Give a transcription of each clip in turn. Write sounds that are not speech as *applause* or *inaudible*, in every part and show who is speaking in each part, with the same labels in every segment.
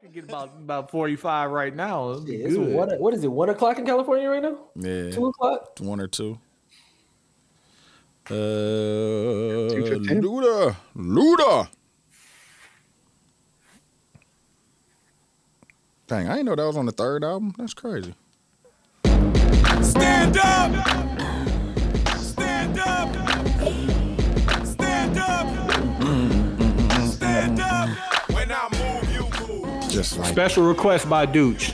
Speaker 1: could get about about forty five right now. It'd be
Speaker 2: It's
Speaker 1: good.
Speaker 2: one, what is it? One o'clock in California right now?
Speaker 3: Yeah,
Speaker 2: Two o'clock?
Speaker 3: one or two. Uh,
Speaker 4: 2:15?
Speaker 3: Luda, Luda. Dang, I didn't know that was on the third album. That's crazy.
Speaker 5: Stand up! Stand up! Stand up! Stand up! When I move, you move.
Speaker 3: Just like
Speaker 1: Special request by Dooch.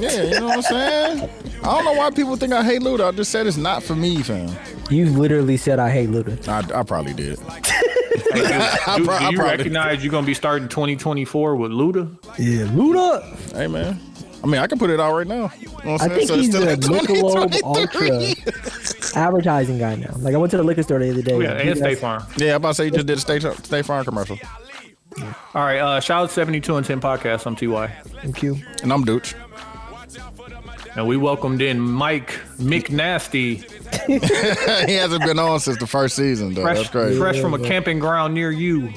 Speaker 3: yeah, you know what I'm saying. I don't know why people think I hate Luda. I just said it's not for me, fam.
Speaker 2: You literally said I hate Luda.
Speaker 3: I, I probably did.
Speaker 1: Hey, Dooch, do,
Speaker 3: prob-
Speaker 1: do
Speaker 3: I
Speaker 1: you
Speaker 3: probably-
Speaker 1: recognize you're gonna be starting 2024 with Luda?
Speaker 2: Yeah, Luda.
Speaker 3: Hey man, I mean I can put it out right now. You know what I'm
Speaker 2: I
Speaker 3: saying?
Speaker 2: think
Speaker 3: So it's
Speaker 2: he's
Speaker 3: still
Speaker 2: a
Speaker 3: in
Speaker 2: Michelob
Speaker 3: 2023.
Speaker 2: Ultra advertising guy now. Like I went to the liquor store the other day.
Speaker 1: Oh, Yeah,
Speaker 2: He
Speaker 1: and State
Speaker 2: does-
Speaker 1: Farm.
Speaker 3: *laughs* Yeah, I'm about to say you just did a State, State Farm commercial,
Speaker 1: All right, uh, shout out 72 and 10 podcast. I'm Ty,
Speaker 2: Thank you.
Speaker 3: and I'm Dooch.
Speaker 1: and we welcomed in Mike Mick Nasty,
Speaker 3: *laughs* he hasn't been on since the first season, though.
Speaker 1: fresh,
Speaker 3: That's crazy.
Speaker 1: fresh from a camping ground near you.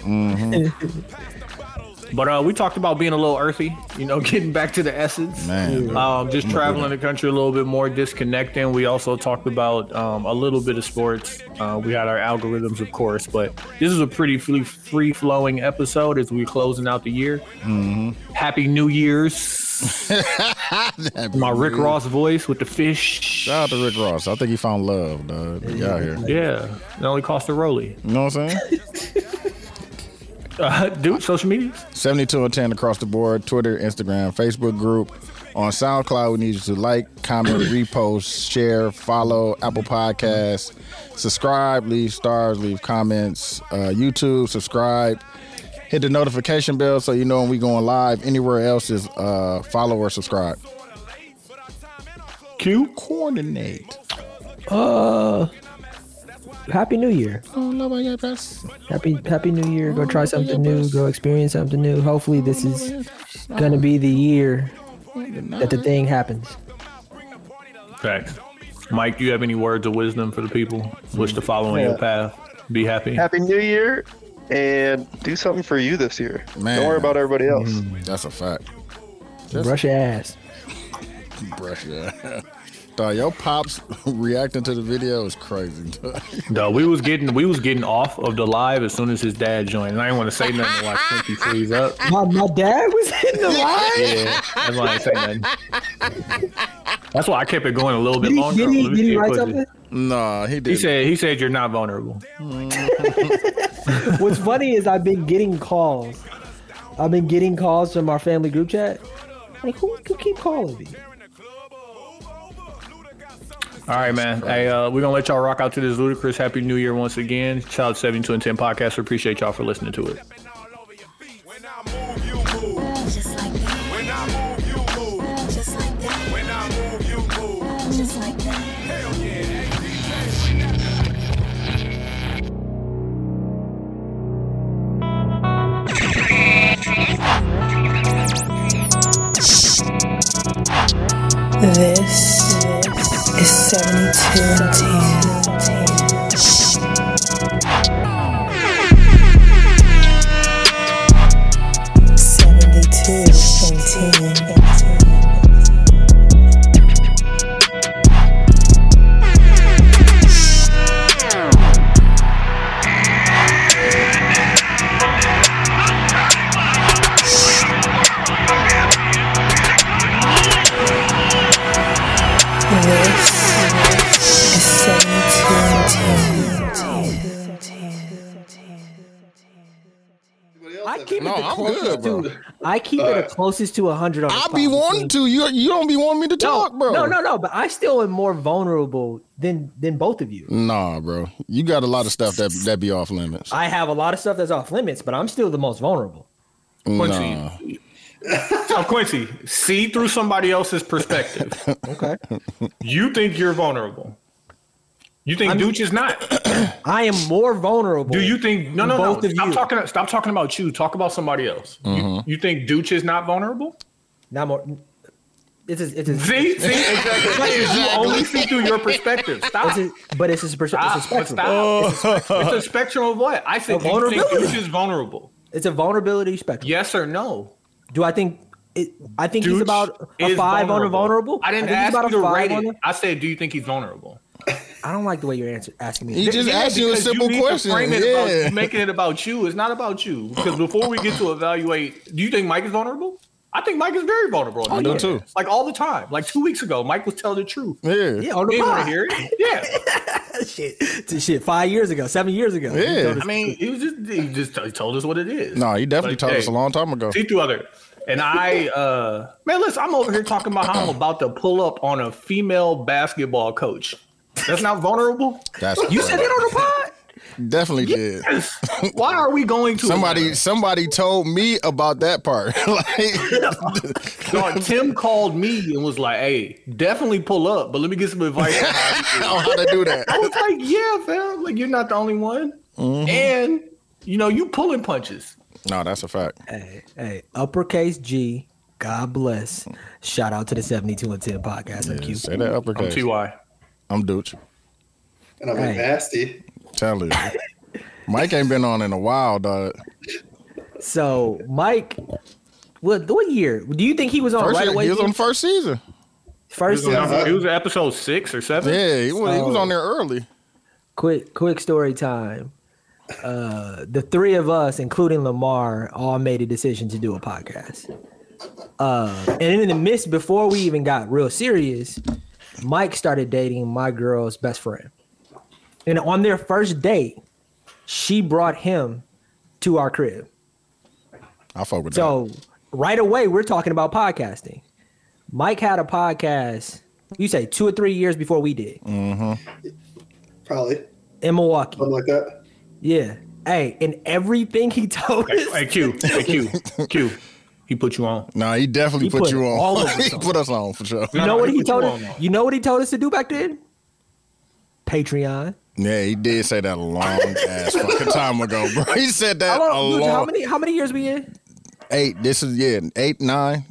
Speaker 1: but uh, we talked about being a little earthy, you know, *laughs* getting back to the essence.
Speaker 3: Man, Mm-hmm. bro.
Speaker 1: Um, just traveling the country a little bit more, disconnecting. We also talked about um, a little bit of sports. Uh, we had our algorithms, of course, but this is a pretty free flowing episode as we're closing out the year.
Speaker 3: Mm-hmm.
Speaker 1: Happy New
Speaker 3: *laughs*
Speaker 1: Year's. *laughs* My Rick Ross voice with the fish.
Speaker 3: Shout out to Rick Ross. I think he found love, dog. He out here.
Speaker 1: Yeah, it only cost a rolly. *laughs*
Speaker 3: You know what I'm saying?
Speaker 1: Uh, dude, social medias.
Speaker 3: 72 and 10 across the board Twitter, Instagram, Facebook group. On SoundCloud, we need you to like, comment, *clears throat* repost, share, follow, Apple Podcasts, subscribe, leave stars, leave comments, uh, YouTube, subscribe, hit the notification bell so you know when we going live. Anywhere else is uh, follow or subscribe.
Speaker 1: Q.
Speaker 3: Coordinate.
Speaker 2: Uh, Oh, happy New Year.
Speaker 3: I don't know about your best.
Speaker 2: Happy Happy New Year. Go try something new. Go experience something new. Hopefully, this is gonna be the year that the thing happens.
Speaker 1: Facts. Mike, do you have any words of wisdom for the people? Wish to follow in your
Speaker 4: Yeah.
Speaker 1: path. Be happy.
Speaker 4: Happy New Year, and do something for you this year.
Speaker 3: Man. Mm.
Speaker 4: Don't worry about everybody else.
Speaker 3: That's a fact.
Speaker 2: Brush your ass.
Speaker 3: Brush your *laughs* ass. Dog, your pops *laughs* reacting to the video is crazy. *laughs* dog.
Speaker 1: No, we was getting we was getting off of the live as soon as his dad joined. And I didn't want to say nothing while Twinkie freeze
Speaker 2: *laughs*
Speaker 1: up.
Speaker 2: My, my dad was in the line.
Speaker 1: Yeah, that's why I didn't say nothing. That's why I kept it going a little bit
Speaker 2: Did he,
Speaker 1: longer.
Speaker 2: did he,
Speaker 1: Let me
Speaker 2: did
Speaker 1: see
Speaker 2: he
Speaker 1: if
Speaker 2: write
Speaker 1: it-
Speaker 2: something?
Speaker 3: nah, he did.
Speaker 1: He said he said you're not vulnerable.
Speaker 2: What's funny is I've been getting calls. I've been getting calls from our family group chat. Like, who, who keep calling me?
Speaker 1: All right, man. Hey, uh, we're gonna let y'all rock out to this ludicrous Happy New Year once again. Child 72 and 10 podcast. We appreciate y'all for listening to it.
Speaker 5: When I move, you move.
Speaker 6: Just like that,
Speaker 5: When I move, you move.
Speaker 6: just like that,
Speaker 5: When I move, you move.
Speaker 6: just like that.
Speaker 5: Hell yeah. Hey, DJ.
Speaker 7: This is 72 and 10. Seventy-two and ten. This is seventy-two and ten.
Speaker 2: I keep
Speaker 3: No,
Speaker 2: it the
Speaker 3: I'm
Speaker 2: closest
Speaker 3: good, bro.
Speaker 2: to. I keep it the closest to hundred on. the
Speaker 3: I
Speaker 2: spot
Speaker 3: be wanting
Speaker 2: between-
Speaker 3: to. You you don't be wanting me to
Speaker 2: No,
Speaker 3: talk, bro.
Speaker 2: no, no, no. But I still am more vulnerable than than both of you.
Speaker 3: Nah, bro. You got a lot of stuff that that be off limits.
Speaker 2: I have a lot of stuff that's off limits, but I'm still the most vulnerable.
Speaker 3: Nah.
Speaker 1: Quincy. So Quincy, see through somebody else's perspective.
Speaker 2: Okay,
Speaker 1: You think you're vulnerable. You think Dooch is not.
Speaker 2: *laughs* I am more vulnerable.
Speaker 1: Do you think no no
Speaker 2: Both
Speaker 1: no
Speaker 2: of
Speaker 1: stop
Speaker 2: you.
Speaker 1: talking stop talking about you. Talk about somebody else. You, you think Dooch is not vulnerable?
Speaker 2: Not more. It's a, it's a,
Speaker 1: *laughs* See, see, exactly. You only see through your perspective. Stop.
Speaker 2: it's a, but it's a, perce-
Speaker 1: Stop.
Speaker 2: it's a spectrum.
Speaker 1: Stop. It's a spectrum. It's a spectrum of what? I said
Speaker 2: Of
Speaker 1: you think
Speaker 2: vulnerability.
Speaker 1: Dooch is vulnerable.
Speaker 2: It's a vulnerability spectrum.
Speaker 1: Yes or no?
Speaker 2: Do I think it, I think
Speaker 1: Dooch
Speaker 2: he's about a
Speaker 1: is
Speaker 2: five on a vulnerable.
Speaker 1: I didn't
Speaker 2: think he's
Speaker 1: ask
Speaker 2: about
Speaker 1: you
Speaker 2: a
Speaker 1: to
Speaker 2: five
Speaker 1: rate
Speaker 2: on
Speaker 1: it.
Speaker 2: a-
Speaker 1: I said, do you think he's vulnerable?
Speaker 2: I don't like the way you're answer, asking me.
Speaker 3: He just
Speaker 1: Yeah,
Speaker 3: asked you a
Speaker 1: because
Speaker 3: simple
Speaker 1: need to
Speaker 3: question.
Speaker 1: frame it about-
Speaker 3: Yeah.
Speaker 1: you making it about you. It's not about you. Because before we get to evaluate, do you think Mike is vulnerable? I think Mike is very vulnerable.
Speaker 3: I do too.
Speaker 1: Like all the time. Like two weeks ago, Mike was telling the truth. You
Speaker 3: Yeah.
Speaker 2: yeah, on the
Speaker 1: didn't want
Speaker 2: pod.
Speaker 1: to hear it. Yeah.
Speaker 2: shit, to *laughs* shit, five years ago, seven years ago.
Speaker 3: Yeah.
Speaker 2: He told us-
Speaker 1: I mean, he was just he just he told us what it is.
Speaker 3: No, he definitely
Speaker 1: Like,
Speaker 3: told us
Speaker 1: hey,
Speaker 3: a long time ago.
Speaker 1: See through other. And I, uh, man, listen, I'm over here talking about how I'm about to pull up on a female basketball coach. That's not vulnerable.
Speaker 3: That's
Speaker 2: you said it on the pod.
Speaker 3: definitely did.
Speaker 1: Why are we going to
Speaker 3: Somebody somebody told me about that part. *laughs* like
Speaker 1: No, Tim called me and was like, "Hey, definitely pull up, but let me get some advice."
Speaker 3: *laughs*
Speaker 1: on how you do it."
Speaker 3: on how to do that.
Speaker 1: I was like, "Yeah, fam, like you're not the only one,
Speaker 3: Mm-hmm.
Speaker 1: and you know you pulling punches."
Speaker 3: No, that's a fact.
Speaker 2: Hey, hey, uppercase G. God bless. Shout out to the 72 and 10 podcast. I'm cute.
Speaker 3: Say that uppercase. I'm,
Speaker 1: Ty,
Speaker 3: Dooch.
Speaker 8: And I'm
Speaker 2: Hey.
Speaker 8: nasty.
Speaker 3: Tell you. Mike ain't been on in a while, dog.
Speaker 2: So, Mike, what what year? Do you think he was on
Speaker 3: First
Speaker 2: Oh, right
Speaker 3: year,
Speaker 2: away?
Speaker 3: he was on the first season.
Speaker 2: First,
Speaker 8: on-
Speaker 2: season?
Speaker 1: it was episode six or seven.
Speaker 3: Yeah, he was, he was
Speaker 2: So-
Speaker 3: on there early.
Speaker 2: quick quick story time. Uh, the three of us, including Lamar, all made a decision to do a podcast. Uh, and in the midst, before we even got real serious, Mike started dating my girl's best friend. And on their first date, she brought him to our crib.
Speaker 3: I fuck with
Speaker 2: So right away, we're talking about podcasting. Mike had a podcast, you say two or three years before we did
Speaker 8: Mm-hmm. Probably.
Speaker 2: in Milwaukee.
Speaker 8: Something like that.
Speaker 2: Yeah. Hey, and everything he told
Speaker 1: Hey,
Speaker 2: us,
Speaker 1: hey, Q, hey, Q, Q. *laughs* He put you on.
Speaker 3: that. No, he definitely
Speaker 2: He
Speaker 3: put,
Speaker 2: put
Speaker 3: you on. *laughs*
Speaker 2: all of us
Speaker 3: he
Speaker 2: on.
Speaker 3: put us on for sure.
Speaker 2: you know what he told us?
Speaker 1: on, though.
Speaker 2: You know what he told us to do back then? Patreon.
Speaker 3: Yeah, he did say that a long
Speaker 2: *laughs*
Speaker 3: ass fucking time ago, bro. He said that
Speaker 2: How
Speaker 3: a
Speaker 2: long, dude,
Speaker 3: long
Speaker 2: how many how many years we in?
Speaker 3: eight. This is yeah, eight, nine.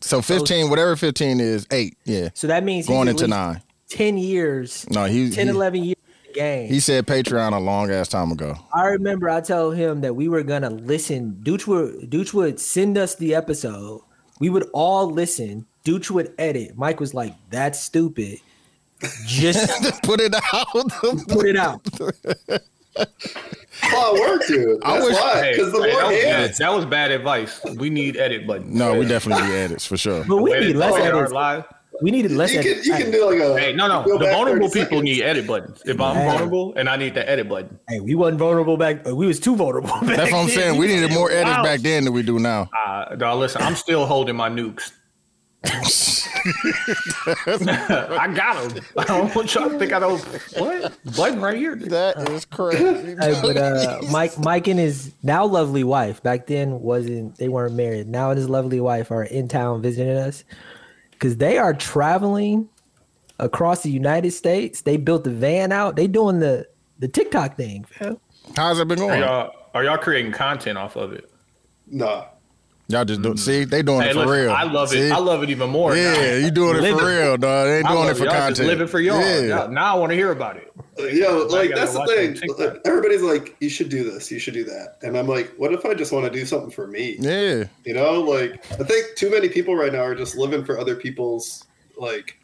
Speaker 3: So
Speaker 2: Oh,
Speaker 3: fifteen, whatever fifteen is, eight. Yeah.
Speaker 2: So that means he's
Speaker 3: Going
Speaker 2: at
Speaker 3: into
Speaker 2: least
Speaker 3: nine.
Speaker 2: ten years,
Speaker 3: No, he,
Speaker 2: 10,
Speaker 3: he
Speaker 2: 11 years in the game.
Speaker 3: he said Patreon a long ass time ago. *laughs*
Speaker 2: I remember I told him that we were gonna listen. Dooch would Dooch would send us the episode. We would all listen. Dooch would edit. Mike was like, "That's stupid."
Speaker 8: *laughs*
Speaker 2: Just
Speaker 3: put it out.
Speaker 2: put it out.
Speaker 8: Oh, it worked, dude. That's
Speaker 3: I wish-
Speaker 8: why.
Speaker 1: Hey,
Speaker 8: Because the
Speaker 1: hey,
Speaker 8: more
Speaker 1: that, was bad.
Speaker 8: hands.
Speaker 1: that was bad advice. We need edit buttons.
Speaker 3: no, we definitely be edits for sure.
Speaker 2: But we
Speaker 1: Edit
Speaker 2: need less
Speaker 1: buttons are
Speaker 2: edits.
Speaker 1: live.
Speaker 2: We needed less
Speaker 8: You can,
Speaker 2: edits.
Speaker 8: you can do like a.
Speaker 1: Hey, no, no.
Speaker 8: go
Speaker 1: The
Speaker 8: back
Speaker 1: vulnerable
Speaker 8: 30
Speaker 1: people
Speaker 8: seconds.
Speaker 1: need edit buttons. If I'm
Speaker 2: Hey.
Speaker 1: vulnerable and I need the edit button,
Speaker 2: Hey, we wasn't vulnerable back. We was too vulnerable. *laughs* back
Speaker 3: That's what I'm
Speaker 2: then.
Speaker 3: saying. We needed more edits
Speaker 1: Wow.
Speaker 3: back then than we do now.
Speaker 2: Ah.
Speaker 1: uh, dawg, listen, I'm still holding my nukes. I got them. I *laughs* don't want y'all to think I don't. What button right here?
Speaker 3: *laughs* That is crazy. *laughs*
Speaker 2: Hey, but uh, Mike, Mike and his now lovely wife back then wasn't. They weren't married. Now and his lovely wife are in town visiting us because they are traveling across the United States. They built the van out. They doing the the TikTok thing. fam.
Speaker 3: How's it been
Speaker 1: Are
Speaker 3: going? Y'all,
Speaker 1: y'all are y'all creating content off of it?
Speaker 8: Nah.
Speaker 3: just do see they doing
Speaker 1: Hey,
Speaker 3: it for
Speaker 1: listen,
Speaker 3: real.
Speaker 1: I love
Speaker 3: See?
Speaker 1: it. I love it even more.
Speaker 3: Yeah,
Speaker 1: now.
Speaker 3: you doing it
Speaker 1: Living.
Speaker 3: for real, dog. They ain't
Speaker 1: I
Speaker 3: doing
Speaker 1: love
Speaker 3: it for
Speaker 1: y'all
Speaker 3: content.
Speaker 1: Just living for y'all.
Speaker 3: Yeah.
Speaker 1: Y'all- Now I want to hear about it.
Speaker 8: Yo,
Speaker 1: I
Speaker 8: like
Speaker 1: gotta
Speaker 8: that's the
Speaker 1: watch that
Speaker 8: thing.
Speaker 1: TikTok.
Speaker 8: Everybody's like, you should do this, you should do that, and I'm like, what if I just want to do something for me?
Speaker 3: Yeah.
Speaker 8: You know, like I think too many people right now are just living for other people's like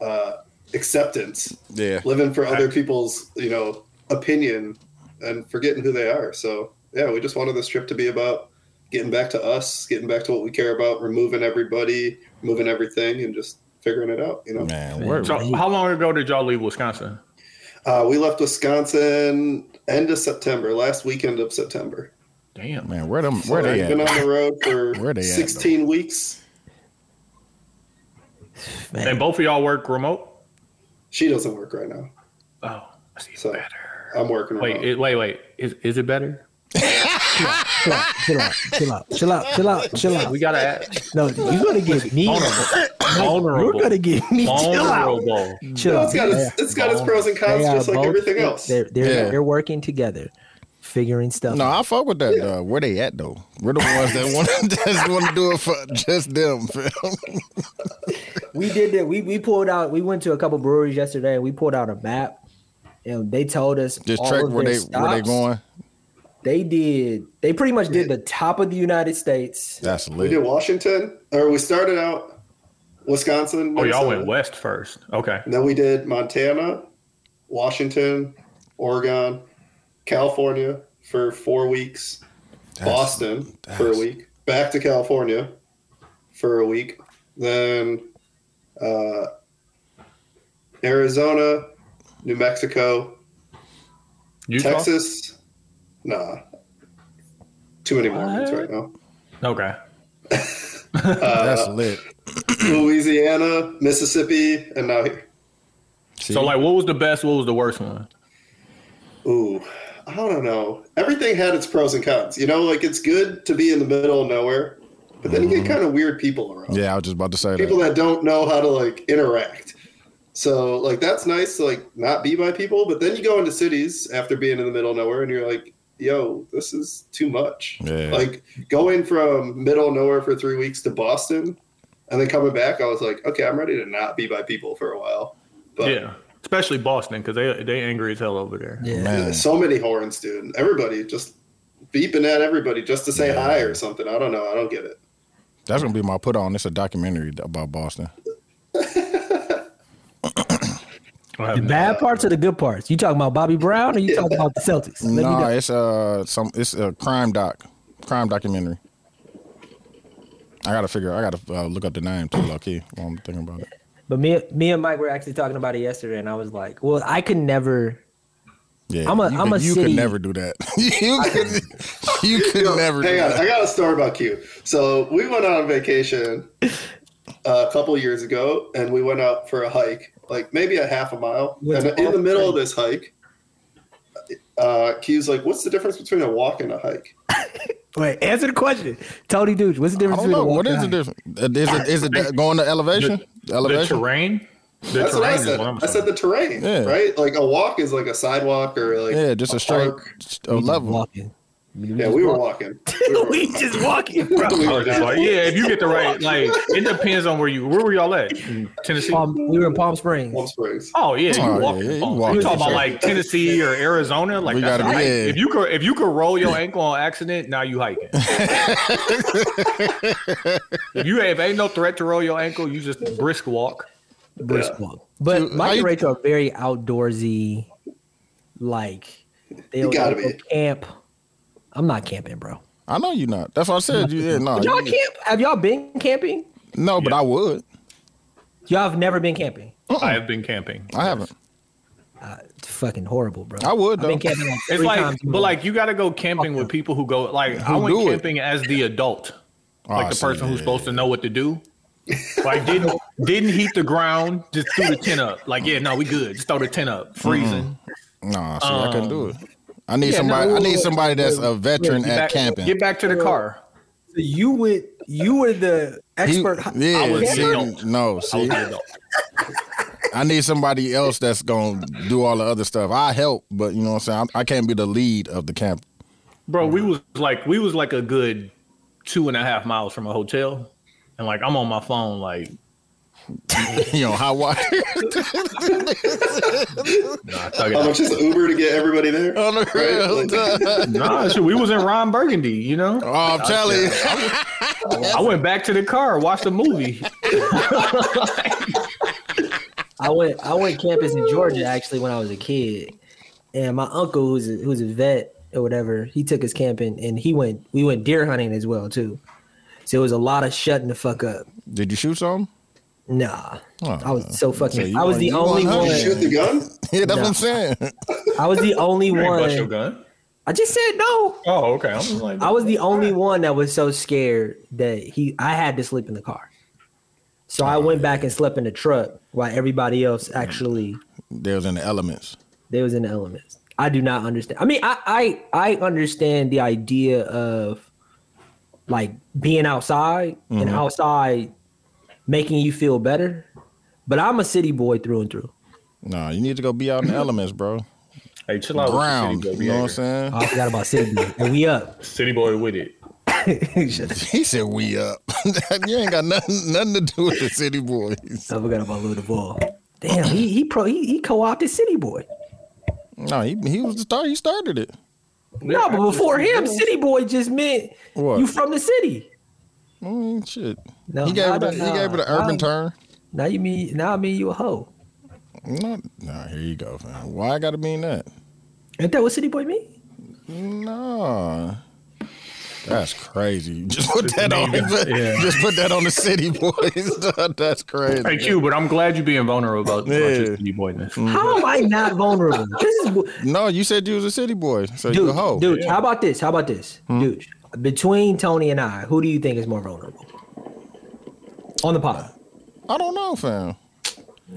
Speaker 8: uh, acceptance,
Speaker 3: Yeah.
Speaker 8: living for other people's you know opinion, and forgetting who they are. So yeah, we just wanted this trip to be about getting back to us, getting back to what we care about, removing everybody, removing everything, and just figuring it out. You know,
Speaker 3: Man, word.
Speaker 1: So, how long ago did y'all leave Wisconsin?
Speaker 8: uh, we left Wisconsin end of September, last weekend of September.
Speaker 1: Damn.
Speaker 3: Man, where them
Speaker 8: So
Speaker 3: where they
Speaker 8: I've been
Speaker 3: at?
Speaker 8: on the road
Speaker 3: Where
Speaker 8: for
Speaker 3: they at, though?
Speaker 8: 16 weeks.
Speaker 1: And both of y'all work remote.
Speaker 8: She doesn't work right now.
Speaker 1: Oh, that's even
Speaker 8: So-
Speaker 1: better.
Speaker 8: I'm working right
Speaker 1: Wait,
Speaker 8: now.
Speaker 1: it, wait, wait. Is is it better?
Speaker 2: Chill out, chill out, chill out, chill out, chill out, chill out.
Speaker 1: We gotta ask.
Speaker 2: No, you're gonna get me.
Speaker 1: Vulnerable.
Speaker 2: You're gonna get me. Chill out.
Speaker 1: vulnerable.
Speaker 2: Chill
Speaker 8: No,
Speaker 2: out.
Speaker 8: it's got its, it's got its pros and cons, just like everything else.
Speaker 2: They're they're,
Speaker 3: Yeah.
Speaker 2: they're working together, figuring stuff.
Speaker 3: No, I fuck with that. Dog. Where they at though? We're the ones that want to *laughs* just want to do it for just them. *laughs* Fam.
Speaker 2: we did that. We we pulled out. We went to a couple breweries yesterday, and we pulled out a map, and they told us
Speaker 3: Just
Speaker 2: all
Speaker 3: track
Speaker 2: of
Speaker 3: where
Speaker 2: their
Speaker 3: they where they
Speaker 2: stops.
Speaker 3: going.
Speaker 2: They did. They pretty much did the top of the United States.
Speaker 3: That's
Speaker 4: We did
Speaker 3: lit.
Speaker 4: Washington, or we started out Wisconsin.
Speaker 1: Oh, y'all
Speaker 4: Minnesota,
Speaker 1: went west first. Okay.
Speaker 4: And then we did Montana, Washington, Oregon, California for four weeks,
Speaker 3: That's-
Speaker 4: Boston for a
Speaker 3: that's-
Speaker 4: week, back to California for a week, then uh, Arizona, New Mexico,
Speaker 1: Utah?
Speaker 4: Texas. Nah, too many Mormons
Speaker 1: What?
Speaker 4: right now.
Speaker 1: Okay.
Speaker 3: That's
Speaker 4: Uh,
Speaker 3: lit.
Speaker 4: Louisiana, Mississippi, and now here.
Speaker 3: See?
Speaker 1: So like, what was the best? What was the worst one?
Speaker 4: Ooh, I don't know. Everything had its pros and cons. You know, like it's good to be in the middle of nowhere, but then you get kind of weird people around.
Speaker 3: Mm-hmm. yeah, I was just about to say
Speaker 4: People
Speaker 3: that.
Speaker 4: that don't know how to like interact. So like that's nice to like not be by people, but then you go into cities after being in the middle of nowhere and you're like, yo, this is too much.
Speaker 3: Yeah.
Speaker 4: Like going from middle of nowhere for three weeks to Boston and then coming back, I was like, okay, I'm ready to not be by people for a while. But
Speaker 1: yeah, especially Boston because they they angry as hell over there.
Speaker 2: Yeah.
Speaker 3: Man,
Speaker 4: So many horns, dude. Everybody just beeping at everybody just to say
Speaker 3: Yeah.
Speaker 4: hi or something. I don't know. I don't get it.
Speaker 3: that's gonna be my put on. It's a documentary about Boston.
Speaker 1: I have
Speaker 2: The
Speaker 1: no-
Speaker 2: bad parts or the good parts? You talking about Bobby Brown or you talking about the Celtics? Let me
Speaker 3: No,
Speaker 2: know.
Speaker 3: it's uh some it's a crime doc, crime documentary. I gotta figure. I gotta uh, look up the name too, low key. While I'm thinking about it.
Speaker 2: But me, me and Mike were actually talking about it yesterday, and I was like, "Well, I could never."
Speaker 3: Yeah,
Speaker 2: I'm a-
Speaker 3: you
Speaker 2: I'm
Speaker 3: could,
Speaker 2: a
Speaker 3: you
Speaker 2: city-
Speaker 3: could never do that. *laughs* you could, you could
Speaker 4: Yo,
Speaker 3: never.
Speaker 4: hang
Speaker 3: do
Speaker 4: on.
Speaker 3: That.
Speaker 4: I got a story about Q. So we went on vacation a couple years ago, and we went out for a hike, like maybe a half a mile.
Speaker 2: With
Speaker 4: and in
Speaker 2: all
Speaker 4: the middle of
Speaker 2: friends.
Speaker 4: this hike, uh, Q's like, "What's the difference between a walk and a hike?"
Speaker 2: Wait, answer the question, Tony Dude. What's the
Speaker 3: I
Speaker 2: difference between
Speaker 3: don't know.
Speaker 2: a walk
Speaker 3: What
Speaker 2: and
Speaker 3: is
Speaker 2: a
Speaker 3: the
Speaker 2: hike?
Speaker 3: difference? Is it is it that going to elevation?
Speaker 1: The
Speaker 3: elevation.
Speaker 1: terrain. The
Speaker 4: That's what I
Speaker 1: terrain is
Speaker 4: said.
Speaker 1: what I'm
Speaker 4: I said the terrain,
Speaker 3: Yeah.
Speaker 4: right? Like a walk is like a sidewalk or like
Speaker 3: yeah, just a straight
Speaker 4: park.
Speaker 3: a level.
Speaker 2: Walking.
Speaker 4: Yeah, we were walking. We
Speaker 2: *laughs*
Speaker 4: were
Speaker 2: we
Speaker 4: walking.
Speaker 2: just walking, bro.
Speaker 4: We
Speaker 1: I
Speaker 4: were
Speaker 1: was just
Speaker 4: not-
Speaker 1: like, yeah, if you get the right,
Speaker 4: *laughs*
Speaker 1: like, it depends on where you. Where were y'all at? In Tennessee.
Speaker 2: Palm, we were in Palm Springs.
Speaker 3: *laughs*
Speaker 4: Palm Springs.
Speaker 1: Oh yeah,
Speaker 3: Um, Oh,
Speaker 1: you walk.
Speaker 3: yeah, you
Speaker 1: you
Speaker 3: walk
Speaker 1: talking
Speaker 3: for
Speaker 1: about
Speaker 3: sure.
Speaker 1: like Tennessee or Arizona? Like
Speaker 3: We
Speaker 1: that's
Speaker 3: gotta
Speaker 1: a
Speaker 3: be-
Speaker 1: hike.
Speaker 3: yeah.
Speaker 1: if you could if you could roll your ankle on accident, now you
Speaker 3: *laughs*
Speaker 1: hiking. if you if ain't no threat to roll your ankle, you just brisk walk.
Speaker 2: brisk walk. But
Speaker 3: Dude,
Speaker 2: Mike
Speaker 3: how
Speaker 2: and
Speaker 3: you-
Speaker 2: Rachel are very outdoorsy, like they
Speaker 4: gotta
Speaker 2: they'll
Speaker 4: be.
Speaker 2: camp. I'm not camping, bro.
Speaker 3: I know you're not. That's what I said. You, yeah, no,
Speaker 2: Would y'all
Speaker 3: you-
Speaker 2: camp? Have y'all been camping?
Speaker 3: no, but I would.
Speaker 2: Y'all have never been camping.
Speaker 1: I have been camping.
Speaker 3: I haven't.
Speaker 2: It's fucking horrible, bro.
Speaker 3: I would,
Speaker 2: I've been
Speaker 3: though.
Speaker 2: camping like
Speaker 1: It's
Speaker 2: three
Speaker 1: like,
Speaker 2: times in
Speaker 1: but
Speaker 2: my
Speaker 1: like you got to go camping with people who go. Like I
Speaker 3: Who
Speaker 1: went
Speaker 3: do it.
Speaker 1: camping as the adult, like
Speaker 3: Oh,
Speaker 1: the
Speaker 3: so
Speaker 1: person who's
Speaker 3: yeah.
Speaker 1: supposed to know what to do. Like
Speaker 3: *laughs*
Speaker 1: didn't didn't heat the ground, just threw the tent up. Like yeah, no, we good. Just throw the tent
Speaker 3: Mm-hmm.
Speaker 1: up, freezing.
Speaker 3: No, see, I couldn't do it. I need
Speaker 1: Um, yeah,
Speaker 3: somebody.
Speaker 1: no,
Speaker 3: I need
Speaker 1: wait,
Speaker 3: somebody that's a veteran
Speaker 1: Get
Speaker 3: at
Speaker 1: back-
Speaker 3: camping.
Speaker 1: Get back to the car.
Speaker 2: life. you would you were the
Speaker 3: He-
Speaker 2: expert.
Speaker 3: yeah,
Speaker 1: I was
Speaker 3: see,
Speaker 1: the adult.
Speaker 3: no,
Speaker 1: I
Speaker 3: see,
Speaker 1: was the adult.
Speaker 3: I need somebody else that's gonna do all the other stuff. I help, but you know what I'm saying. I, I can't be the lead of the camp.
Speaker 1: bro
Speaker 3: Mm-hmm.
Speaker 1: we was like we was like a good two and a half miles from a hotel and like i'm on my phone like
Speaker 3: *laughs* you know, hot water.
Speaker 1: nah, I
Speaker 4: How
Speaker 3: *laughs*
Speaker 4: much is Uber to get everybody there?
Speaker 3: on the
Speaker 4: Right, *laughs*
Speaker 3: grill.
Speaker 1: nah shit, we was in ron burgundy you know
Speaker 3: oh, I'm telling you. Oh,
Speaker 1: i went back to the car watched a movie
Speaker 2: I went I went campus in Georgia actually when I was a kid, and my uncle who's a, who's a vet or whatever, he took us camping and he went we went deer hunting as well too. So it was a lot of shutting the fuck up.
Speaker 3: Did you shoot something?
Speaker 2: Nah,
Speaker 3: Oh,
Speaker 2: I was so
Speaker 3: so
Speaker 2: fucking.
Speaker 3: you
Speaker 2: I was
Speaker 3: want-
Speaker 2: the
Speaker 3: you
Speaker 2: only
Speaker 3: want
Speaker 2: one.
Speaker 3: hunting.
Speaker 4: Shoot the gun?
Speaker 3: Yeah, that's what
Speaker 2: No.
Speaker 3: I'm saying.
Speaker 2: I was the only
Speaker 1: You ain't bust your
Speaker 2: one.
Speaker 1: gun
Speaker 2: I just said no.
Speaker 1: oh okay i'm just like
Speaker 2: I was the only one that was so scared that he I had to sleep in the car. So I went back and slept in the truck while everybody else actually
Speaker 3: *laughs* They was in the elements.
Speaker 2: they was in the elements. I do not understand. I mean, I I, I understand the idea of like being outside and
Speaker 3: Mm-hmm.
Speaker 2: outside making you feel better, but I'm a city boy through and through.
Speaker 3: No, you need to go be out in *laughs* the elements, bro.
Speaker 1: hey chill out with
Speaker 3: Ground.
Speaker 1: the
Speaker 3: You
Speaker 1: city boy
Speaker 3: know what I'm
Speaker 1: behavior.
Speaker 3: saying? *laughs*
Speaker 2: Oh, I forgot about city boy. And we up.
Speaker 1: city boy with it
Speaker 2: *laughs*
Speaker 3: He said we up. *laughs* you ain't got nothing nothing to do with the city boys.
Speaker 2: I forgot about Lou Duvall. Damn, he he pro he, he co-opted city boy.
Speaker 3: No, he he was the star. He started it.
Speaker 2: No, but before him, City Boy just meant
Speaker 3: What?
Speaker 2: you from the city.
Speaker 3: I mean, shit.
Speaker 2: No,
Speaker 3: he gave
Speaker 2: nah,
Speaker 3: it. A, he
Speaker 2: nah,
Speaker 3: gave it an
Speaker 2: nah.
Speaker 3: urban turn.
Speaker 2: Now you mean now I mean you a hoe.
Speaker 3: No, no. Here you go, fam. Why I gotta mean that?
Speaker 2: Ain't that what City Boy mean?
Speaker 3: No. That's crazy. *laughs* You Just put that on.
Speaker 1: Yeah.
Speaker 3: Just put that on the city boys. *laughs* That's crazy.
Speaker 1: Thank you, but I'm glad you're being vulnerable about, about
Speaker 3: Yeah. Mm.
Speaker 1: your city boyness.
Speaker 2: How am I not
Speaker 3: *laughs*
Speaker 2: vulnerable? This is
Speaker 3: No, you said you was a city boy, so you a hoe. Hmm?
Speaker 2: dude. Dude, how about this? How about this, dude? Between Tony and I, who do you think is more vulnerable on the pod?
Speaker 3: I don't know, fam.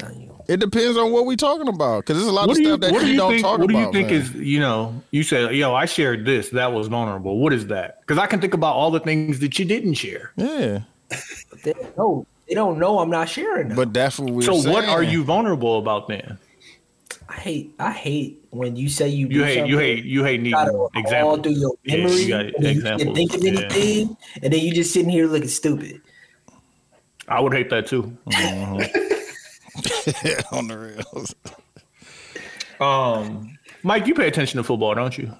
Speaker 2: Not you.
Speaker 3: It depends on what we talking about, because there's a lot
Speaker 1: What
Speaker 3: of
Speaker 1: do you,
Speaker 3: stuff
Speaker 1: what
Speaker 3: that
Speaker 1: do
Speaker 3: you,
Speaker 1: you
Speaker 3: don't
Speaker 1: think?
Speaker 3: talk
Speaker 1: What do you
Speaker 3: about.
Speaker 1: think
Speaker 3: fam.
Speaker 1: is you know? You said, "Yo, I shared this. That was vulnerable. What is that?" Because I can think about all the things that you didn't share.
Speaker 3: Yeah,
Speaker 2: They don't know. They don't know I'm not sharing. Them.
Speaker 3: but that's what we're
Speaker 1: so,
Speaker 3: saying.
Speaker 1: what are
Speaker 3: *laughs*
Speaker 1: you vulnerable about then?
Speaker 2: I hate. I hate when you say you.
Speaker 1: You
Speaker 2: do
Speaker 1: hate. You
Speaker 2: something,
Speaker 1: hate. You hate
Speaker 2: try to
Speaker 1: needing
Speaker 2: all
Speaker 1: examples.
Speaker 2: through your
Speaker 1: Yeah, you
Speaker 2: memory.
Speaker 1: got
Speaker 2: and then you can't
Speaker 1: examples,
Speaker 2: think of
Speaker 1: yeah.
Speaker 2: anything, and then you just sitting here looking stupid.
Speaker 1: I would hate that too.
Speaker 3: on the rails?
Speaker 1: Um, Mike, you pay attention to football, don't you?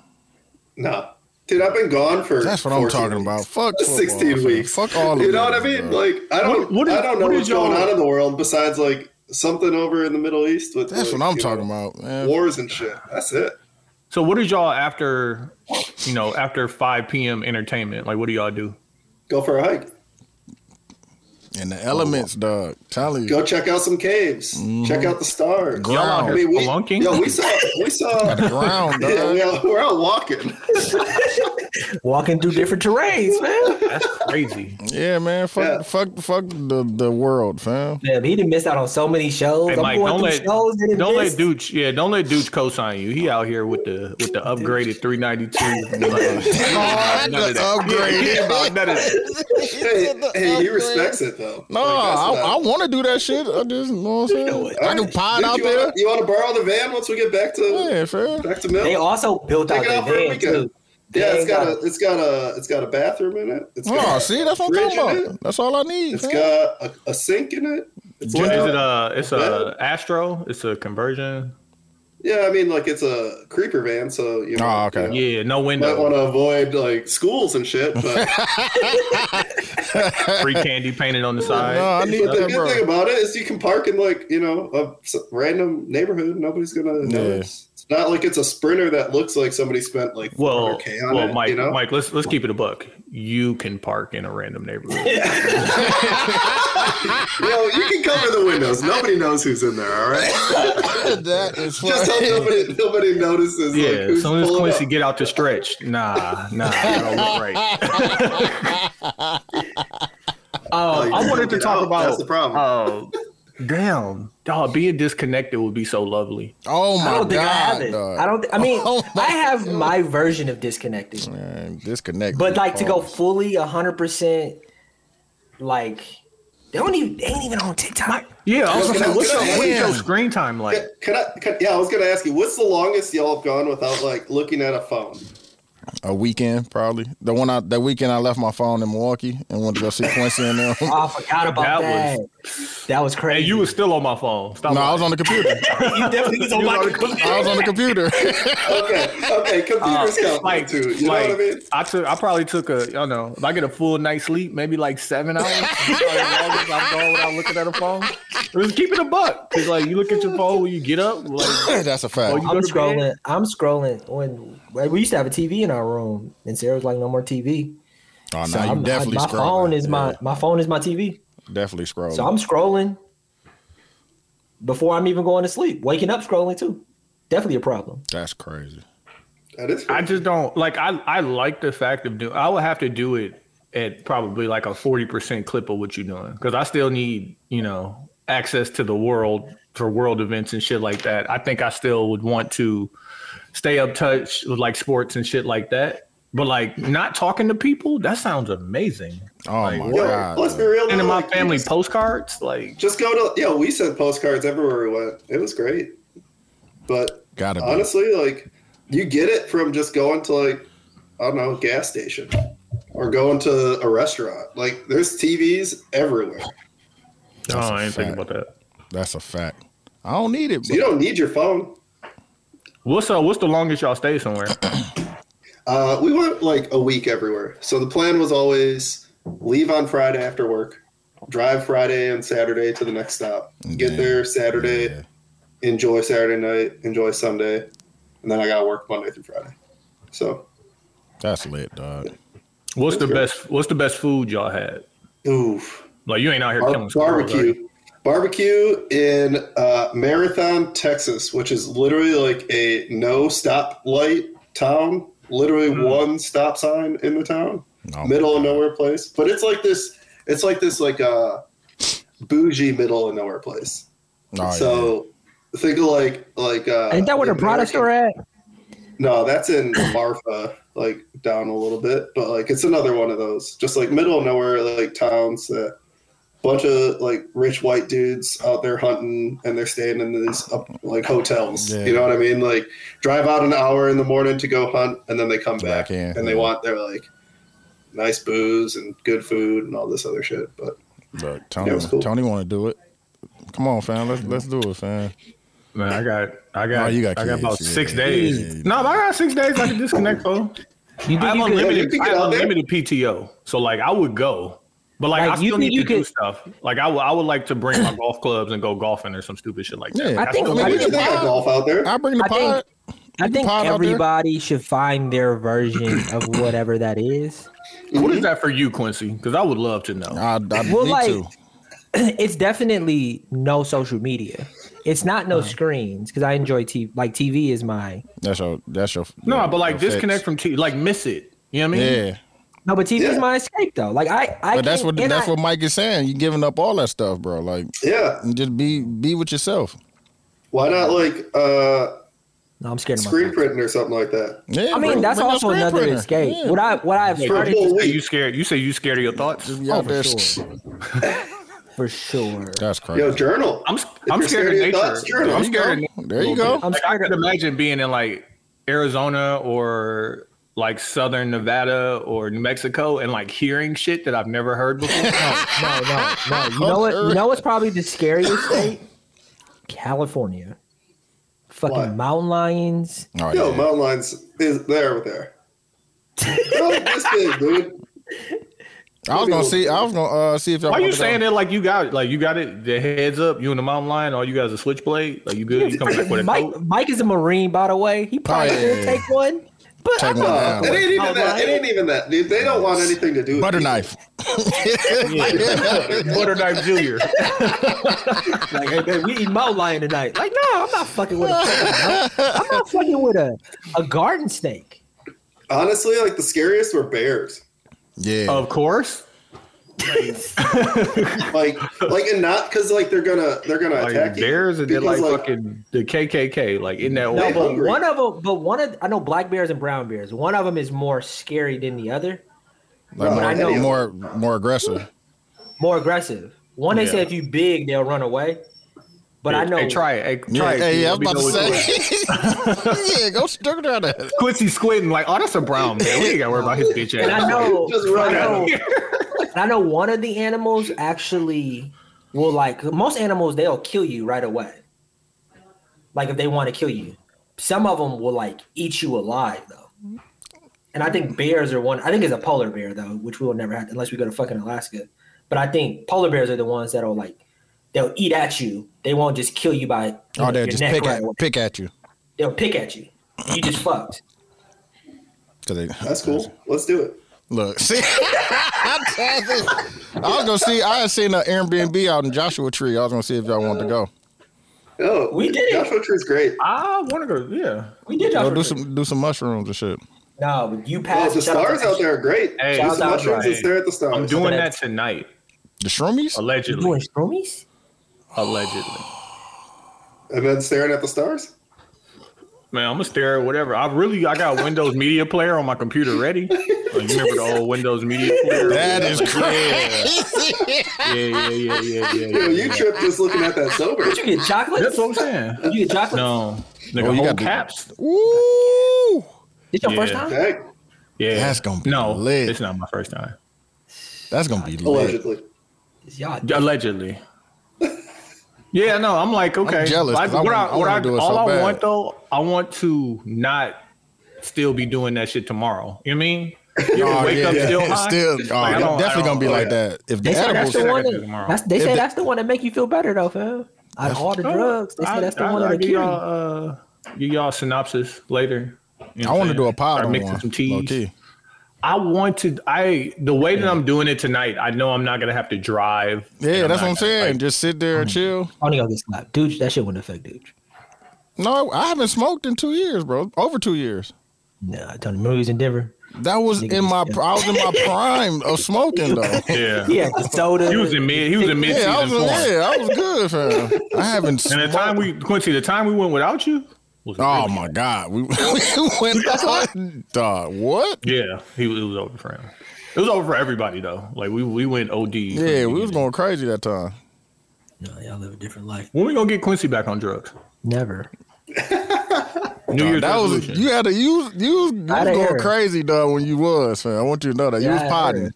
Speaker 4: Nah. Dude, I've been gone for
Speaker 3: That's what I'm
Speaker 4: 14
Speaker 3: talking
Speaker 4: *laughs* weeks.
Speaker 3: about. Fuck football,
Speaker 4: 16
Speaker 3: fam.
Speaker 4: weeks.
Speaker 3: Fuck all of
Speaker 4: *laughs* You know what I
Speaker 3: them,
Speaker 4: mean?
Speaker 3: bro.
Speaker 4: Like I don't
Speaker 1: What- what is-
Speaker 4: I don't know
Speaker 1: what is
Speaker 4: what's going
Speaker 1: y'all-
Speaker 4: on in the world besides like something over in the Middle East with
Speaker 3: That's
Speaker 4: like,
Speaker 3: what I'm
Speaker 4: you
Speaker 3: talking
Speaker 4: know,
Speaker 3: about, man.
Speaker 4: Wars and shit. That's it.
Speaker 1: So, what is y'all after? You know, after 5 p.m. entertainment, like what do y'all do?
Speaker 4: Go for a hike.
Speaker 3: And the elements, dog. Tell you.
Speaker 4: Go check out some caves. Check out the stars.
Speaker 3: Mm-hmm. Y'all out
Speaker 4: I
Speaker 3: here
Speaker 4: mean, we,
Speaker 1: spelunking?
Speaker 4: yo, we saw
Speaker 1: *laughs*
Speaker 4: we saw
Speaker 3: The ground,
Speaker 4: *laughs* yeah,
Speaker 3: dog.
Speaker 4: we all, we're all walking.
Speaker 2: Walking through different terrains, man.
Speaker 1: That's crazy.
Speaker 3: Yeah, man. Fuck,
Speaker 4: Yeah.
Speaker 3: fuck, fuck the, the world, fam.
Speaker 2: Damn, he done missed out on so many shows.
Speaker 1: Hey,
Speaker 2: I'm
Speaker 1: Mike,
Speaker 2: going
Speaker 1: don't
Speaker 2: through
Speaker 1: let
Speaker 2: shows that he
Speaker 1: don't let
Speaker 2: missed.
Speaker 1: Dooch yeah don't let Dooch co-sign you. He out here with the with the upgraded 392. Like, none of
Speaker 3: the
Speaker 1: that.
Speaker 3: upgrade.
Speaker 1: Yeah, yeah, about none of that.
Speaker 4: hey, hey, he respects it though.
Speaker 3: No,
Speaker 4: Like, that's what
Speaker 3: I, I want to do that shit. I just, you know what I'm saying?
Speaker 4: All
Speaker 3: I
Speaker 4: right.
Speaker 3: can pod
Speaker 4: Dude,
Speaker 3: out
Speaker 4: you
Speaker 3: there.
Speaker 4: Wanna, you want to borrow the van once we get back to
Speaker 3: Yeah, fam.
Speaker 4: back to Mill?
Speaker 2: They also built
Speaker 4: Take
Speaker 2: out
Speaker 4: it
Speaker 2: their
Speaker 4: out for a
Speaker 2: van too.
Speaker 4: weekend. Yeah,
Speaker 2: They
Speaker 4: it's got
Speaker 2: ain't
Speaker 4: a it's got a it's got a bathroom in it. It's got
Speaker 3: Oh,
Speaker 4: a
Speaker 3: see, that's what I'm
Speaker 4: fridge in
Speaker 3: talking
Speaker 4: it.
Speaker 3: about. That's all I need.
Speaker 4: It's
Speaker 3: fam.
Speaker 4: got a, a sink in it. It's
Speaker 1: What
Speaker 4: got-
Speaker 1: is it? Uh, it's a Astro. It's a conversion.
Speaker 4: yeah, I mean, like it's a creeper van, so you know,
Speaker 3: Oh, okay.
Speaker 4: you
Speaker 1: Yeah, no
Speaker 4: might want
Speaker 1: window,
Speaker 4: to avoid like schools and shit.
Speaker 3: *laughs*
Speaker 4: But,
Speaker 1: free candy painted on the side.
Speaker 3: No, I need
Speaker 4: but the
Speaker 3: that,
Speaker 4: good thing
Speaker 3: bro.
Speaker 4: about it is you can park in like you know a s- random neighborhood. Nobody's gonna notice. It's not like it's a sprinter that looks like somebody spent like
Speaker 1: Well,
Speaker 4: 400K on
Speaker 1: well,
Speaker 4: it,
Speaker 1: Mike,
Speaker 4: you know?
Speaker 1: Mike, let's let's keep it a buck. You can park in a random neighborhood.
Speaker 4: Yo, you can cover the windows. Nobody knows who's in there. All *laughs* right,
Speaker 3: *laughs* That
Speaker 2: *laughs*
Speaker 3: is
Speaker 4: just hope
Speaker 3: fucking-
Speaker 4: nobody nobody notices. like,
Speaker 1: Yeah, as
Speaker 4: who's
Speaker 1: soon as
Speaker 4: pulling
Speaker 1: Quincy
Speaker 4: up.
Speaker 1: get out the stretch, nah, nah, that don't look right.
Speaker 4: Like,
Speaker 1: I wanted to
Speaker 4: you
Speaker 1: talk
Speaker 4: know,
Speaker 1: about
Speaker 4: that's the problem.
Speaker 1: Oh, damn, dog, being disconnected would be so lovely.
Speaker 3: Oh my
Speaker 2: I don't think I have
Speaker 3: god,
Speaker 2: it.
Speaker 3: dog.
Speaker 2: I don't. Th- I mean,
Speaker 3: *laughs* Oh my
Speaker 2: I have my version of disconnected,
Speaker 3: Man, disconnect.
Speaker 2: but
Speaker 3: these
Speaker 2: like to
Speaker 1: Oh.
Speaker 2: go
Speaker 3: phones.
Speaker 2: fully hundred percent, like they don't even. They ain't even on TikTok.
Speaker 1: Yeah, I was gonna
Speaker 4: Look
Speaker 1: say,
Speaker 4: at
Speaker 1: what's
Speaker 4: that.
Speaker 1: your, what is your
Speaker 3: Damn.
Speaker 1: screen time like?
Speaker 4: Can I, can, yeah, I was gonna ask you, what's the longest y'all have gone without like looking at a phone?
Speaker 3: a weekend probably. The one I that weekend I left my phone in Milwaukee and went to go see Quincy and
Speaker 2: *laughs*
Speaker 3: them.
Speaker 2: Oh, I forgot about
Speaker 1: That
Speaker 2: that. that was
Speaker 1: Hey,
Speaker 2: crazy.
Speaker 1: you was still on my phone. Stop
Speaker 3: No, I was
Speaker 1: lying.
Speaker 3: on the computer.
Speaker 2: *laughs* definitely
Speaker 3: *laughs*
Speaker 2: was on my
Speaker 3: I was on the computer. *laughs*
Speaker 4: Okay, okay, computers count
Speaker 1: Uh, like,
Speaker 4: too. You
Speaker 1: like
Speaker 4: know what I mean?
Speaker 1: I took, I probably took a, I don't know, if I get a full night's sleep, maybe like seven hours. I'm gone without looking at a phone. Just keep it a buck. Cause like you look at your phone when you get up, like
Speaker 3: That's a fact.
Speaker 1: Oh, you-
Speaker 2: I'm
Speaker 1: go to bed?
Speaker 2: scrolling. I'm scrolling. When like, we used to have a TV in our room, and Sarah was like, "No more TV."
Speaker 3: Oh, no,
Speaker 2: So
Speaker 3: you
Speaker 2: I'm,
Speaker 3: definitely
Speaker 2: I, my
Speaker 3: scrolling.
Speaker 2: phone is
Speaker 3: Yeah,
Speaker 2: my my phone is my TV.
Speaker 3: definitely scrolling.
Speaker 2: So I'm scrolling before I'm even going to sleep. Waking up scrolling too. Definitely a problem.
Speaker 3: That's crazy.
Speaker 4: That is.
Speaker 1: I just don't like. I I like the fact of doing. I would have to do it at probably like a forty percent clip of what you're doing because I still need you know access to the world for world events and shit like that. I think I still would want to stay up touch with like sports and shit like that. But like not talking to people, that sounds amazing.
Speaker 3: Oh my
Speaker 4: Yo,
Speaker 3: god.
Speaker 4: let's be real.
Speaker 1: And
Speaker 4: though,
Speaker 1: in my
Speaker 4: like, you
Speaker 1: family
Speaker 4: just,
Speaker 1: postcards, like
Speaker 4: just go to. Yeah, we sent postcards everywhere we went. It was great, but
Speaker 3: Gotta be.
Speaker 4: honestly, like you get it from just going to like I don't know, a gas station or going to a restaurant. Like there's TVs everywhere.
Speaker 1: oh,
Speaker 3: That's a
Speaker 1: I ain't thinking
Speaker 3: fact.
Speaker 1: about that.
Speaker 3: That's a fact. I don't need it.
Speaker 4: So you don't need your phone.
Speaker 1: What's uh, what's the longest y'all stay somewhere?
Speaker 4: Uh, we went like a week everywhere. So the plan was always leave on Friday after work, drive Friday and Saturday to the next stop, get
Speaker 3: Yeah.
Speaker 4: there Saturday,
Speaker 3: Yeah.
Speaker 4: enjoy Saturday night, enjoy Sunday, and then I got to work Monday through Friday. So,
Speaker 3: That's lit, dog.
Speaker 1: What's the best? What's the best food y'all had?
Speaker 4: oof.
Speaker 1: Like you ain't out here
Speaker 4: Bar-
Speaker 1: killing squirrels, are you?
Speaker 4: barbecue. Barbecue in uh, Marathon, Texas, which is literally like a no stop light town, literally
Speaker 1: Hmm.
Speaker 4: one stop sign in the town,
Speaker 1: Oh.
Speaker 3: No.
Speaker 4: middle of nowhere place. But it's like this, it's like this, like uh, bougie middle of nowhere place.
Speaker 3: Oh,
Speaker 4: so think of like, like, uh,
Speaker 2: Ain't that where the product
Speaker 4: American-
Speaker 2: store at?
Speaker 4: No, that's in *clears throat* Marfa, like down a little bit, but like it's another one of those, just like middle of nowhere, like towns that bunch of like rich white dudes out there hunting and they're staying in these uh, like hotels.
Speaker 3: Yeah.
Speaker 4: You know what I mean? Like drive out an hour in the morning to go hunt and then they come
Speaker 3: Back
Speaker 4: back,
Speaker 3: in,
Speaker 4: and they
Speaker 3: yeah.
Speaker 4: want their like nice booze and good food and all this other shit. But
Speaker 3: yeah. Look, Tony,
Speaker 4: That was cool.
Speaker 3: Tony want to do it. Come on, fam. Let's let's do it, fam.
Speaker 1: Man, I got, I got,
Speaker 3: Oh, you got
Speaker 1: I got
Speaker 3: kids,
Speaker 1: about
Speaker 3: yeah.
Speaker 1: six days.
Speaker 3: Yeah.
Speaker 1: No, but I got six days. I can disconnect though.
Speaker 2: You
Speaker 1: I have
Speaker 2: think you could,
Speaker 4: Yeah, you
Speaker 1: unlimited,
Speaker 4: could
Speaker 1: I
Speaker 4: get
Speaker 1: have
Speaker 4: out there.
Speaker 1: unlimited PTO, so like I would go, but like,
Speaker 2: Like,
Speaker 1: I
Speaker 2: you
Speaker 1: still
Speaker 2: think
Speaker 1: need to
Speaker 2: you
Speaker 1: do
Speaker 2: could-
Speaker 1: stuff. Like I, w- I would like to bring my golf clubs and go golfing or some stupid shit like that.
Speaker 3: Yeah.
Speaker 1: Like,
Speaker 2: I think-
Speaker 1: still
Speaker 3: I
Speaker 1: need
Speaker 3: mean,
Speaker 4: we
Speaker 1: to-
Speaker 3: we
Speaker 4: should
Speaker 3: can
Speaker 4: think
Speaker 3: pod.
Speaker 4: golf out there.
Speaker 3: I bring the
Speaker 2: I think-
Speaker 3: pod.
Speaker 2: I
Speaker 3: You
Speaker 2: think
Speaker 3: pod out there?
Speaker 2: everybody should find their *coughs* version of whatever that is.
Speaker 1: What is that for you, Quincy? Because I would love to know.
Speaker 3: I, I
Speaker 2: *laughs* Well,
Speaker 3: need
Speaker 2: like,
Speaker 3: to.
Speaker 2: it's definitely no social media. It's not no screens because I enjoy TV. Like TV is my
Speaker 3: That's your. That's your.
Speaker 1: No, but like
Speaker 3: your fix.
Speaker 1: disconnect from T, like miss it. You know what I mean?
Speaker 3: Yeah,
Speaker 2: no, but TV is
Speaker 4: Yeah.
Speaker 2: my escape though. Like I, I
Speaker 3: but that's
Speaker 2: can-
Speaker 3: what
Speaker 2: and
Speaker 3: that's
Speaker 2: I,
Speaker 3: what Mike is saying. You giving up all that stuff, bro. Like,
Speaker 4: Yeah.
Speaker 3: just be be with yourself.
Speaker 4: Why not like uh
Speaker 2: No, I'm scared of
Speaker 4: screen
Speaker 2: myself.
Speaker 4: printing or something like that?
Speaker 3: Yeah,
Speaker 2: I mean,
Speaker 3: bro,
Speaker 2: that's
Speaker 3: bring your
Speaker 2: also
Speaker 3: screen
Speaker 2: another
Speaker 3: printer.
Speaker 2: escape.
Speaker 3: Yeah.
Speaker 2: What I what I've
Speaker 1: Like,
Speaker 2: heard
Speaker 1: you,
Speaker 4: Well,
Speaker 1: say
Speaker 4: wait.
Speaker 1: you scared. You say you scared of your thoughts.
Speaker 3: Just be out
Speaker 2: Oh, for
Speaker 3: there.
Speaker 2: sure. for sure.
Speaker 3: That's crazy.
Speaker 4: Yo, journal.
Speaker 1: I'm s-
Speaker 4: If
Speaker 1: I'm
Speaker 4: you're
Speaker 1: scared of
Speaker 4: your
Speaker 1: nature.
Speaker 4: thoughts, journal.
Speaker 1: I'm
Speaker 3: There you
Speaker 1: scared.
Speaker 3: go.
Speaker 1: of nature
Speaker 3: There
Speaker 1: a
Speaker 3: you
Speaker 1: little
Speaker 3: go.
Speaker 1: bit.
Speaker 2: I'm
Speaker 1: like, I
Speaker 2: scared
Speaker 1: could
Speaker 2: of-
Speaker 1: imagine being in like Arizona or like Southern Nevada or New Mexico and like hearing shit that I've never heard *laughs* before.
Speaker 2: No, no,
Speaker 3: *laughs*
Speaker 2: no. You know what? You know what's probably the scariest state? California. Fucking
Speaker 4: What?
Speaker 2: mountain lions.
Speaker 3: Oh,
Speaker 4: Yo,
Speaker 3: yeah.
Speaker 4: mountain lions is there with there. They're like this big, dude.
Speaker 1: *laughs*
Speaker 3: I was gonna see. I was gonna uh, see if y'all.
Speaker 1: Why
Speaker 3: wanted
Speaker 1: you
Speaker 3: to go.
Speaker 1: saying that like you got like you got it? The heads up. You in the mountain line. All you guys a switchblade. Like you good? You coming back with a
Speaker 2: Mike,
Speaker 1: coat?
Speaker 2: Mike is a marine, by the way. He probably
Speaker 3: Oh, yeah,
Speaker 2: could
Speaker 3: yeah,
Speaker 2: take one. But
Speaker 3: Take
Speaker 2: I'm
Speaker 3: one
Speaker 2: not-
Speaker 3: down.
Speaker 4: It ain't even that. It ain't even that, dude. They don't want anything to do with
Speaker 3: Butter
Speaker 4: people.
Speaker 3: knife. *laughs*
Speaker 1: Butter knife *laughs* junior.
Speaker 2: like, hey, man, we eat mountain lion tonight. Like, no, I'm not fucking with a. fucking mountain- I'm
Speaker 3: *laughs*
Speaker 2: not fucking with a a garden snake. *laughs*
Speaker 4: Honestly, like the scariest were bears.
Speaker 3: Yeah.
Speaker 2: Oh,
Speaker 1: Of course. *laughs*
Speaker 4: Like, like, and not because like they're gonna they're gonna
Speaker 1: Like
Speaker 4: attack you.
Speaker 1: bears and they're like,
Speaker 4: Because,
Speaker 1: fucking the KKK. Like in that
Speaker 4: No,
Speaker 1: way.
Speaker 4: but- hungry.
Speaker 2: One of them, but one of I know black bears and brown bears. One of them is more scary than the other,
Speaker 3: like
Speaker 4: I know.
Speaker 3: more, more more aggressive.
Speaker 2: more aggressive. One they say
Speaker 1: Yeah.
Speaker 2: if you big, they'll run away. But I know
Speaker 1: Hey, try it. Hey,
Speaker 3: Yeah,
Speaker 1: try it.
Speaker 3: hey,
Speaker 1: Let
Speaker 3: I was
Speaker 1: me
Speaker 3: about
Speaker 1: know
Speaker 3: to
Speaker 1: what you like.
Speaker 3: say. *laughs* yeah, go stick around that.
Speaker 1: Quincy squinting like, oh, that's a brown man. We ain't gotta worry about his bitch
Speaker 2: And I
Speaker 1: ass.
Speaker 2: know,
Speaker 4: *laughs* Just run
Speaker 2: I know,
Speaker 4: at
Speaker 2: and I know one of the animals actually will like most animals. They'll kill you right away. Like if they want to kill you, some of them will like eat you alive though. And I think bears are one. I think it's a polar bear though, which we will never have unless we go to fucking Alaska. But I think polar bears are the ones that'll like they'll eat at you. They won't just kill you by you
Speaker 3: Oh,
Speaker 2: know,
Speaker 3: they'll
Speaker 2: your
Speaker 3: just
Speaker 2: neck
Speaker 3: pick
Speaker 2: right
Speaker 3: at
Speaker 2: away.
Speaker 3: pick at you.
Speaker 2: They'll pick at you. You just fucked.
Speaker 3: 'Cause they-
Speaker 4: That's cool. Let's do it.
Speaker 3: Look, *laughs* see, I'm telling you. I was gonna see. I had seen an Airbnb out in Joshua Tree. I was gonna see if y'all wanted to go.
Speaker 4: Oh,
Speaker 2: We did it.
Speaker 4: Joshua Tree's great.
Speaker 1: I wanna go, yeah.
Speaker 2: We did
Speaker 3: Go
Speaker 2: y'all
Speaker 3: do some do some mushrooms and shit.
Speaker 2: No, but you
Speaker 4: Oh,
Speaker 2: passed.
Speaker 4: the
Speaker 2: shout out
Speaker 4: stars
Speaker 2: to-
Speaker 4: out there are great.
Speaker 1: Hey,
Speaker 4: do
Speaker 2: shout
Speaker 4: some
Speaker 2: out
Speaker 4: mushrooms
Speaker 1: to-
Speaker 4: and stare at the stars.
Speaker 1: I'm doing
Speaker 2: that-
Speaker 1: that tonight,
Speaker 3: The shroomies?
Speaker 2: You
Speaker 1: allegedly.
Speaker 2: doing stroomies?
Speaker 1: Allegedly.
Speaker 4: and then staring at the stars.
Speaker 1: Man, I'm gonna stare at whatever. I really I got Windows Media Player on my computer
Speaker 3: *laughs*
Speaker 1: ready. Like, you remember the old Windows Media Player?
Speaker 3: That is *laughs*
Speaker 1: crazy. Yeah, yeah, yeah, yeah, yeah. yeah,
Speaker 4: Yo,
Speaker 1: yeah.
Speaker 4: you tripped just looking at that
Speaker 2: *laughs*
Speaker 4: sober.
Speaker 2: Did you get chocolate?
Speaker 1: That's what I'm saying.
Speaker 2: Did you get chocolate?
Speaker 1: No. Nigga,
Speaker 3: Oh, you
Speaker 1: whole
Speaker 3: got the-
Speaker 1: caps.
Speaker 3: Ooh,
Speaker 2: This your first
Speaker 1: Yeah.
Speaker 2: time?
Speaker 4: Dang,
Speaker 1: Yeah.
Speaker 3: That's gonna be
Speaker 1: No,
Speaker 3: lit.
Speaker 1: it's not my first time.
Speaker 3: that's gonna
Speaker 1: Oh,
Speaker 3: be lit.
Speaker 4: allegedly.
Speaker 2: Y'all,
Speaker 1: Allegedly. Yeah, no, I'm like, okay.
Speaker 3: jealous
Speaker 1: Like,
Speaker 3: 'cause I
Speaker 1: what
Speaker 3: wanna-
Speaker 1: I,
Speaker 3: I
Speaker 1: what
Speaker 3: wanna
Speaker 1: I,
Speaker 3: do it
Speaker 1: all
Speaker 3: so
Speaker 1: I
Speaker 3: bad.
Speaker 1: want though, I want to not still be doing that shit tomorrow. You know what I mean? You
Speaker 3: Oh,
Speaker 1: wake
Speaker 3: yeah,
Speaker 1: up
Speaker 3: yeah.
Speaker 1: still
Speaker 3: It's
Speaker 1: high.
Speaker 3: still, oh,
Speaker 1: Like, I don't-
Speaker 3: definitely
Speaker 1: I don't-
Speaker 3: gonna be
Speaker 1: oh,
Speaker 3: like
Speaker 1: yeah.
Speaker 3: that. If the
Speaker 2: They say
Speaker 3: edibles,
Speaker 2: that's the
Speaker 1: shit I
Speaker 2: one.
Speaker 1: gotta do tomorrow.
Speaker 2: That, that's, they
Speaker 3: If
Speaker 2: say
Speaker 3: the-
Speaker 2: that's the one that make you feel better though, fam. Out of all the drugs, they say
Speaker 1: Oh, I-
Speaker 2: that's the
Speaker 1: I-
Speaker 2: one
Speaker 1: I'll
Speaker 2: that'll
Speaker 1: give
Speaker 2: cure you.
Speaker 1: y'all, uh, give y'all synopsis later. You know
Speaker 3: I
Speaker 1: what
Speaker 3: want to
Speaker 1: I'm
Speaker 3: do a
Speaker 1: saying?
Speaker 3: pod
Speaker 1: Start
Speaker 3: on
Speaker 1: mixing
Speaker 3: one.
Speaker 1: some teas.
Speaker 3: low key.
Speaker 1: I want to. I the way that I'm doing it tonight, I know I'm not gonna have to drive. and
Speaker 3: Yeah, that's
Speaker 1: not
Speaker 3: what I'm
Speaker 1: gonna,
Speaker 3: saying.
Speaker 1: like, mm.
Speaker 3: Just sit there and chill.
Speaker 2: Only Oh, gonna get slapped, dude. That shit wouldn't affect dude.
Speaker 3: No, I haven't smoked in two years, bro. Over two years.
Speaker 2: Nah, I told him movies in Denver.
Speaker 3: That was
Speaker 2: Nigga
Speaker 3: in
Speaker 2: just-
Speaker 3: my. I was in
Speaker 2: *laughs*
Speaker 3: my prime of smoking though. *laughs*
Speaker 1: yeah.
Speaker 2: Yeah, the soda.
Speaker 1: He was in mid. He was in mid
Speaker 3: Yeah, I was.
Speaker 1: season form.
Speaker 3: Yeah, I was good, fam. I haven't.
Speaker 1: And the time
Speaker 3: smoked-
Speaker 1: we Quincy, the time we went without you was
Speaker 3: Oh
Speaker 1: really-
Speaker 3: my god, we, *laughs* we
Speaker 2: *laughs*
Speaker 3: went on. Dog, what?
Speaker 1: Yeah, he was, it was over for him. It was over for everybody though. Like we we went OD. from the
Speaker 3: Yeah, we was
Speaker 1: beginning.
Speaker 3: going crazy that time.
Speaker 2: No, y'all live a different life.
Speaker 1: When we gonna get Quincy back on drugs?
Speaker 2: Never.
Speaker 1: New Year's
Speaker 3: That was
Speaker 1: resolution.
Speaker 3: you had to you you was, you was
Speaker 2: Outta
Speaker 3: going
Speaker 2: here.
Speaker 3: crazy, dog. When you was, fam. I want you to know that you
Speaker 2: Yeah,
Speaker 3: was
Speaker 2: I
Speaker 3: potting.
Speaker 2: heard.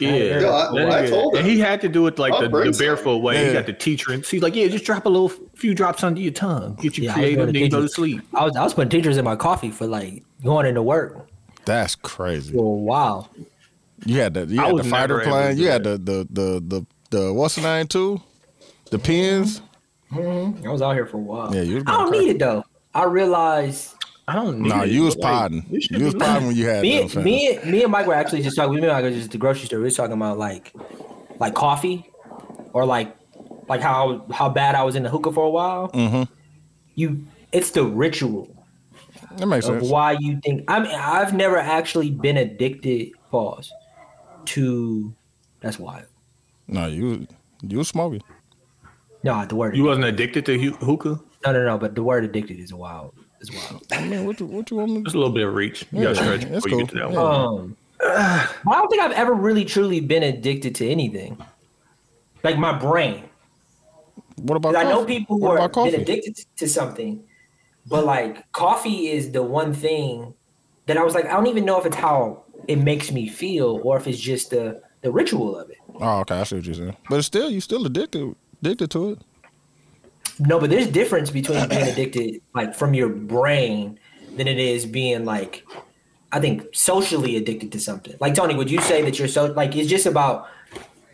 Speaker 1: yeah.
Speaker 8: Yo, I-
Speaker 1: That
Speaker 8: I
Speaker 1: nigga-
Speaker 8: told him.
Speaker 1: and he had to do it like
Speaker 8: I'll
Speaker 1: the,
Speaker 8: bring
Speaker 1: the
Speaker 8: some.
Speaker 1: barefoot way.
Speaker 3: Yeah.
Speaker 1: He got the tea drinks. He's like, yeah, just drop a little few drops under your tongue, get you
Speaker 2: Yeah, I was
Speaker 1: creative,
Speaker 2: gonna
Speaker 1: then you go to
Speaker 2: teach
Speaker 1: sleep.
Speaker 2: I was I was putting teachers in my coffee for like going into work
Speaker 3: That's crazy.
Speaker 2: for a while.
Speaker 3: You had the you
Speaker 1: I
Speaker 3: had the
Speaker 1: was never
Speaker 3: fighter
Speaker 1: able
Speaker 3: plan.
Speaker 1: to
Speaker 3: You
Speaker 1: do
Speaker 3: had the the the the, the what's the name too? The pins.
Speaker 2: I was out here for a while.
Speaker 3: Yeah, you was
Speaker 2: I
Speaker 3: going
Speaker 2: don't
Speaker 3: crazy.
Speaker 2: need it though. I realized
Speaker 1: I don't need
Speaker 3: No,
Speaker 1: it.
Speaker 3: you was
Speaker 1: Like,
Speaker 3: potting.
Speaker 1: you should
Speaker 3: You was
Speaker 1: be
Speaker 3: potting when you had
Speaker 2: me,
Speaker 3: them, fam.
Speaker 2: me, and- me and Mike were actually just talking. We met Mike was just at the grocery store. We were talking about like, like coffee, or like, like how how bad I was in the hookah for a while.
Speaker 3: Mhm.
Speaker 2: You, it's the ritual
Speaker 3: That makes
Speaker 2: of
Speaker 3: sense.
Speaker 2: why you think. I mean, I've never actually been addicted. Pause. To that's wild.
Speaker 3: No, you you was smoking.
Speaker 2: No, the word.
Speaker 1: You wasn't addicted to hu- hookah?
Speaker 2: no, no, no. But the word addicted is wild. Is wild.
Speaker 3: I mean, what you, what you want me to
Speaker 1: Just a little bit of reach. You
Speaker 3: Yeah,
Speaker 1: gotta stretch
Speaker 3: that's
Speaker 1: before you get to
Speaker 3: cool.
Speaker 1: that
Speaker 3: Yeah.
Speaker 1: one.
Speaker 2: Um, I don't think I've ever really truly been addicted to anything. Like my brain.
Speaker 3: What about?
Speaker 2: 'Cause I know
Speaker 3: coffee?
Speaker 2: people who
Speaker 3: What
Speaker 2: are
Speaker 3: about coffee?
Speaker 2: been addicted to something, but like coffee is the one thing that I was like, I don't even know if it's how it makes me feel or if it's just the the ritual of it.
Speaker 3: Oh, okay, I see what you're saying. But still, you still addicted addicted to it.
Speaker 2: No, but there's difference between
Speaker 3: *coughs*
Speaker 2: being addicted like from your brain than it is being like I think socially addicted to something. Like Tony, would you say that you're so like it's just about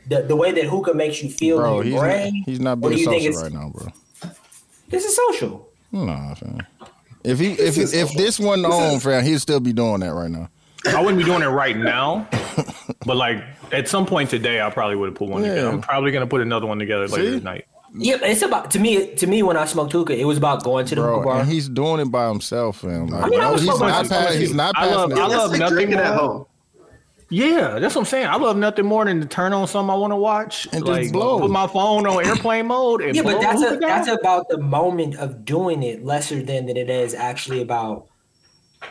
Speaker 2: the, the way that hookah makes you feel
Speaker 3: Bro,
Speaker 2: in
Speaker 3: he's
Speaker 2: your
Speaker 3: not,
Speaker 2: brain?
Speaker 3: he's not
Speaker 2: Or do
Speaker 3: being
Speaker 2: you think
Speaker 3: social
Speaker 2: it's-
Speaker 3: right now, bro.
Speaker 2: This is social.
Speaker 3: Nah, fam. If he if
Speaker 8: is
Speaker 3: if
Speaker 8: social.
Speaker 3: this wasn't on, fam, he'd still be doing that right now.
Speaker 1: I wouldn't be doing it right
Speaker 3: *laughs*
Speaker 1: now, but like at some point today, I probably would have put one
Speaker 3: Yeah.
Speaker 1: together. I'm probably gonna put another one together later
Speaker 3: See?
Speaker 1: tonight.
Speaker 2: Yeah, but it's about to me. To me, when I smoked hookah, it was about going to the hookah
Speaker 3: Bro,
Speaker 2: bar.
Speaker 3: and he's doing it by himself, fam. Like,
Speaker 2: I mean, I
Speaker 3: no,
Speaker 2: was
Speaker 3: he's
Speaker 2: smoking
Speaker 3: not
Speaker 2: some
Speaker 3: pa-
Speaker 2: pussy.
Speaker 3: he's not
Speaker 1: I
Speaker 3: passing
Speaker 1: love-
Speaker 3: it.
Speaker 1: I
Speaker 8: It's
Speaker 1: love
Speaker 8: like
Speaker 1: nothing
Speaker 8: drinking at
Speaker 1: more.
Speaker 8: home.
Speaker 1: Yeah, that's what I'm saying. I love nothing more than to turn on something I want to watch
Speaker 3: And just
Speaker 1: like,
Speaker 3: blow.
Speaker 1: Put my phone on airplane mode and
Speaker 2: yeah,
Speaker 1: blow
Speaker 2: but that's
Speaker 1: hookah
Speaker 2: a,
Speaker 1: down.
Speaker 2: that's about the moment of doing it, lesser than that it is actually about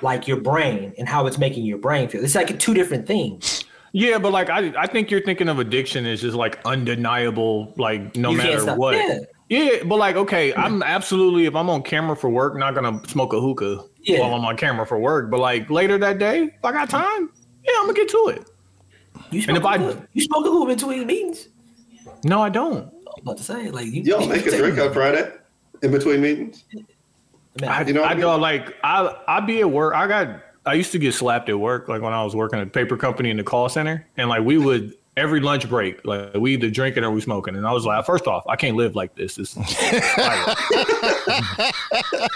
Speaker 2: like your brain and how it's making your brain feel. It's like two different things.
Speaker 1: yeah, but like I, I think you're thinking of addiction as just like undeniable, like no
Speaker 2: You can't
Speaker 1: matter
Speaker 2: stop-
Speaker 1: what.
Speaker 2: yeah.
Speaker 1: Yeah, but like okay, I'm absolutely if I'm on camera for work, not gonna smoke a hookah
Speaker 2: Yeah.
Speaker 1: while I'm on camera for work. But like later that day, if I got time, yeah, I'm gonna get to it.
Speaker 2: You smoke
Speaker 1: And if I-
Speaker 2: hookah- you smoke a little between meetings.
Speaker 1: No, I don't.
Speaker 2: I'm about to say like you.
Speaker 8: Yo, make a drink on Friday in between meetings.
Speaker 2: Man,
Speaker 1: I,
Speaker 8: You know what
Speaker 1: I,
Speaker 8: I mean?
Speaker 1: dog, like I I be at work. I got I used to get slapped at work, like when I was working at a paper company in the call center, and like we would every lunch break, like we either drinking or we smoking, and I was like, first off, I can't live like this. It's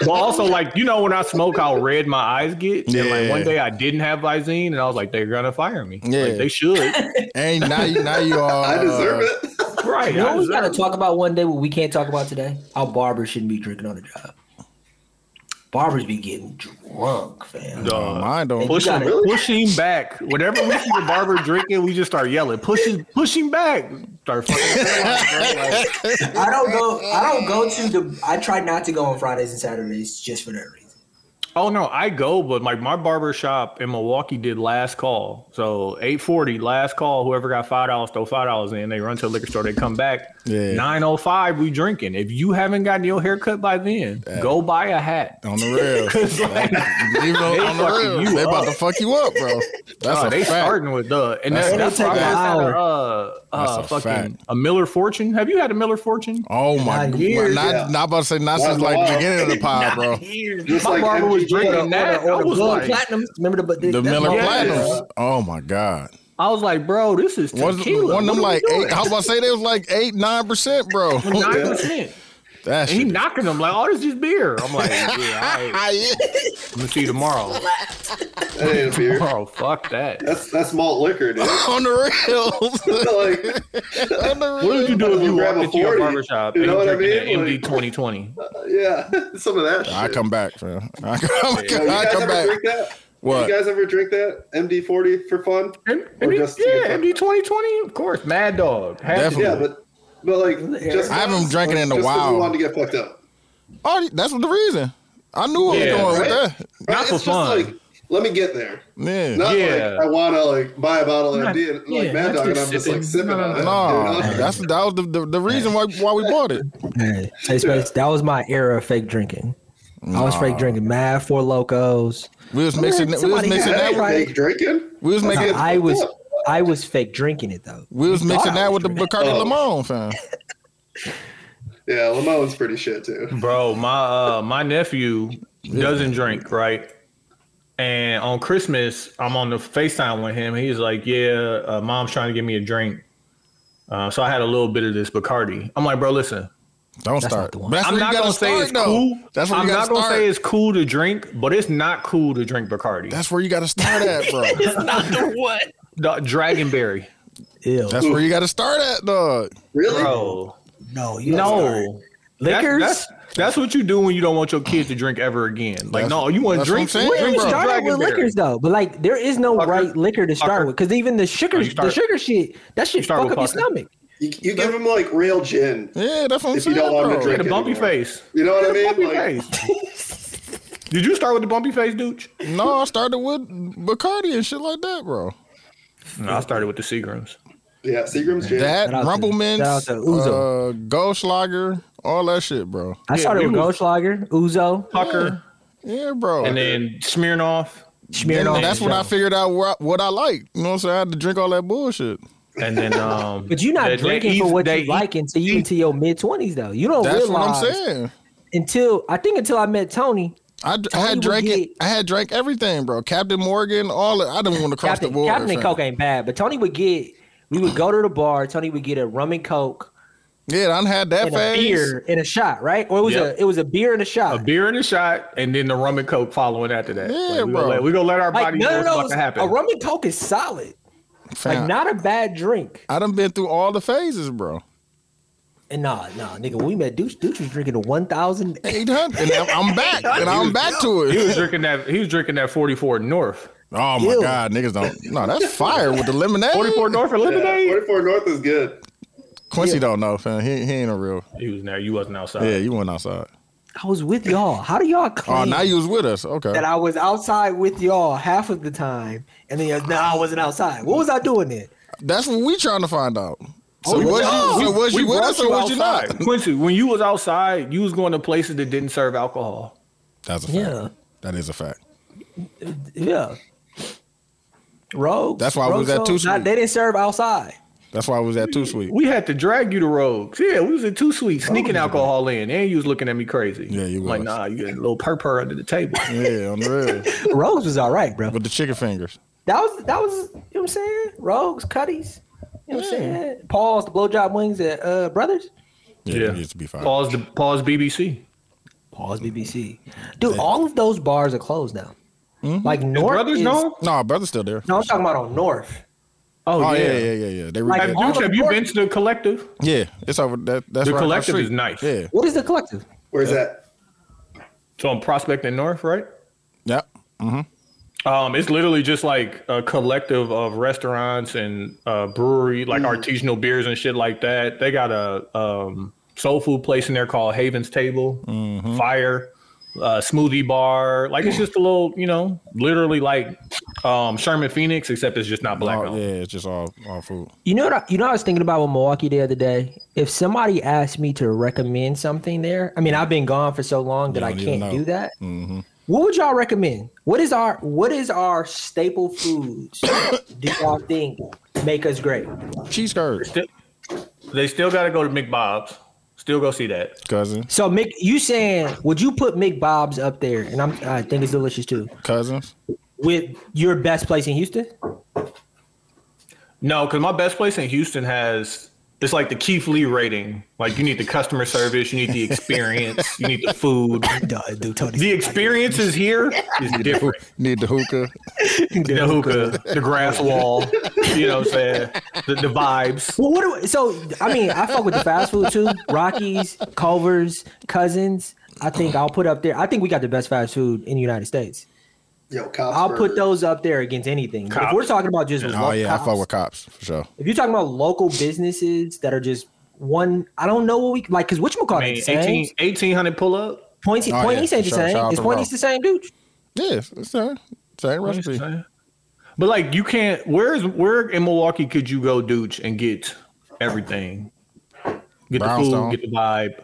Speaker 1: well, also like you know when I smoke, how red my eyes get. And like
Speaker 3: Yeah.
Speaker 1: one day I didn't have Visine, and I was like, they're gonna fire me. Like,
Speaker 3: Yeah.
Speaker 1: they
Speaker 2: *laughs*
Speaker 1: should.
Speaker 3: And now you now you uh, all
Speaker 8: I deserve it. *laughs*
Speaker 1: right.
Speaker 2: you know
Speaker 1: I
Speaker 2: what we
Speaker 1: deserve
Speaker 2: gotta
Speaker 1: it.
Speaker 2: talk about one day what we can't talk about today? How barbers shouldn't be drinking on the job. Barbers be getting drunk, fam.
Speaker 3: Uh,
Speaker 1: Dog.
Speaker 3: mine don't.
Speaker 1: Push him,
Speaker 2: gotta- Really?
Speaker 1: push him back. Whenever we see the barber drinking, we just start yelling. Push him, push him back. Start fucking. Like,
Speaker 2: I don't go. I don't go to the. I try not to go on Fridays and Saturdays just for that reason.
Speaker 1: oh no, I go, but like my barber shop in Milwaukee did last call, so eight forty last call. Whoever got five dollars, throw five dollars in. They run to the liquor store. They come back.
Speaker 3: Yeah.
Speaker 1: Nine oh five, we drinking. If you haven't gotten your haircut by then, go buy a
Speaker 3: *laughs*
Speaker 1: hat.
Speaker 3: On
Speaker 2: *laughs*
Speaker 3: the rail,
Speaker 1: Like,
Speaker 3: Leave it on,
Speaker 1: They
Speaker 3: on the
Speaker 1: fucking
Speaker 3: rail.
Speaker 1: you
Speaker 3: They about
Speaker 1: up.
Speaker 3: to fuck you up, bro. That's
Speaker 1: oh,
Speaker 3: a
Speaker 1: they
Speaker 3: fact.
Speaker 1: starting with the and
Speaker 3: That's
Speaker 1: that,
Speaker 3: a
Speaker 1: that's
Speaker 2: fact.
Speaker 1: why I was at
Speaker 2: Wow.
Speaker 1: a, uh, uh,
Speaker 3: That's a
Speaker 1: fucking
Speaker 3: fact.
Speaker 1: a Miller Fortune. Have you had a Miller Fortune?
Speaker 3: Oh my
Speaker 2: Not
Speaker 3: god!
Speaker 2: here,
Speaker 3: Not,
Speaker 8: yeah.
Speaker 3: not about to say not
Speaker 8: Not
Speaker 3: since like the
Speaker 8: wild.
Speaker 3: beginning
Speaker 1: *laughs*
Speaker 3: of the pod, bro.
Speaker 8: Just
Speaker 1: My
Speaker 8: like
Speaker 1: barber was
Speaker 8: MGK.
Speaker 1: drinking that. I was
Speaker 2: Blue
Speaker 1: like,
Speaker 2: platinum. Remember the,
Speaker 3: The
Speaker 2: that's
Speaker 3: Miller
Speaker 2: my-
Speaker 3: Platinums. Oh my god!
Speaker 1: I was like, bro, this is
Speaker 3: One,
Speaker 1: tequila.
Speaker 3: one of them like eight. I
Speaker 1: eight,
Speaker 3: was about to say they was like eight nine percent, bro.
Speaker 1: nine percent.
Speaker 3: That's
Speaker 1: And he knocking them like, oh, this is beer. I'm like, yeah,
Speaker 3: *laughs*
Speaker 1: all right. I'm gonna see you tomorrow.
Speaker 8: That ain't a
Speaker 3: *laughs*
Speaker 8: beer.
Speaker 1: Bro, fuck that.
Speaker 8: That's that's malt liquor, dude. *laughs*
Speaker 3: on the real.
Speaker 8: like,
Speaker 3: *laughs* on the
Speaker 1: What did you do if you
Speaker 8: Grab
Speaker 1: walked
Speaker 8: a
Speaker 1: into your
Speaker 8: 40,
Speaker 1: barbershop
Speaker 8: you
Speaker 1: and you
Speaker 8: know
Speaker 1: were
Speaker 8: what I
Speaker 1: drinking
Speaker 8: mean?
Speaker 1: an MD
Speaker 8: Like-
Speaker 1: 2020?
Speaker 8: yeah, *laughs* some of that. Shit.
Speaker 3: I come back, man. *laughs* I come, I
Speaker 8: Yo, you
Speaker 3: come,
Speaker 8: guys ever
Speaker 3: back.
Speaker 8: drink that?
Speaker 3: What?
Speaker 8: You guys ever drink that MD forty for fun?
Speaker 1: M-
Speaker 8: Or
Speaker 1: MD
Speaker 8: just-
Speaker 1: yeah, MD 2020, of course. Mad Dog. Had to
Speaker 3: Definitely.
Speaker 1: do
Speaker 8: Yeah,
Speaker 1: it.
Speaker 8: but but like just
Speaker 3: I haven't drank it in a
Speaker 8: just 'cause
Speaker 3: while.
Speaker 8: We wanted to get fucked up.
Speaker 3: Oh, that's what the reason. I knew what
Speaker 1: Yeah.
Speaker 3: was going
Speaker 8: Right?
Speaker 3: with that.
Speaker 1: Not
Speaker 8: Right?
Speaker 1: for
Speaker 8: it's
Speaker 1: fun.
Speaker 8: Just like, let me get there.
Speaker 3: Yeah.
Speaker 8: Not
Speaker 1: Yeah.
Speaker 8: like I want to like buy a bottle of
Speaker 1: Not-
Speaker 8: MD and like
Speaker 1: yeah,
Speaker 8: Mad
Speaker 1: that's
Speaker 8: Dog, and
Speaker 1: just
Speaker 8: I'm just
Speaker 1: sipping.
Speaker 8: like sipping on it.
Speaker 3: No,
Speaker 8: you know? *laughs*
Speaker 3: that's that was the, the, the reason why why we bought it.
Speaker 2: Hey, Chase Bates, that was my era of fake drinking. I was fake drinking mad for locos.
Speaker 3: We was mixing, we was
Speaker 2: somebody
Speaker 3: mixing
Speaker 2: had
Speaker 8: That
Speaker 3: that. With,
Speaker 8: ain't
Speaker 2: Right.
Speaker 8: fake drinking.
Speaker 3: we was making,
Speaker 8: That's-
Speaker 2: I was I was fake drinking it though.
Speaker 3: we was
Speaker 2: You thought
Speaker 3: mixing
Speaker 2: I
Speaker 3: that
Speaker 2: was
Speaker 3: with the
Speaker 2: drinking.
Speaker 3: Bacardi
Speaker 8: Oh.
Speaker 3: Limon, fam.
Speaker 8: Yeah, Limone's pretty shit
Speaker 1: *laughs*
Speaker 8: too.
Speaker 1: Bro, my uh, my nephew doesn't drink, right? And on Christmas, I'm on the FaceTime with him. He's like, "Yeah, uh, mom's trying to get me a drink." Uh, so I had a little bit of this Bacardi. I'm like, "Bro, listen,
Speaker 3: Don't
Speaker 2: That's
Speaker 3: start.
Speaker 2: not the one.
Speaker 3: But That's
Speaker 1: I'm
Speaker 3: where
Speaker 1: not
Speaker 3: you
Speaker 1: gonna
Speaker 3: gotta
Speaker 1: say
Speaker 3: start,
Speaker 1: it's
Speaker 3: though.
Speaker 1: cool.
Speaker 3: That's where
Speaker 1: I'm
Speaker 3: you gotta
Speaker 1: not gonna
Speaker 3: start.
Speaker 1: say it's cool to drink, but it's not cool to drink Bacardi.
Speaker 3: That's where you gotta start at,
Speaker 1: *laughs*
Speaker 3: bro.
Speaker 1: The Dragonberry,
Speaker 2: Ew.
Speaker 3: That's where you gotta start at, dog.
Speaker 8: Really?
Speaker 1: bro.
Speaker 2: no, you don't start.
Speaker 1: No, That-
Speaker 2: Liquors?
Speaker 1: That's, that's what you do when you don't want your kids to drink ever again. Like,
Speaker 3: That's-
Speaker 1: no, you want to
Speaker 3: that's what
Speaker 1: drink?
Speaker 3: I'm saying,
Speaker 1: drink
Speaker 3: bro.
Speaker 1: some
Speaker 2: Start out with
Speaker 1: Dragonberry.
Speaker 2: liquors though, but like there is no
Speaker 1: Pucker.
Speaker 2: right liquor to start
Speaker 1: Pucker.
Speaker 2: with because even the sugar,
Speaker 1: Oh, you
Speaker 2: the
Speaker 1: start-
Speaker 2: sugar shit, that shit
Speaker 1: start
Speaker 2: fuck up
Speaker 1: with
Speaker 2: your
Speaker 1: Pucker.
Speaker 2: stomach.
Speaker 8: You, you give him like real gin.
Speaker 3: Yeah, that's what I'm
Speaker 8: If you
Speaker 3: saying,
Speaker 8: don't want to
Speaker 3: bro.
Speaker 1: Get
Speaker 8: drink
Speaker 1: a
Speaker 8: it
Speaker 1: bumpy
Speaker 8: anymore.
Speaker 1: face.
Speaker 8: You know what I
Speaker 1: Get a
Speaker 8: mean? Like,
Speaker 1: bumpy face. Did you start with the bumpy face, dude?
Speaker 3: No, I started with Bacardi and shit like that, bro.
Speaker 1: No, I started with the Seagrams.
Speaker 8: yeah, Seagram's gin.
Speaker 3: That
Speaker 2: Shout out to- shout out
Speaker 3: Rumplemints,
Speaker 2: to Uzo.
Speaker 3: uh, Goldschlager, all that shit, bro.
Speaker 2: I started
Speaker 1: we
Speaker 2: with
Speaker 1: was-
Speaker 2: Goldschlager, Uzo,
Speaker 1: Pucker,
Speaker 3: Yeah, bro.
Speaker 1: and then Smirnoff,
Speaker 3: You know,
Speaker 2: Smirnoff.
Speaker 3: that's when I
Speaker 2: Uzo.
Speaker 3: figured out what, what I like. You know what I'm saying? I had to drink all that bullshit.
Speaker 1: and then um.
Speaker 2: But you're not
Speaker 1: they- they
Speaker 2: drinking
Speaker 1: eat-
Speaker 2: for what
Speaker 1: they
Speaker 2: you
Speaker 1: eat-
Speaker 2: like until you into your mid twenties though. You don't
Speaker 3: That's what I'm
Speaker 2: realize
Speaker 3: saying.
Speaker 2: until I think until I met Tony,
Speaker 3: I, d- I
Speaker 2: Tony
Speaker 3: had
Speaker 2: would
Speaker 3: drank it.
Speaker 2: get-
Speaker 3: I had drank everything, bro. Captain Morgan, all that. I didn't want to cross
Speaker 2: Captain,
Speaker 3: the border.
Speaker 2: Captain and
Speaker 3: fam.
Speaker 2: Coke ain't bad, but Tony would get. We would go to the bar. Tony would get a rum and coke
Speaker 3: Yeah, I done had that
Speaker 2: and a
Speaker 3: phase.
Speaker 2: beer and a shot, right? Or it was
Speaker 1: Yep.
Speaker 2: a it was a beer and a
Speaker 1: A
Speaker 2: shot.
Speaker 1: beer and a shot, and then the rum and coke following after that.
Speaker 3: Yeah,
Speaker 1: we
Speaker 3: bro.
Speaker 1: Gonna let, we gonna let our
Speaker 2: like
Speaker 1: body know
Speaker 2: none of
Speaker 1: what's about
Speaker 2: those.
Speaker 1: to
Speaker 2: A
Speaker 1: happen.
Speaker 2: rum and coke is solid.
Speaker 3: Fam,
Speaker 2: Like not a bad drink.
Speaker 3: I done been through all the phases, bro.
Speaker 2: And nah, nah, nigga, when we met Deuce, Deuce was drinking a one thousand.
Speaker 3: Eight hundred, and I'm I'm back, and I'm back to
Speaker 1: He
Speaker 3: it.
Speaker 1: was drinking that. He was drinking that 44 North.
Speaker 3: Oh my
Speaker 2: Ew.
Speaker 3: god, niggas don't. No, that's fire with the lemonade.
Speaker 1: 44 North and
Speaker 8: yeah,
Speaker 1: lemonade.
Speaker 8: 44 North is good.
Speaker 3: Quincy don't know, fam. He, he ain't a real.
Speaker 1: He was there. You wasn't outside.
Speaker 3: Yeah, you went outside.
Speaker 2: I was with y'all. How do y'all claim
Speaker 3: Oh, now you was with us. Okay.
Speaker 2: that I was outside with y'all half of the time, and then no, I wasn't outside. What was I doing then?
Speaker 3: That's what we trying to find out. So
Speaker 2: Oh,
Speaker 3: was
Speaker 2: no.
Speaker 3: you, so was
Speaker 1: We
Speaker 3: you with
Speaker 1: brought
Speaker 3: us or was you not? *laughs*
Speaker 1: outside. Quincy, when you was outside, you was going to places that didn't serve alcohol.
Speaker 3: That's a fact.
Speaker 2: Yeah.
Speaker 3: That is a fact.
Speaker 2: Yeah. Rogues.
Speaker 3: That's why I was
Speaker 2: Rogues
Speaker 3: at
Speaker 2: Rogues,
Speaker 3: Too Sweet.
Speaker 2: not- They didn't serve outside.
Speaker 3: That's why I was at
Speaker 2: *laughs*
Speaker 3: Too Sweet.
Speaker 1: We had to drag you to Rogues. Yeah, we was in two sweet sneaking alcohol in, and you was looking at me crazy.
Speaker 3: Yeah, you
Speaker 1: I'm Like,
Speaker 3: was.
Speaker 1: nah, you got a little purr under the table.
Speaker 3: *laughs* Yeah, on the real.
Speaker 2: Rogues was all right, bro.
Speaker 3: With the chicken fingers.
Speaker 2: That was that was you know what I'm saying? Rogues, Cuddies. You know what I'm saying? Paul's the blowjob wings at uh brothers.
Speaker 3: Yeah, it used to be fire.
Speaker 1: Pause the pause BBC.
Speaker 2: Paul's BBC. Dude, all of those bars are closed now.
Speaker 3: Mm-hmm.
Speaker 2: Like North
Speaker 1: Brothers
Speaker 2: is,
Speaker 1: no.
Speaker 3: No, brother's still there.
Speaker 2: No, I'm talking about on North.
Speaker 1: Oh,
Speaker 3: Oh
Speaker 1: yeah.
Speaker 3: yeah, yeah, yeah, yeah. They
Speaker 2: Like,
Speaker 3: redid-
Speaker 1: Have,
Speaker 2: all
Speaker 1: you,
Speaker 2: the
Speaker 1: have you
Speaker 2: court-
Speaker 1: been to the collective?
Speaker 3: yeah, it's over. That, that's
Speaker 1: The
Speaker 3: right across
Speaker 1: collective
Speaker 3: street.
Speaker 1: is nice.
Speaker 3: Yeah,
Speaker 2: What is the collective?
Speaker 8: Where's that?
Speaker 1: It's on Prospect and North, right?
Speaker 3: yep.
Speaker 1: Um, it's literally just like a collective of restaurants and uh, brewery, like artisanal beers and shit like that. They got a um, soul food place in there called Haven's Table, Fire, uh, Smoothie Bar. Like it's just a little, you know, literally like um, Sherman Phoenix, except it's just not black.
Speaker 3: All-
Speaker 1: owned.
Speaker 3: Oh, yeah, it's just all all food.
Speaker 2: You know what? I, you know, what I was thinking about with Milwaukee the other day. If somebody asked me to recommend something there, I mean, I've been gone for so long that I
Speaker 3: don't
Speaker 2: can't
Speaker 3: even know. Mm-hmm.
Speaker 2: do that. What would y'all recommend? What is our what is our staple
Speaker 3: *coughs*
Speaker 2: foods? do y'all think make us great?
Speaker 3: Cheese curds,
Speaker 1: They still got to go to McBob's. Still go see that.
Speaker 3: cousin,
Speaker 2: So Mick, you saying would you put Mick Bob's up there? And I'm I think it's delicious too.
Speaker 3: cousins.
Speaker 2: With your best place in Houston?
Speaker 1: No, because my best place in Houston has it's like the Keith Lee rating. Like you need the customer service, you need the experience, you need the food.
Speaker 2: Duh, dude, Tony.
Speaker 1: The experience is *laughs* here is different.
Speaker 3: Need
Speaker 1: *laughs*
Speaker 3: the hookah.
Speaker 1: The hookah, the grass wall, you know what I'm saying? The, the vibes.
Speaker 2: Well, what do we, so? I mean, I fuck with the fast food too. Rockies, Culver's, Cousins. I think I'll put up there. I think we got the best fast food in the United States.
Speaker 8: Yo, cops
Speaker 2: I'll
Speaker 8: burgers.
Speaker 2: put those up there against anything. If we're
Speaker 1: Cops.
Speaker 2: talking about just
Speaker 3: Oh
Speaker 2: lo-
Speaker 3: yeah, I
Speaker 2: cops-
Speaker 3: fuck with cops for sure.
Speaker 2: if you're talking about local businesses that are just one, I don't know what we like because which
Speaker 1: I
Speaker 2: McCall
Speaker 1: mean,
Speaker 2: the same.
Speaker 1: 18, 1800 pull up.
Speaker 2: Point,
Speaker 3: Oh,
Speaker 2: point
Speaker 3: yeah,
Speaker 2: East ain't the
Speaker 3: shout- shout
Speaker 2: same.
Speaker 3: out
Speaker 2: Is
Speaker 3: to
Speaker 2: Point
Speaker 3: Ralph.
Speaker 2: East the same, dude?
Speaker 3: Yes, it's same, same recipe.
Speaker 1: But like you can't where's where in Milwaukee could you go douche and get everything? Get the
Speaker 3: Brownstone.
Speaker 1: food, get the vibe.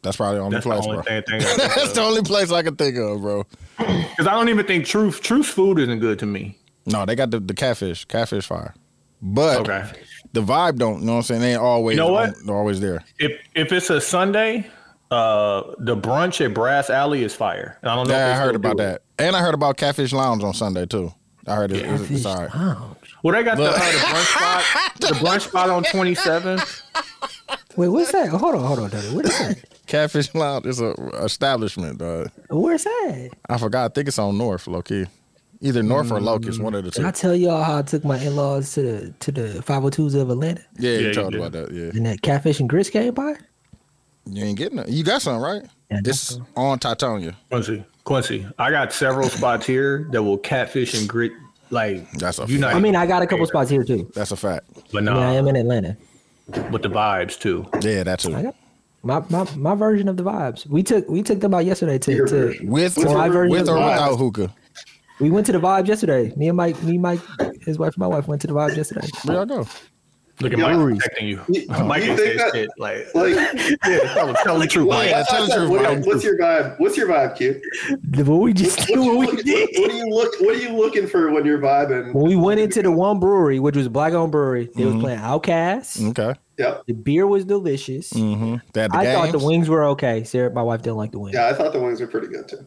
Speaker 3: That's probably the only
Speaker 1: That's the
Speaker 3: place,
Speaker 1: only
Speaker 3: bro.
Speaker 1: thing, thing I can
Speaker 3: *laughs* That's the only place I can think of, bro.
Speaker 1: Because I don't even think truth truth food isn't good to me.
Speaker 3: No, they got the, the catfish, catfish fire, but
Speaker 1: Okay.
Speaker 3: the vibe don't. You know what I'm saying? They ain't always.
Speaker 1: You know what?
Speaker 3: They're always there.
Speaker 1: If if it's a Sunday, uh, the brunch at Brass Alley is fire. And I don't know. if
Speaker 3: Yeah, I
Speaker 1: they
Speaker 3: heard
Speaker 1: still do
Speaker 3: about
Speaker 1: it.
Speaker 3: that, and I heard about Catfish Lounge on Sunday too. I heard it, it's, it's all right.
Speaker 1: Well, they got the, uh,
Speaker 3: Look.
Speaker 1: the brunch spot. The brunch spot on twenty seventh.
Speaker 2: Wait, what's that? Hold on, hold on, Tony. What is that?
Speaker 3: Catfish Lounge is a establishment. Dog.
Speaker 2: Where's that?
Speaker 3: I forgot. I think it's on North, low key. Either North or Locust, one of the two.
Speaker 2: Mm, I tell y'all how I took my in-laws to the to the 502s of Atlanta,
Speaker 3: yeah,
Speaker 1: Yeah,
Speaker 3: you
Speaker 1: you
Speaker 3: talked
Speaker 1: did.
Speaker 3: about that. Yeah,
Speaker 2: and that catfish and grits came by.
Speaker 3: you ain't getting it. You got some right.
Speaker 2: Yeah,
Speaker 3: This is on Titonia.
Speaker 1: Quincy, Quincy, I got several spots here that will catfish and grit. Like
Speaker 3: That's a
Speaker 1: you not
Speaker 3: fact.
Speaker 2: I mean, I got a couple spots here too.
Speaker 3: That's a fact.
Speaker 1: but
Speaker 2: I mean, I
Speaker 1: nah,
Speaker 2: am in Atlanta.
Speaker 1: with the vibes too.
Speaker 3: Yeah, that's
Speaker 2: I
Speaker 3: it.
Speaker 2: got my, my my version of the vibes. We took we took them out yesterday to,
Speaker 8: Your
Speaker 2: to
Speaker 8: version.
Speaker 3: With,
Speaker 2: my
Speaker 3: or,
Speaker 2: version
Speaker 3: with
Speaker 2: of
Speaker 3: or
Speaker 2: the vibes.
Speaker 3: without hookah.
Speaker 2: we went to the vibes yesterday. Me and Mike, me Mike, his wife, and my wife went to the vibes yesterday.
Speaker 3: Where y'all go?
Speaker 1: Look at
Speaker 8: Yo,
Speaker 1: Mike
Speaker 8: Ruiz.
Speaker 1: protecting you.
Speaker 8: You-
Speaker 1: Mike
Speaker 8: you
Speaker 1: ain't
Speaker 8: think
Speaker 1: saying
Speaker 8: that-
Speaker 1: shit. Like,
Speaker 8: Like,
Speaker 1: tell, tell the truth, Mike.
Speaker 3: Yeah, tell the truth,
Speaker 8: what-
Speaker 3: Mike.
Speaker 8: what's your vibe? What's your vibe, Q?
Speaker 2: The- What we just
Speaker 8: What,
Speaker 2: did,
Speaker 8: you
Speaker 2: what
Speaker 8: look, what,
Speaker 2: *laughs* we did.
Speaker 8: what are you look? What are you looking for when you're vibing?
Speaker 2: When we went into the one brewery, which was Black Owned Brewery, they was playing Outcast.
Speaker 3: Okay.
Speaker 8: Yep.
Speaker 2: The beer was delicious.
Speaker 3: Mm-hmm. They had the
Speaker 2: I
Speaker 3: games.
Speaker 2: thought the wings were okay. Sarah, my wife didn't like the wings. Yeah,
Speaker 8: Yeah, I thought the wings were pretty good too.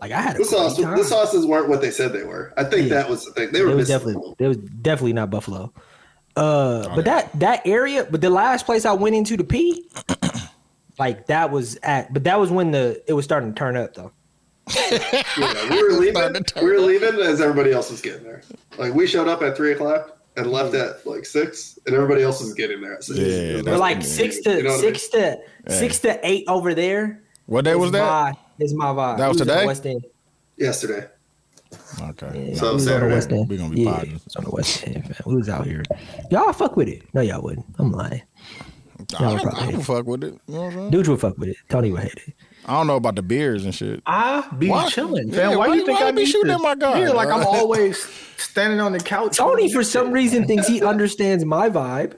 Speaker 2: like I had a
Speaker 8: The
Speaker 2: great
Speaker 8: sauce,
Speaker 2: time.
Speaker 8: the sauces weren't what they said they were. I think
Speaker 2: Yeah.
Speaker 8: that was the thing. They
Speaker 2: It
Speaker 8: were
Speaker 2: was
Speaker 8: missing.
Speaker 2: definitely it was definitely not Buffalo. Uh,
Speaker 3: Oh,
Speaker 2: but that that area, but the last place I went into to
Speaker 3: *clears throat*
Speaker 2: pee, like that was at, but that was when the it was starting to turn up though.
Speaker 8: Yeah,
Speaker 3: *laughs*
Speaker 8: we were leaving.
Speaker 3: Starting to turn
Speaker 8: we were leaving as everybody else was getting there. Like we showed up at three o'clock and left at like six, and everybody else was getting there at six.
Speaker 3: Yeah,
Speaker 8: It was
Speaker 3: that's-
Speaker 2: We're like
Speaker 3: the name.
Speaker 2: six to
Speaker 8: You know what I mean?
Speaker 2: six to six to eight over there.
Speaker 3: what day
Speaker 2: is
Speaker 3: was that?
Speaker 2: My, is my vibe.
Speaker 3: That was
Speaker 2: We on the
Speaker 3: today?
Speaker 2: West End.
Speaker 8: yesterday.
Speaker 3: Okay.
Speaker 8: So
Speaker 2: we was on the
Speaker 8: Saturday.
Speaker 2: West End.
Speaker 3: We gonna be
Speaker 2: yeah,
Speaker 3: podding.
Speaker 2: it's on the West End. Man. We was out here. Y'all fuck with it? No, y'all wouldn't. I'm lying.
Speaker 3: I,
Speaker 2: probably
Speaker 3: I
Speaker 2: hate
Speaker 3: don't
Speaker 2: it.
Speaker 3: fuck with it. You know what I'm saying?
Speaker 2: Dudes would fuck with it. Tony would hate it.
Speaker 3: I don't know about the beers and shit.
Speaker 1: I be
Speaker 3: Why-
Speaker 1: chilling,
Speaker 3: Yeah,
Speaker 1: fam. why,
Speaker 3: why
Speaker 1: you
Speaker 3: you-
Speaker 1: think
Speaker 3: why
Speaker 1: I
Speaker 3: you be
Speaker 1: need
Speaker 3: shooting
Speaker 1: to-
Speaker 3: at my guy,
Speaker 1: Yeah, like
Speaker 3: bro?
Speaker 1: I'm always standing on the couch.
Speaker 2: Tony, for some reason, thinks he understands my vibe.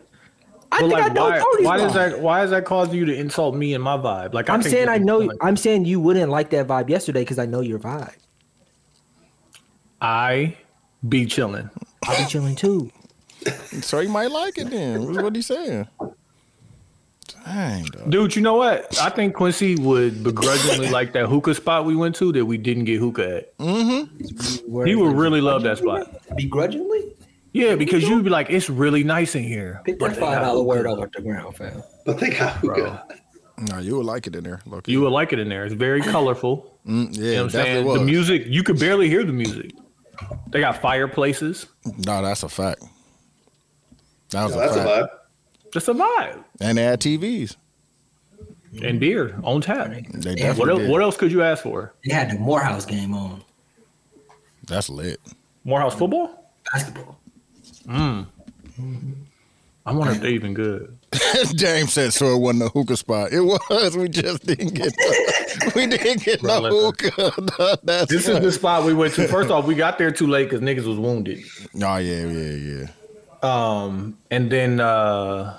Speaker 1: But
Speaker 2: I think I
Speaker 1: like,
Speaker 2: know
Speaker 1: why,
Speaker 2: Tony's
Speaker 1: why
Speaker 2: vibe.
Speaker 1: does that? Why does that cause you to insult me and my vibe? Like,
Speaker 2: I'm
Speaker 1: think
Speaker 2: saying
Speaker 1: that
Speaker 2: I
Speaker 1: is,
Speaker 2: know.
Speaker 1: like,
Speaker 2: I'm saying you wouldn't like that vibe yesterday because I know your vibe.
Speaker 1: I be chilling.
Speaker 2: I'll be chilling too.
Speaker 3: So you might like it then. What- what he saying? Dang, dog.
Speaker 1: Dude, you know what? I think Quincy would *laughs* begrudgingly like that hookah spot we went to that we didn't get hookah at. He would really love that spot.
Speaker 2: begrudgingly
Speaker 1: Yeah, because you'd be like, it's really nice in here.
Speaker 2: pick that five dollar word up off the ground, fam.
Speaker 8: But they got hookah.
Speaker 3: No, you would like it in there. Look,
Speaker 1: You would like it in there. It's very colorful.
Speaker 3: mm, yeah,
Speaker 1: You know what I'm
Speaker 3: definitely
Speaker 1: saying?
Speaker 3: was.
Speaker 1: The music, you could barely hear the music. They got fireplaces.
Speaker 3: No, that's a fact. That was
Speaker 8: So
Speaker 3: a
Speaker 8: that's a
Speaker 3: fact.
Speaker 8: vibe.
Speaker 1: Just a vibe.
Speaker 3: And they had TVs.
Speaker 1: And beer on tap.
Speaker 9: Yeah,
Speaker 3: They
Speaker 1: What
Speaker 3: definitely
Speaker 1: else,
Speaker 3: did.
Speaker 1: what else could you ask for?
Speaker 9: They had the Morehouse game on
Speaker 3: That's lit. *laughs*
Speaker 1: Morehouse football?
Speaker 9: basketball.
Speaker 1: I wonder if they're even good.
Speaker 3: James said so it wasn't a hookah spot. It was. We just didn't get the, we didn't get
Speaker 1: Bro,
Speaker 3: no *laughs*
Speaker 1: listen.
Speaker 3: hookah. *laughs* that's
Speaker 1: This is
Speaker 3: right.
Speaker 1: the spot we went to. First off, we got there too late because niggas was wounded.
Speaker 3: Oh yeah, yeah, yeah.
Speaker 1: Um, and then uh,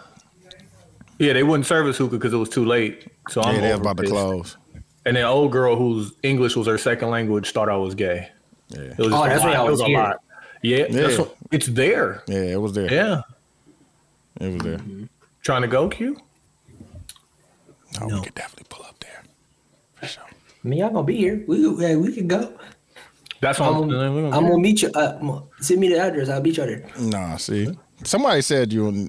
Speaker 1: yeah, they wouldn't service hookah because it was too late. So
Speaker 3: Yeah,
Speaker 1: I'm
Speaker 3: they was
Speaker 1: over
Speaker 3: about to
Speaker 1: pissed.
Speaker 3: close.
Speaker 1: And then old girl whose English was her second language thought I was gay.
Speaker 3: Yeah.
Speaker 1: It was just
Speaker 2: Oh,
Speaker 1: a
Speaker 2: that's what
Speaker 1: lot.
Speaker 2: I
Speaker 1: It
Speaker 2: was
Speaker 1: a
Speaker 2: hearing.
Speaker 1: lot. Yeah, that's
Speaker 3: Yeah.
Speaker 1: what- it's there.
Speaker 3: Yeah, it was there.
Speaker 1: Yeah.
Speaker 3: It was there.
Speaker 1: Trying to go, Q?
Speaker 3: Oh,
Speaker 10: No.
Speaker 3: we could definitely pull up there. For sure.
Speaker 2: I mean, y'all gonna be here. Um, We hey, we can go.
Speaker 1: That's what
Speaker 2: I'm,
Speaker 1: I'm,
Speaker 2: I'm gonna meet you. Uh, I'm gonna- send me the address. I'll meet you there. *laughs*
Speaker 3: Nah, see. Somebody said you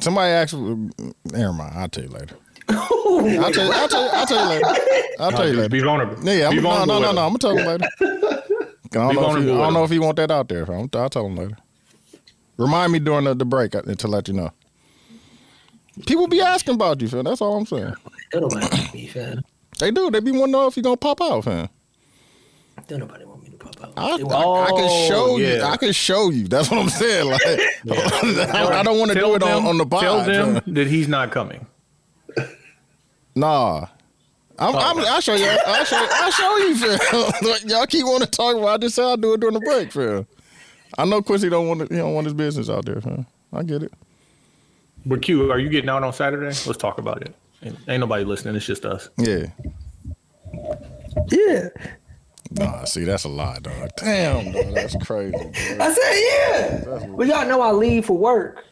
Speaker 3: somebody actually never mind, I'll tell you later. I'll tell you, I'll tell you, I'll tell you later. I'll tell you later.
Speaker 1: Be vulnerable.
Speaker 3: Yeah,
Speaker 1: Be
Speaker 3: I'm, no,
Speaker 1: vulnerable
Speaker 3: no,
Speaker 1: with
Speaker 3: no,
Speaker 1: him.
Speaker 3: no. I'm gonna tell
Speaker 1: *laughs*
Speaker 3: him later. I don't,
Speaker 1: Be
Speaker 3: know if,
Speaker 1: vulnerable
Speaker 3: he, I
Speaker 1: with
Speaker 3: don't know
Speaker 1: him.
Speaker 3: if he want that out there. I'm, I'll tell him later. Remind me during the, the break uh, to let you know. People be asking about you, fam. That's all I'm saying.
Speaker 2: Don't nobody want me, fam.
Speaker 3: They do. They be wanting to know if you gonna pop out, fam.
Speaker 2: Don't nobody want me to pop out.
Speaker 3: I,
Speaker 2: They
Speaker 3: I,
Speaker 2: want-
Speaker 3: I can show you.
Speaker 1: yeah.
Speaker 3: I can show you. That's what I'm saying. *laughs* Like, *laughs* I, I don't want to
Speaker 1: Tell
Speaker 3: do it on,
Speaker 1: them-
Speaker 3: on the pod.
Speaker 1: Tell them
Speaker 3: fam.
Speaker 1: that he's not coming.
Speaker 3: Nah. I'm, I'm, I'll show you. I'll show, I'll show you, fam. *laughs* Like, Y'all keep wanting to talk about this. I'll do it during the break, fam. I know Quincy don't want to, he don't want his business out there, fam. I get it.
Speaker 1: But Q, are you getting out on Saturday? Let's talk about it. Ain't, ain't nobody listening. It's just us.
Speaker 3: Yeah.
Speaker 2: yeah.
Speaker 3: Nah, see, that's a lie, dog. Damn, dog, *laughs* that's crazy. dog.
Speaker 2: I said yeah. But y'all know I leave for work.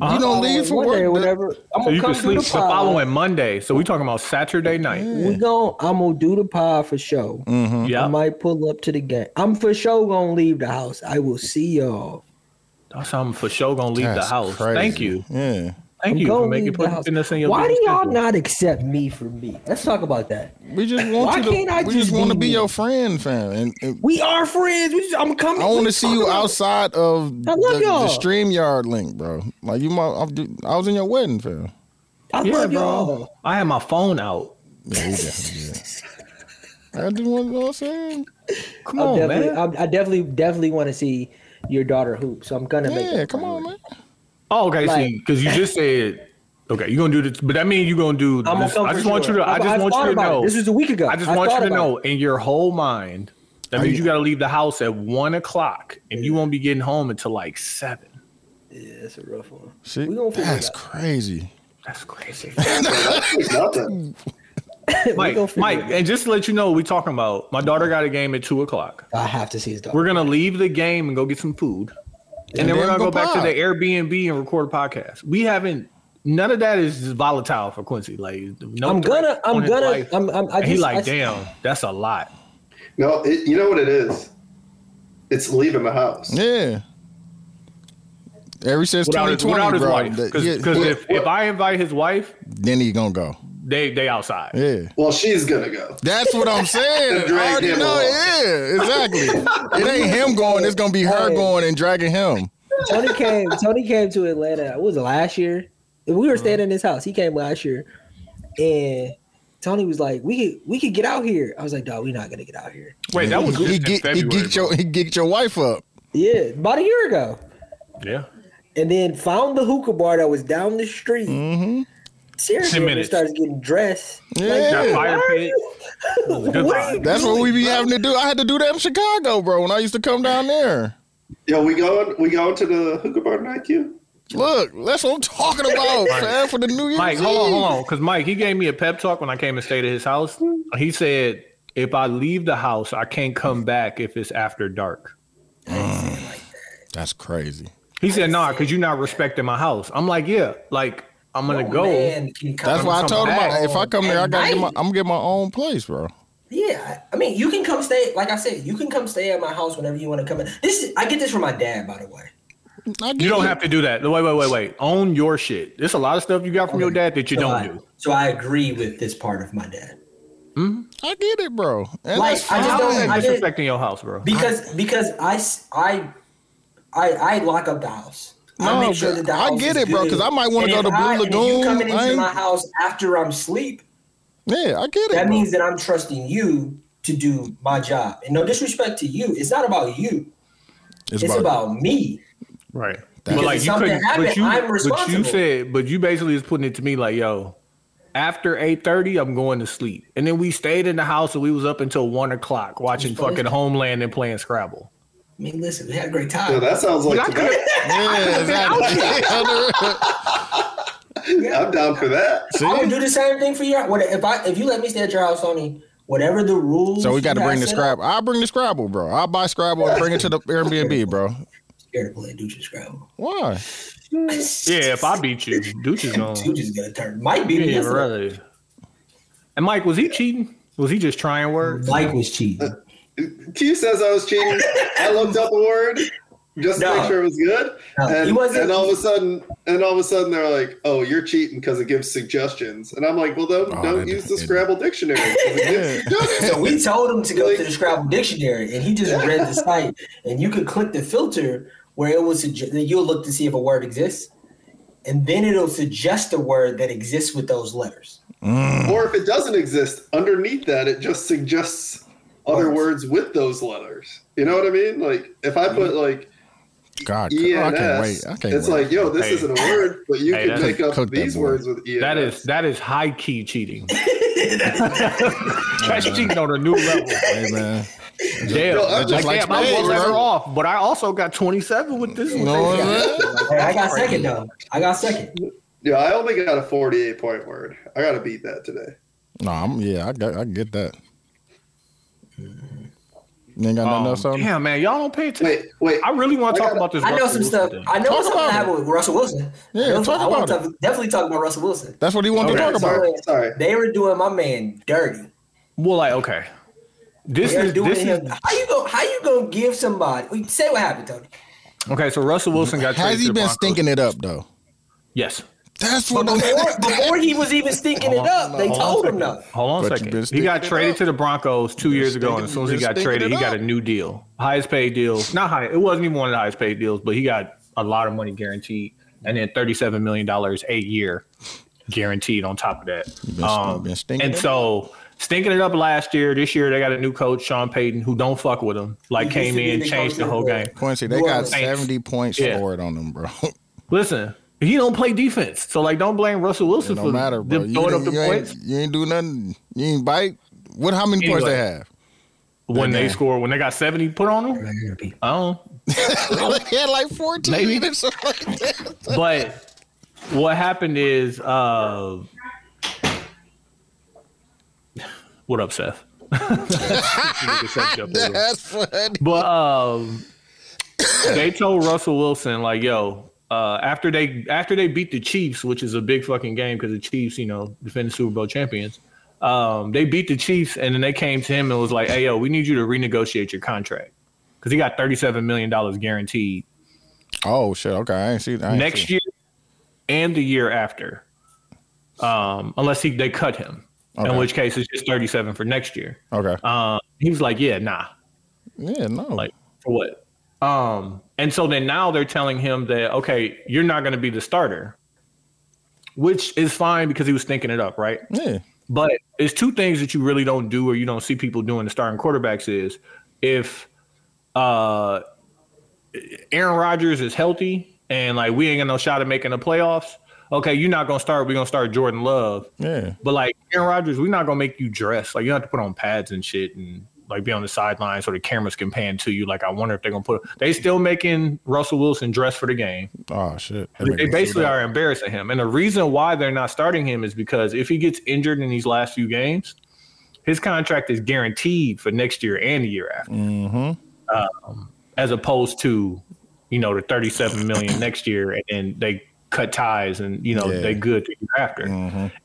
Speaker 2: Um,
Speaker 3: You don't leave for
Speaker 2: One day or
Speaker 3: work. dog.
Speaker 2: whatever. I'm
Speaker 1: So
Speaker 2: gonna
Speaker 1: you
Speaker 2: come
Speaker 1: can
Speaker 2: do
Speaker 1: sleep
Speaker 2: the
Speaker 1: the
Speaker 2: pod.
Speaker 1: following Monday. So we talking about Saturday night.
Speaker 2: We gon' I'm gonna do the pod for show.
Speaker 3: Mm-hmm.
Speaker 2: I
Speaker 1: Yeah.
Speaker 2: might pull up to the game. I'm for sure gonna leave the house. I will see y'all.
Speaker 1: That's how I'm for sure gonna leave
Speaker 3: That's
Speaker 1: the house.
Speaker 3: crazy.
Speaker 1: Thank you.
Speaker 3: Yeah.
Speaker 1: Thank
Speaker 2: I'm
Speaker 1: you
Speaker 2: gonna
Speaker 1: for making
Speaker 2: leave the house.
Speaker 1: putting this in your
Speaker 2: Why do
Speaker 1: little
Speaker 2: y'all
Speaker 1: schedule.
Speaker 2: not accept me for me? Let's talk about that.
Speaker 3: We just want
Speaker 2: Why
Speaker 3: you to,
Speaker 2: can't I
Speaker 3: we
Speaker 2: just
Speaker 3: just want to
Speaker 2: be
Speaker 3: be
Speaker 2: me?
Speaker 3: your friend, fam. And, and
Speaker 2: We are friends. We just, I'm coming.
Speaker 3: I want
Speaker 2: We
Speaker 3: to see you
Speaker 2: talking about-
Speaker 3: outside of the,
Speaker 2: I love
Speaker 3: the
Speaker 2: y'all.
Speaker 3: stream yard link, bro. Like you, my, I'm, dude, I was in your wedding, fam.
Speaker 2: I
Speaker 1: Yeah,
Speaker 2: love
Speaker 1: bro.
Speaker 2: y'all.
Speaker 1: I had my phone out.
Speaker 3: Yeah, you definitely did. I just want to know what I'm saying.
Speaker 1: Come
Speaker 2: I
Speaker 1: on,
Speaker 2: Oh, definitely,
Speaker 1: man.
Speaker 2: I, I definitely, definitely want to see your daughter hoop. So I'm gonna make.
Speaker 3: Yeah,
Speaker 2: that
Speaker 3: come on,
Speaker 2: priority.
Speaker 3: man.
Speaker 1: Oh, okay.
Speaker 2: Like-
Speaker 1: see, because you just said, okay, you're gonna do this, but that means you're gonna do.
Speaker 2: I'm gonna
Speaker 1: This,
Speaker 2: come
Speaker 1: I
Speaker 2: for
Speaker 1: just want
Speaker 2: sure.
Speaker 1: you to. I
Speaker 2: I've-
Speaker 1: just
Speaker 2: I've
Speaker 1: want you
Speaker 2: thought
Speaker 1: to
Speaker 2: about it.
Speaker 1: know.
Speaker 2: This was a week ago.
Speaker 1: I just
Speaker 2: I've
Speaker 1: want you
Speaker 2: thought
Speaker 1: to
Speaker 2: about
Speaker 1: know in your whole mind. That means you got to leave the house at one o'clock, and you won't be getting home until like seven.
Speaker 2: Yeah, that's a rough one. *laughs*
Speaker 3: Shit,
Speaker 2: We gonna figure it
Speaker 3: that's
Speaker 2: out.
Speaker 3: crazy.
Speaker 1: That's
Speaker 2: *laughs*
Speaker 1: crazy,
Speaker 4: It's nothing.
Speaker 1: Mike.
Speaker 2: gonna figure
Speaker 1: Mike,
Speaker 2: it out.
Speaker 1: and just to let you know, what we talking about. My daughter got a game at two o'clock.
Speaker 2: I have to see his daughter.
Speaker 1: We're gonna leave the game and go get some food, and, then, we're gonna go back to
Speaker 3: pod.
Speaker 1: the Airbnb and record a podcast. We haven't. None of that is volatile for Quincy. Like, no
Speaker 2: I'm gonna.
Speaker 1: on
Speaker 2: I'm
Speaker 1: his
Speaker 2: gonna.
Speaker 1: life.
Speaker 2: I'm. I'm I
Speaker 1: And
Speaker 2: just,
Speaker 1: he like,
Speaker 2: I,
Speaker 1: damn, that's a lot.
Speaker 4: No, it, you know what it is. It's leaving the house.
Speaker 3: Yeah. Ever since
Speaker 1: Without his,
Speaker 3: 2020,
Speaker 1: without his
Speaker 3: bro.
Speaker 1: wife,
Speaker 3: that-
Speaker 1: because
Speaker 3: yeah, yeah,
Speaker 1: if, if I invite his wife,
Speaker 3: then he gonna go.
Speaker 1: they they outside.
Speaker 3: Yeah.
Speaker 4: Well, she's gonna go.
Speaker 3: That's what I'm saying.
Speaker 2: *laughs*
Speaker 4: And
Speaker 3: I
Speaker 4: drag
Speaker 3: already
Speaker 4: him
Speaker 3: know.
Speaker 4: along.
Speaker 3: Yeah, exactly. it ain't him going. It's gonna be her
Speaker 2: Hey.
Speaker 3: going and dragging him.
Speaker 2: Tony came. Tony came to Atlanta. It was last year. We were
Speaker 3: Uh-huh.
Speaker 2: staying in his house. He came last year, and Tony was like, "We could, we could get out here." I was like, "Dog, we're not gonna get out here."
Speaker 1: Wait, that was just
Speaker 3: he,
Speaker 1: in
Speaker 3: ge- he
Speaker 1: February,
Speaker 3: geeked your he geeked your wife up.
Speaker 2: Yeah, about a year ago,
Speaker 1: bro. yeah.
Speaker 2: and then found the hookah bar that was down the street.
Speaker 3: Mm-hmm.
Speaker 2: Seriously,
Speaker 1: Ten
Speaker 2: when he
Speaker 1: minutes.
Speaker 2: starts getting dressed.
Speaker 3: Yeah.
Speaker 1: That fire
Speaker 2: Why are
Speaker 1: pit.
Speaker 2: you-
Speaker 1: was a good
Speaker 2: *laughs* What are
Speaker 1: vibe.
Speaker 2: you
Speaker 3: That's what
Speaker 2: doing?
Speaker 3: we be having to do. I had to do that in Chicago, bro. When I used to come down there.
Speaker 4: Yo, we going we going to the hookah bar tonight, Q?
Speaker 3: Look, that's what I'm talking about, fam. For the New Year's
Speaker 1: Mike, hold on,
Speaker 3: Eve.
Speaker 1: hold on, because Mike he gave me a pep talk when I came and stayed at his house. He said, if I leave the house, I can't come back if it's after dark.
Speaker 3: That's crazy.
Speaker 1: He said, nah, because you're not respecting my house. I'm like, yeah, like I'm gonna
Speaker 2: Oh,
Speaker 1: go.
Speaker 2: man, can come
Speaker 3: That's why I
Speaker 1: come
Speaker 3: told him
Speaker 1: back
Speaker 3: I, if I come here, I
Speaker 2: at
Speaker 3: gotta get my
Speaker 2: night.
Speaker 3: I'm gonna get my own place, bro.
Speaker 2: Yeah, I mean, you can come stay. Like I said, you can come stay at my house whenever you want to come. In. This is, I get this from my dad, by the way.
Speaker 3: I get
Speaker 1: You don't
Speaker 3: it.
Speaker 1: have to do that. Wait, wait, wait, wait. Own your shit. There's a lot of stuff you got from your dad that you
Speaker 2: so
Speaker 1: don't
Speaker 2: I,
Speaker 1: do.
Speaker 2: So I agree with this part of my dad
Speaker 3: I get it, bro. And
Speaker 2: Like,
Speaker 3: that's
Speaker 2: I just
Speaker 3: fine.
Speaker 1: How is
Speaker 2: don't-
Speaker 1: that
Speaker 2: I just-
Speaker 1: disrespecting your house, bro?
Speaker 2: because because I s- I I I lock up the house.
Speaker 3: No,
Speaker 2: I make sure that the
Speaker 3: I
Speaker 2: house
Speaker 3: get
Speaker 2: is
Speaker 3: it, bro,
Speaker 2: good.
Speaker 3: 'cause I might
Speaker 2: And
Speaker 3: wanna go
Speaker 2: if
Speaker 3: to Blue
Speaker 2: I- and if
Speaker 3: Lagoon,
Speaker 2: You coming
Speaker 3: I
Speaker 2: into
Speaker 3: ain't-
Speaker 2: my house after I'm asleep?
Speaker 3: yeah, I get it.
Speaker 2: That
Speaker 3: bro.
Speaker 2: means that I'm trusting you to do my job. And no disrespect to you, it's not about you. It's, about, me.
Speaker 1: Right.
Speaker 3: That's-
Speaker 1: but like
Speaker 2: If
Speaker 1: you
Speaker 2: something
Speaker 1: couldn't,
Speaker 2: happened,
Speaker 1: but you,
Speaker 2: I'm
Speaker 1: but you
Speaker 2: responsible.
Speaker 1: said, but you basically is putting it to me like, yo, after eight thirty, I'm going to sleep, and then we stayed in the house and we was up until one o'clock watching
Speaker 2: It's funny.
Speaker 1: fucking Homeland and playing Scrabble.
Speaker 2: I mean, listen, we had a great time.
Speaker 3: *laughs*
Speaker 4: Yo, that sounds like
Speaker 1: But I
Speaker 2: *laughs*
Speaker 4: tonight.
Speaker 1: could've-
Speaker 3: Yeah, exactly.
Speaker 4: I'm down for that.
Speaker 3: See?
Speaker 2: I would do the same thing for your. What if I if you let me stay at your house, Tony? Whatever the rules.
Speaker 3: So we got to
Speaker 2: you
Speaker 3: bring the
Speaker 2: guys set up,
Speaker 3: Scrabble. I'll bring the Scrabble, bro. I'll buy Scrabble and bring it to the Airbnb, bro.
Speaker 2: Scared to play Dooch's Scrabble.
Speaker 3: Why?
Speaker 1: Yeah, if I beat you, Dooch
Speaker 2: *laughs*
Speaker 1: is gone.
Speaker 2: Dooch is gonna turn. Might be
Speaker 1: Yeah, right. And Mike, was he cheating? Was he just trying words?
Speaker 2: Mike was cheating.
Speaker 4: Q says I was cheating. I looked up a word just to
Speaker 2: No.
Speaker 4: make sure it was good,
Speaker 2: No, he
Speaker 4: and,
Speaker 2: wasn't-
Speaker 4: and all of a sudden, and all of a sudden they're like, "Oh, you're cheating because it gives suggestions." And I'm like, "Well, then
Speaker 3: Oh,
Speaker 4: don't
Speaker 3: that-
Speaker 4: use the
Speaker 3: it-
Speaker 4: Scrabble dictionary. 'cause it
Speaker 3: *laughs*
Speaker 4: gives suggestions."
Speaker 2: So we told him to go to the Scrabble dictionary, and he just read
Speaker 3: *laughs*
Speaker 2: the site, and you could click the filter where it will suggest. You'll look to see if a word exists, and then it'll suggest a word that exists with those letters.
Speaker 4: or if it doesn't exist underneath that, it just suggests other words with those letters. You know what I mean? Like if I put like
Speaker 3: God,
Speaker 4: E
Speaker 3: oh, Mm-hmm. I
Speaker 4: N
Speaker 3: can't
Speaker 4: S,
Speaker 3: wait. I can't
Speaker 4: it's
Speaker 3: wait.
Speaker 4: like, yo, this
Speaker 1: Hey.
Speaker 4: isn't a word, but you
Speaker 1: Hey,
Speaker 4: can
Speaker 1: that's-
Speaker 4: make up
Speaker 3: cook that
Speaker 4: these
Speaker 3: boy.
Speaker 4: words with E N S.
Speaker 1: That is that is high key
Speaker 2: *laughs*
Speaker 1: cheating. *laughs* That's cheating on a new level.
Speaker 3: hey,
Speaker 1: *laughs*
Speaker 3: man.
Speaker 1: Damn,
Speaker 4: Yo, that's
Speaker 1: like,
Speaker 4: just
Speaker 3: like
Speaker 1: damn, I
Speaker 3: spades,
Speaker 1: was better
Speaker 3: bro.
Speaker 1: off, but I also got twenty seven with this
Speaker 3: You
Speaker 1: one.
Speaker 3: know what I'm saying?
Speaker 2: Hey, I got second though. I got second.
Speaker 4: Yeah, I only got a 48 point word. I got to beat that today.
Speaker 3: No, I'm, yeah, I, got, I get that. You ain't got nothing
Speaker 1: Um,
Speaker 3: else on?
Speaker 1: damn man, y'all don't pay attention.
Speaker 4: Wait, wait.
Speaker 1: I really want
Speaker 4: I
Speaker 1: to talk
Speaker 4: gotta-
Speaker 1: about this.
Speaker 2: I know
Speaker 1: Russell
Speaker 2: some stuff.
Speaker 1: Wilson thing.
Speaker 2: I know
Speaker 3: Talk
Speaker 2: something
Speaker 3: about
Speaker 2: happened with Russell Wilson.
Speaker 3: Yeah,
Speaker 2: I know-
Speaker 3: talk
Speaker 2: I wanna
Speaker 3: about
Speaker 2: talk- definitely talk about Russell Wilson.
Speaker 3: That's what he wanted
Speaker 1: Okay,
Speaker 3: to talk about.
Speaker 4: sorry, sorry.
Speaker 2: They were doing my man dirty.
Speaker 1: Well, like okay, this
Speaker 2: They're
Speaker 1: is
Speaker 2: doing
Speaker 1: this
Speaker 2: him.
Speaker 1: is
Speaker 2: How you go? How you gonna give somebody? wait, Say what happened, Tony.
Speaker 1: okay. So Russell Wilson got traded
Speaker 3: Has he
Speaker 1: to the
Speaker 3: been
Speaker 1: Broncos.
Speaker 3: stinking it up, though?
Speaker 1: Yes.
Speaker 3: That's
Speaker 2: But
Speaker 3: *laughs* what I'm
Speaker 2: before, before he was even stinking it up, they
Speaker 1: Hold on a
Speaker 2: told
Speaker 1: second.
Speaker 2: him no.
Speaker 1: Hold on
Speaker 3: But
Speaker 1: a
Speaker 3: you've been
Speaker 1: second. He got
Speaker 3: stinking it
Speaker 1: traded
Speaker 3: up.
Speaker 1: to the Broncos two years ago, and as soon as he
Speaker 3: you've been
Speaker 1: got
Speaker 3: stinking
Speaker 1: traded,
Speaker 3: it
Speaker 1: he got
Speaker 3: up.
Speaker 1: a new deal, highest paid deal. Not high. It wasn't even one of the highest paid deals, but he got a lot of money guaranteed, and then thirty-seven million dollars a year guaranteed on top of that.
Speaker 3: been-
Speaker 1: Um,
Speaker 3: you've been stinking
Speaker 1: and
Speaker 3: it
Speaker 1: so. Stinking it up last year. This year they got a new coach, Sean Payton, who don't fuck with him. Like
Speaker 2: He
Speaker 1: came
Speaker 2: used to be
Speaker 1: in,
Speaker 2: the
Speaker 1: changed
Speaker 2: coach
Speaker 1: the
Speaker 2: of
Speaker 1: whole
Speaker 2: the-
Speaker 1: game.
Speaker 3: Quincy, they
Speaker 2: New
Speaker 3: got
Speaker 2: Orleans.
Speaker 3: 70 points
Speaker 1: Yeah.
Speaker 3: scored on them, bro. *laughs*
Speaker 1: Listen, he don't play defense, so like don't blame Russell
Speaker 3: It
Speaker 1: Wilson
Speaker 3: don't
Speaker 1: for
Speaker 3: matter, bro.
Speaker 1: them
Speaker 3: You,
Speaker 1: throwing up
Speaker 3: didn't-
Speaker 1: the
Speaker 3: you,
Speaker 1: points.
Speaker 3: ain't, you ain't do nothing. You ain't bite. What? How many points
Speaker 1: Anyway.
Speaker 3: they have?
Speaker 1: when
Speaker 3: Okay.
Speaker 1: they score, when they got 70 put on them. I don't.
Speaker 3: *laughs* they had like 14
Speaker 1: Maybe.
Speaker 3: or something like that.
Speaker 1: But what happened is, uh, what up, Seth? *laughs*
Speaker 3: That's funny.
Speaker 1: but um, they told Russell Wilson like, "Yo, uh, after they after they beat the Chiefs, which is a big fucking game because the Chiefs, you know, defending Super Bowl champions, um, they beat the Chiefs, and then they came to him and was like, "Hey, yo, we need you to renegotiate your contract because he got thirty seven million dollars guaranteed
Speaker 3: Oh shit. Okay, I ain't see. I ain't
Speaker 1: next
Speaker 3: see.
Speaker 1: year and the year after, um, unless he they cut him." In
Speaker 3: Okay.
Speaker 1: which case, it's just thirty-seven for next year.
Speaker 3: Okay.
Speaker 1: Uh, he was like, "Yeah, nah,
Speaker 3: yeah. No.
Speaker 1: like for what um and so then now they're telling him that okay you're not going to be the starter which is fine because he was thinking it up right
Speaker 3: yeah.
Speaker 1: but it's two things that you really don't do or you don't see people doing the starting quarterbacks is if uh Aaron Rodgers is healthy and like we ain't got no shot at making the playoffs okay you're not going to start we're going to start Jordan Love
Speaker 3: Yeah.
Speaker 1: but like Aaron Rodgers, we're not gonna make you dress. Like you have to put on pads and shit and like be on the sideline so the cameras can pan to you. Like I wonder if they're gonna put they still making Russell Wilson dress for the game.
Speaker 3: Oh shit. That
Speaker 1: They
Speaker 3: nigga
Speaker 1: basically
Speaker 3: suit up.
Speaker 1: are embarrassing him. And the reason why they're not starting him is because if he gets injured in these last few games, his contract is guaranteed for next year and the year after. Um,
Speaker 3: Mm-hmm.
Speaker 1: as opposed to, you know, the thirty seven
Speaker 3: *clears throat*
Speaker 1: million next year and then they cut ties and you know
Speaker 3: Yeah. Mm-hmm.
Speaker 1: they good the year after.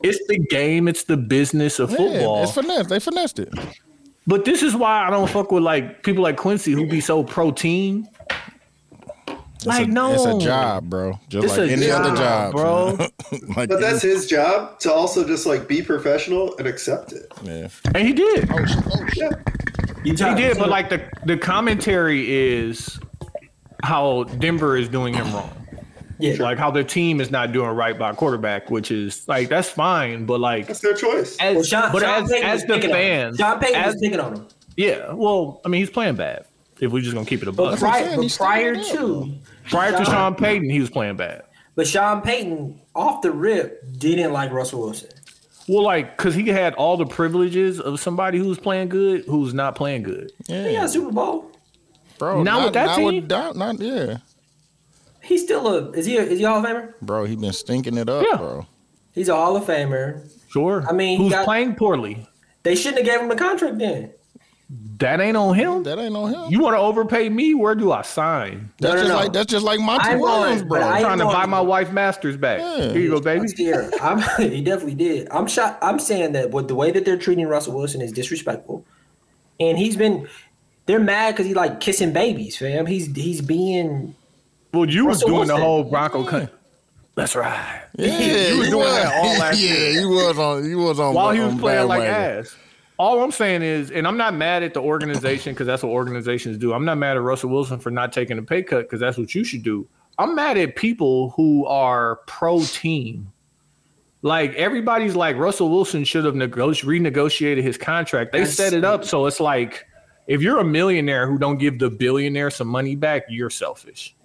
Speaker 1: It's the game, it's the business of
Speaker 3: Yeah,
Speaker 1: football.
Speaker 3: it's finesse. They finessed it.
Speaker 1: But this is why I don't fuck with like people like Quincy who be so pro team. Like no,
Speaker 3: It's a job, bro. Just
Speaker 1: It's
Speaker 3: like
Speaker 1: a
Speaker 3: any other
Speaker 1: job,
Speaker 3: job,
Speaker 1: bro.
Speaker 3: *laughs* like
Speaker 4: But that's his job to also just like be professional and accept it.
Speaker 3: yeah.
Speaker 1: and he did.
Speaker 2: You
Speaker 1: He did, but like the the commentary is how Denver is doing him wrong.
Speaker 2: yeah,
Speaker 1: Like how their team is not doing right by quarterback, which is like that's fine, but like
Speaker 4: That's their choice.
Speaker 1: as
Speaker 2: Well, Sean,
Speaker 1: but
Speaker 2: Sean
Speaker 1: as,
Speaker 2: Payton
Speaker 1: as
Speaker 2: was
Speaker 1: the
Speaker 2: picking
Speaker 1: fans,
Speaker 2: on him. Sean Payton
Speaker 1: as,
Speaker 2: was picking on him.
Speaker 1: yeah. Well, I mean he's playing bad. If we're just gonna keep it a
Speaker 2: But,
Speaker 1: buck.
Speaker 3: what I'm
Speaker 2: prior,
Speaker 3: saying,
Speaker 2: but
Speaker 3: he's
Speaker 2: prior
Speaker 3: sticking it
Speaker 2: to,
Speaker 1: Prior to
Speaker 2: Sean-
Speaker 1: Sean Payton, he was playing bad.
Speaker 2: but Sean Payton off the rip didn't like Russell Wilson.
Speaker 1: Well, like, cause he had all the privileges of somebody who's playing good, who's not playing good.
Speaker 2: He got
Speaker 3: Yeah,
Speaker 2: a Super Bowl.
Speaker 3: bro.
Speaker 1: Not with that
Speaker 3: not
Speaker 1: team?
Speaker 3: With, not, not yeah.
Speaker 11: He's still a is he a, is he a Hall of Famer?
Speaker 3: Bro, he been stinking it up,
Speaker 1: Yeah.
Speaker 3: bro.
Speaker 11: He's a Hall of Famer.
Speaker 1: Sure.
Speaker 11: I mean, he
Speaker 1: who's
Speaker 11: got-
Speaker 1: playing poorly?
Speaker 11: They shouldn't have gave him the contract then.
Speaker 1: That ain't on him.
Speaker 3: That ain't on him.
Speaker 1: You want to overpay me? Where do I sign?
Speaker 3: That's
Speaker 11: no,
Speaker 3: just
Speaker 11: no.
Speaker 3: like that's just like Monty
Speaker 11: I'm on,
Speaker 3: Williams, bro.
Speaker 11: but I-
Speaker 1: I'm trying to
Speaker 11: know-
Speaker 1: buy my wife masters back.
Speaker 3: Yeah.
Speaker 1: Here you go, baby.
Speaker 11: Last year, I'm, *laughs* he definitely did. I'm shot. I'm saying that with the way that they're treating Russell Wilson is disrespectful, and he's been. They're mad because he like kissing babies, fam. He's he's being
Speaker 1: Well, you was
Speaker 11: Russell
Speaker 1: doing the
Speaker 11: Wilson.
Speaker 1: whole Bronco cut. Let's ride.
Speaker 3: yeah,
Speaker 1: you was doing that
Speaker 3: *laughs*
Speaker 1: all last
Speaker 3: yeah,
Speaker 1: year.
Speaker 3: he was on. He was on.
Speaker 1: While he was
Speaker 3: on
Speaker 1: playing like
Speaker 3: bandwagon.
Speaker 1: ass. All I'm saying is, and I'm not mad at the organization because that's what organizations do. I'm not mad at Russell Wilson for not taking a pay cut because that's what you should do. I'm mad at people who are pro team. Like everybody's like Russell Wilson should have negoti- renegotiated his contract. They
Speaker 2: That's-
Speaker 1: set it up so it's like if you're a millionaire who don't give the billionaire some money back, you're selfish.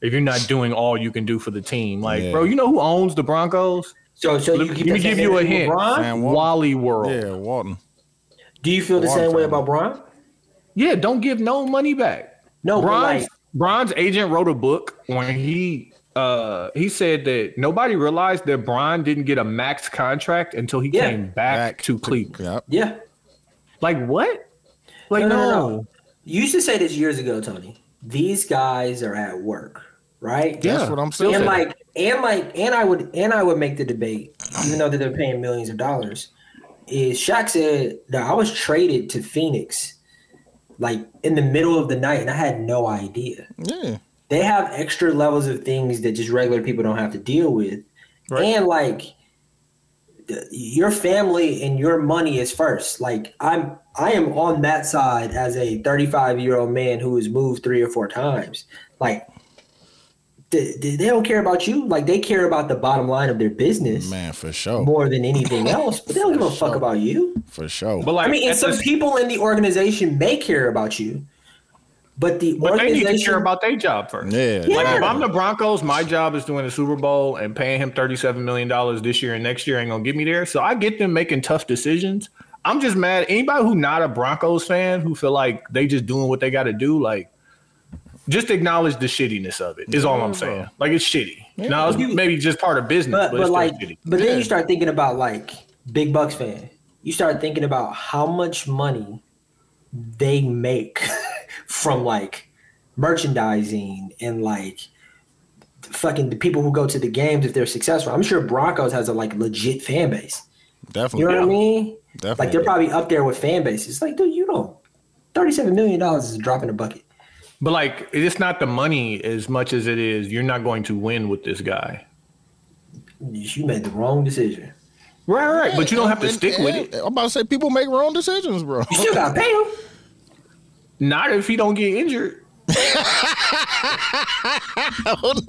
Speaker 1: If you're not doing all you can do for the team, like
Speaker 3: Yeah.
Speaker 1: bro, you know who owns the Broncos?
Speaker 2: So, so
Speaker 1: Let
Speaker 2: you
Speaker 1: me-
Speaker 2: keep
Speaker 1: let me
Speaker 2: that
Speaker 1: give
Speaker 2: same
Speaker 1: you a
Speaker 2: energy with
Speaker 1: hint.
Speaker 2: Bron?
Speaker 3: Man, Wal-
Speaker 1: Wally World.
Speaker 3: Yeah, Walton.
Speaker 2: Do you feel the
Speaker 3: Water
Speaker 2: same way
Speaker 3: fountain.
Speaker 2: about Bron?
Speaker 1: Yeah, don't give no money back.
Speaker 2: No,
Speaker 1: Bron's
Speaker 2: Bron's,
Speaker 1: Bron's agent wrote a book when he uh he said that nobody realized that Bron didn't get a max contract until he
Speaker 2: Yeah.
Speaker 1: came back, to Cleveland.
Speaker 3: Yep.
Speaker 2: yeah.
Speaker 1: Like what? Like no,
Speaker 2: You used to say this years ago, Tony. These guys are at work, right?
Speaker 1: Yeah.
Speaker 3: That's what I'm
Speaker 1: Still
Speaker 3: saying.
Speaker 2: and
Speaker 1: said
Speaker 2: like and like and I would and I would make the debate, even though that they're paying millions of dollars, is Shaq said that I was traded to Phoenix like in the middle of the night and I had no idea.
Speaker 3: Yeah.
Speaker 2: They have extra levels of things that just regular people don't have to deal with.
Speaker 1: Right.
Speaker 2: And like th- your family and your money is first. Like I'm I am on that side as a 35-year-old man who has moved three or four times. Like they, they don't care about you. Like they care about the bottom line of their business
Speaker 3: Man, for sure.
Speaker 2: more
Speaker 1: *laughs*
Speaker 2: than anything else. But they don't give a fuck about you.
Speaker 3: For sure.
Speaker 1: But like
Speaker 2: I mean, and
Speaker 1: that's
Speaker 2: some
Speaker 1: just-
Speaker 2: people in the organization may care about you, but the
Speaker 1: but they
Speaker 2: organization
Speaker 1: need to care about their job first.
Speaker 3: yeah.
Speaker 2: Yeah.
Speaker 1: Like if I'm the Broncos, my job is doing the Super Bowl and paying him thirty-seven million dollars this year and next year ain't gonna get me there. So I get them making tough decisions. I'm just mad. Anybody who not a Broncos fan who feel like they just doing what they got to do, like just acknowledge the shittiness of it. Is all I'm saying. Like it's shitty. Now it's maybe just part of business,
Speaker 2: but,
Speaker 1: but,
Speaker 2: but
Speaker 1: it's
Speaker 2: like,
Speaker 1: still shitty.
Speaker 2: but then you start thinking about like big bucks fan. You start thinking about how much money they make *laughs* from like merchandising and like fucking the people who go to the games if they're successful. I'm sure Broncos has a like legit fan base.
Speaker 3: Definitely.
Speaker 2: You know what I mean?
Speaker 3: Definitely.
Speaker 2: Like they're probably up there with fan bases. Like, dude, you don't. Thirty-seven million dollars is a drop in the bucket.
Speaker 1: But like it's not the money as much as it is. You're not going to win with this guy.
Speaker 2: You made the wrong decision.
Speaker 1: Right, right. but you don't have to
Speaker 3: And-
Speaker 1: stick with
Speaker 3: and-
Speaker 1: it.
Speaker 3: I'm about to say people make wrong decisions, bro.
Speaker 2: You still gotta pay him.
Speaker 1: Not if he don't get
Speaker 3: *laughs*
Speaker 1: injured.
Speaker 3: Oh,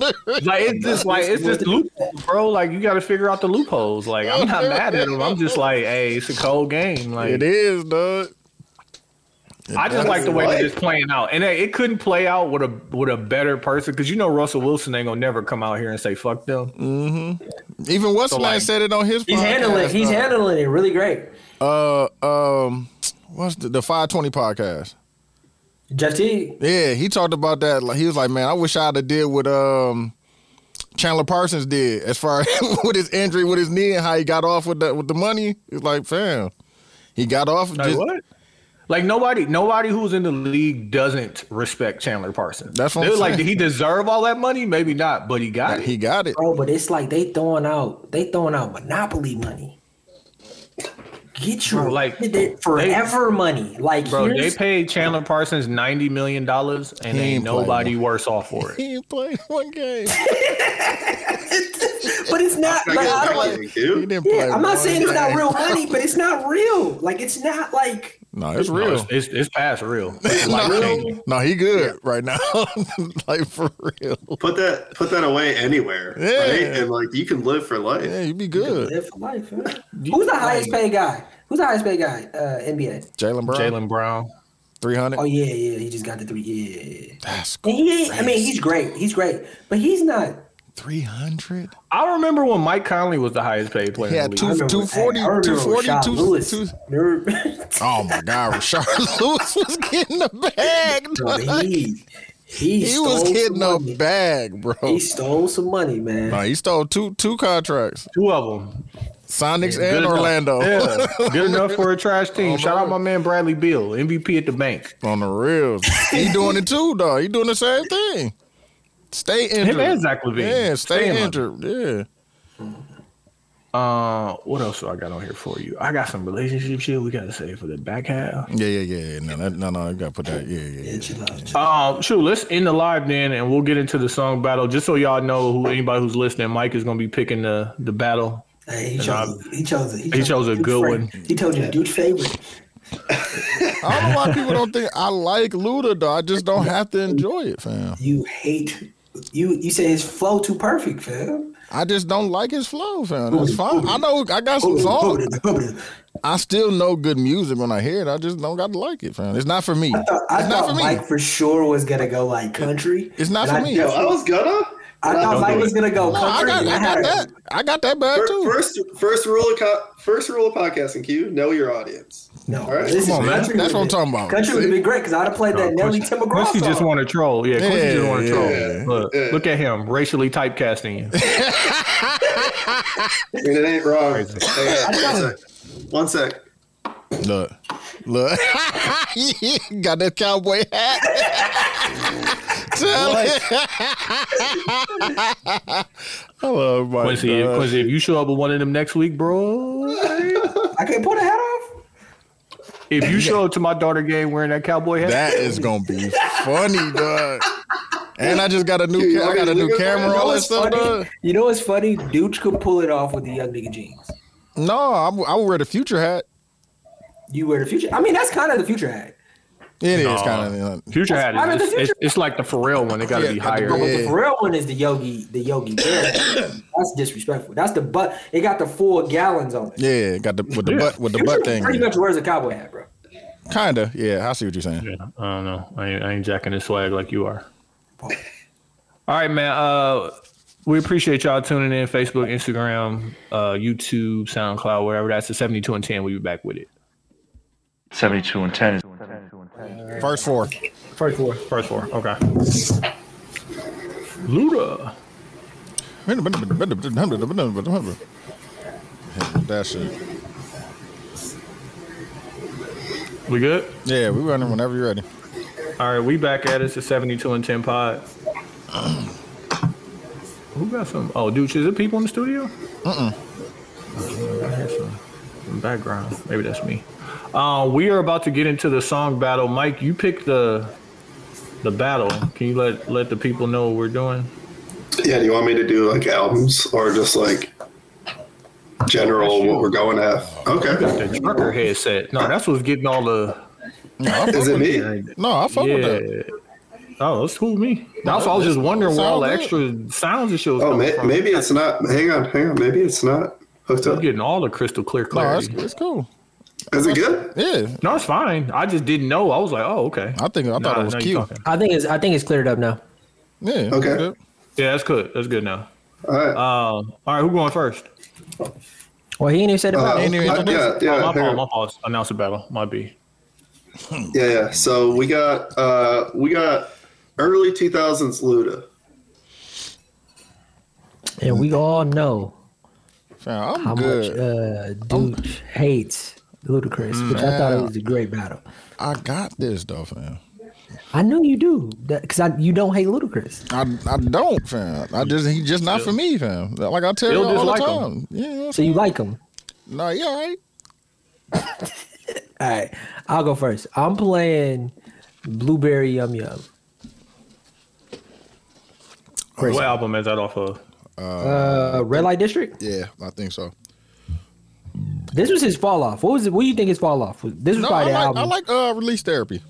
Speaker 1: like it's just like it's
Speaker 3: *laughs*
Speaker 1: just loopholes, bro. Like you got to figure out the loopholes. Like I'm not mad at him. I'm just like, hey, it's a cold game.
Speaker 3: it
Speaker 1: Like
Speaker 3: is, dog.
Speaker 1: I just like the way that it's playing out, and hey, it couldn't play out with a with a better person because you know Russell Wilson ain't gonna never come out here and say fuck them.
Speaker 3: Even Westline
Speaker 1: like,
Speaker 3: said it on his
Speaker 2: He's
Speaker 3: podcast.
Speaker 2: handling. He's
Speaker 3: dog.
Speaker 2: handling it really great.
Speaker 3: uh, um, what's the, the 520 podcast?
Speaker 2: Jeff Teague.
Speaker 3: Yeah, he talked about that. Like, he was like, "Man, I wish I'd have did what um Chandler Parsons did as far *laughs* as with his injury, with his knee, and how he got off with that with the money." It's like, fam, he got off.
Speaker 1: Like
Speaker 3: just-
Speaker 1: what? Like nobody, nobody who's in the league doesn't respect Chandler Parsons.
Speaker 3: That's what I'm
Speaker 1: They're like, did
Speaker 3: saying.
Speaker 1: he deserve all that money? Maybe not, but he got it.
Speaker 3: *laughs* He got it.
Speaker 2: Bro, but it's like they throwing out they throwing out monopoly money. Get your
Speaker 1: Bro, like,
Speaker 2: like forever money. Like
Speaker 1: Bro, they
Speaker 2: here's-
Speaker 1: paid Chandler Parsons ninety million dollars, and
Speaker 3: He
Speaker 1: ain't
Speaker 3: ain't playing.
Speaker 1: nobody worse off
Speaker 3: *laughs*
Speaker 1: for it.
Speaker 3: He ain't played one game.
Speaker 2: but it's not like, I don't,
Speaker 4: Thank you.
Speaker 3: He didn't play.
Speaker 2: yeah, I'm
Speaker 3: one
Speaker 2: not saying it's not
Speaker 3: game.
Speaker 2: real money, but it's not real. Like it's not like
Speaker 3: No, it's
Speaker 1: No,
Speaker 3: real. *laughs*
Speaker 1: it's, it's, it's past real. It's
Speaker 3: no,
Speaker 1: life-changing.
Speaker 3: *laughs* no, he good right now. *laughs* like for real.
Speaker 4: Put that put that away anywhere,
Speaker 3: Yeah.
Speaker 4: right? And like you can live for life.
Speaker 3: Yeah, you be good.
Speaker 2: live for life. huh? Who's the highest paid guy? Who's the highest paid guy? Uh, NBA.
Speaker 3: Jalen Brown,
Speaker 1: Jalen Brown.
Speaker 3: three hundred.
Speaker 2: Oh yeah, yeah. He just got the three. Yeah, yeah, yeah.
Speaker 3: That's
Speaker 2: And he ain't. I mean, he's great. He's great, but he's not.
Speaker 3: three hundred.
Speaker 1: I remember when Mike Conley was the highest paid player.
Speaker 3: He
Speaker 1: in
Speaker 3: had
Speaker 1: the
Speaker 3: two
Speaker 1: league.
Speaker 2: remember-
Speaker 3: 240,
Speaker 2: I remember
Speaker 3: 240,
Speaker 2: Rashad
Speaker 3: two-
Speaker 2: Lewis.
Speaker 3: two-
Speaker 2: Remember- *laughs*
Speaker 3: *laughs* Oh my God, Rashard Lewis was getting the bag.
Speaker 2: Bro,
Speaker 3: dog.
Speaker 2: he
Speaker 9: He,
Speaker 3: He
Speaker 9: stole
Speaker 3: was
Speaker 9: some
Speaker 3: hitting a
Speaker 9: money.
Speaker 3: bag, bro.
Speaker 9: He stole some money, man.
Speaker 3: Nah, he stole two two contracts,
Speaker 1: Two of them.
Speaker 3: Sonics
Speaker 1: Good
Speaker 3: and
Speaker 1: enough.
Speaker 3: Orlando.
Speaker 1: Yeah, good enough for a trash team. Shout out my man Bradley Beal, MVP at the bank.
Speaker 3: *laughs* On the reels,
Speaker 9: *laughs*
Speaker 3: he doing it too, dog. He doing the same thing. Stay injured.
Speaker 1: Him and Zach Levine.
Speaker 3: Yeah,
Speaker 1: Stay
Speaker 3: stay
Speaker 1: in
Speaker 3: injured. Yeah.
Speaker 1: Uh, what else do I got on here for you? I got some relationship shit we gotta save for the back half.
Speaker 3: Yeah, yeah, yeah. No, that, no, no. I gotta put that. Yeah, yeah. yeah.
Speaker 9: Chill out.
Speaker 1: Um, true. Let's end the live then, and we'll get into the song battle. Just so y'all know, who anybody who's listening, Mike is gonna be picking the the battle.
Speaker 9: Hey, he, chose, he chose. He chose.
Speaker 1: chose a
Speaker 9: dude's
Speaker 1: good
Speaker 9: favorite. He told you, dude, favorite.
Speaker 3: I don't know why people don't think I like Luda, though. I just don't have to enjoy it, fam.
Speaker 9: You hate. You you say his flow too perfect, fam.
Speaker 3: I just don't like his flow, fam. That's fine. I know I got some songs.
Speaker 9: I
Speaker 3: I still know good music when I hear it. I just don't got to like it, fam. It's not for me.
Speaker 9: thought, I
Speaker 3: it's not
Speaker 9: thought
Speaker 3: for me.
Speaker 9: Mike for sure was gonna go like country.
Speaker 3: It's not
Speaker 9: And I
Speaker 3: for me.
Speaker 8: Yo,
Speaker 9: definitely-
Speaker 8: I was gonna.
Speaker 9: I
Speaker 8: Don't
Speaker 9: thought
Speaker 8: do
Speaker 9: Mike
Speaker 1: it.
Speaker 9: was gonna go
Speaker 3: No, I
Speaker 9: country.
Speaker 3: got,
Speaker 9: and
Speaker 3: I
Speaker 9: had
Speaker 3: got
Speaker 9: a-
Speaker 3: that. I got that bag
Speaker 8: Fir-
Speaker 3: too.
Speaker 8: First, first rule of co- first rule of podcasting. Q, know your audience.
Speaker 9: No,
Speaker 8: All right.
Speaker 9: this is
Speaker 3: Come on, man.
Speaker 9: country
Speaker 3: That's what
Speaker 9: would've
Speaker 3: I'm
Speaker 9: been-
Speaker 3: talking about.
Speaker 9: Country would have been great because I'd have played that Nelly
Speaker 1: Quincy-
Speaker 9: Tim McGraw
Speaker 1: Quincy
Speaker 9: song.
Speaker 1: just want to troll. Yeah, Quincy just want to
Speaker 3: Yeah,
Speaker 1: troll.
Speaker 3: yeah.
Speaker 1: Look,
Speaker 8: Yeah.
Speaker 1: look at him racially typecasting you.
Speaker 8: I mean, it ain't wrong. Hang on, one sec. One sec.
Speaker 3: Look, look, *laughs* got that cowboy hat. Tell it. *laughs* I love Mike.
Speaker 1: Quincy,
Speaker 3: dog.
Speaker 1: Quincy, if you show up with one of them next week, bro.
Speaker 9: I can't pull the hat off.
Speaker 1: If you show up to my daughter game wearing that cowboy hat,
Speaker 3: That is gonna be funny, dog. And I just got a new, ca- I got a new camera, all that stuff, dog.
Speaker 9: Funny. You know what's funny? Dooch could pull it off with the young nigga jeans.
Speaker 3: No, I'm, I will wear the future hat.
Speaker 9: You wear the future. I mean, that's kind of the future hat.
Speaker 3: It is kind of.
Speaker 1: Future hat
Speaker 9: I mean,
Speaker 1: is
Speaker 9: the
Speaker 1: it's, it's,
Speaker 9: Future-
Speaker 1: it's like the Pharrell one. It got to
Speaker 3: Yeah,
Speaker 1: be
Speaker 3: got the
Speaker 1: higher.
Speaker 3: gold.
Speaker 9: But
Speaker 3: Yeah.
Speaker 9: the real one is the yogi, the yogi
Speaker 3: *coughs*
Speaker 9: bear. hat. that's disrespectful. That's the butt. It got the four gallons on it.
Speaker 3: Yeah, got the with the butt with the
Speaker 9: Future
Speaker 3: butt thing.
Speaker 9: Pretty much wears a cowboy hat, bro.
Speaker 3: Kinda, yeah. I see what you're saying.
Speaker 1: Yeah, I don't know. I ain't, I ain't jacking this swag like you *laughs* are. All right, man. Uh, we appreciate y'all tuning in. Facebook, Instagram, uh, YouTube, SoundCloud, wherever. That's the seventy-two and ten. We'll be back with it.
Speaker 12: 72 and 10 is
Speaker 3: First four.
Speaker 1: First four. First four. Okay. Luda.
Speaker 3: That shit.
Speaker 1: We good?
Speaker 3: Yeah, we running whenever you're ready.
Speaker 1: All right, we back at it. It's a seventy-two and ten pod.
Speaker 3: *clears throat*
Speaker 1: Who got some? Oh, dude, is there people in the studio? Uh-uh. I hear some, some background. Maybe that's me. Uh, we are about to get into the song battle. Mike, you pick the the battle. Can you let let the people know what we're doing?
Speaker 8: Yeah, do you want me to do like albums or just like general what we're going at? Okay.
Speaker 1: The trucker headset. No, that's what's getting all the.
Speaker 3: No, I fuck
Speaker 8: Is it
Speaker 3: with
Speaker 8: me?
Speaker 3: that. No, I fuck with that.
Speaker 1: Yeah. Oh, that's cool with me. That's why I was just wondering where all the
Speaker 3: Sound
Speaker 1: extra sounds and shit was
Speaker 8: Oh,
Speaker 1: coming
Speaker 8: may-
Speaker 1: from.
Speaker 8: maybe it's not. Hang on, hang on. Maybe it's not hooked
Speaker 1: I'm
Speaker 8: up.
Speaker 1: getting all the crystal clear
Speaker 3: No,
Speaker 1: clarity.
Speaker 3: that's, that's cool.
Speaker 8: Is it good?
Speaker 3: Yeah,
Speaker 1: No, it's fine. I just didn't know. I was like, oh, okay.
Speaker 3: I think I thought
Speaker 1: Nah,
Speaker 3: it was
Speaker 1: now you
Speaker 3: cute.
Speaker 1: talking.
Speaker 2: I think it's I think it's cleared up now.
Speaker 3: Yeah.
Speaker 8: Okay.
Speaker 3: good.
Speaker 1: Yeah, that's good. That's good now.
Speaker 8: All right.
Speaker 1: Um, all right, who going first?
Speaker 2: Well, he ain't even said
Speaker 8: Uh,
Speaker 2: about
Speaker 3: Ain't even
Speaker 8: uh,
Speaker 3: introduced.
Speaker 8: yeah, yeah, hang
Speaker 1: my fault.
Speaker 8: on.
Speaker 1: My fault. Announce the battle. Might be.
Speaker 8: yeah, yeah. So we got uh we got early two thousands Luda.
Speaker 2: and we all know
Speaker 3: Fam, I'm
Speaker 2: how
Speaker 3: Uh, good.
Speaker 2: much uh Dooch hates Ludacris, which I thought it was a great battle.
Speaker 3: I got this though, fam.
Speaker 2: I know you do because I you don't hate Ludacris.
Speaker 3: I, I don't, fam. I just he just not for me, fam. Like I tell you
Speaker 1: You'll
Speaker 3: all the
Speaker 1: dislike
Speaker 3: time. Yeah, you know what I'm
Speaker 2: So you like him.
Speaker 3: saying? no, yeah, all right.
Speaker 2: All right, I'll go first. I'm playing Blueberry Yum Yum.
Speaker 3: Crazy.
Speaker 1: What album is that off of?
Speaker 2: Uh, Red Light District.
Speaker 3: Yeah, I think so.
Speaker 2: This was his fall off. What was it? What do you think his fall off? was? This was
Speaker 3: No, I
Speaker 2: probably the
Speaker 3: like,
Speaker 2: album.
Speaker 3: I like uh release therapy.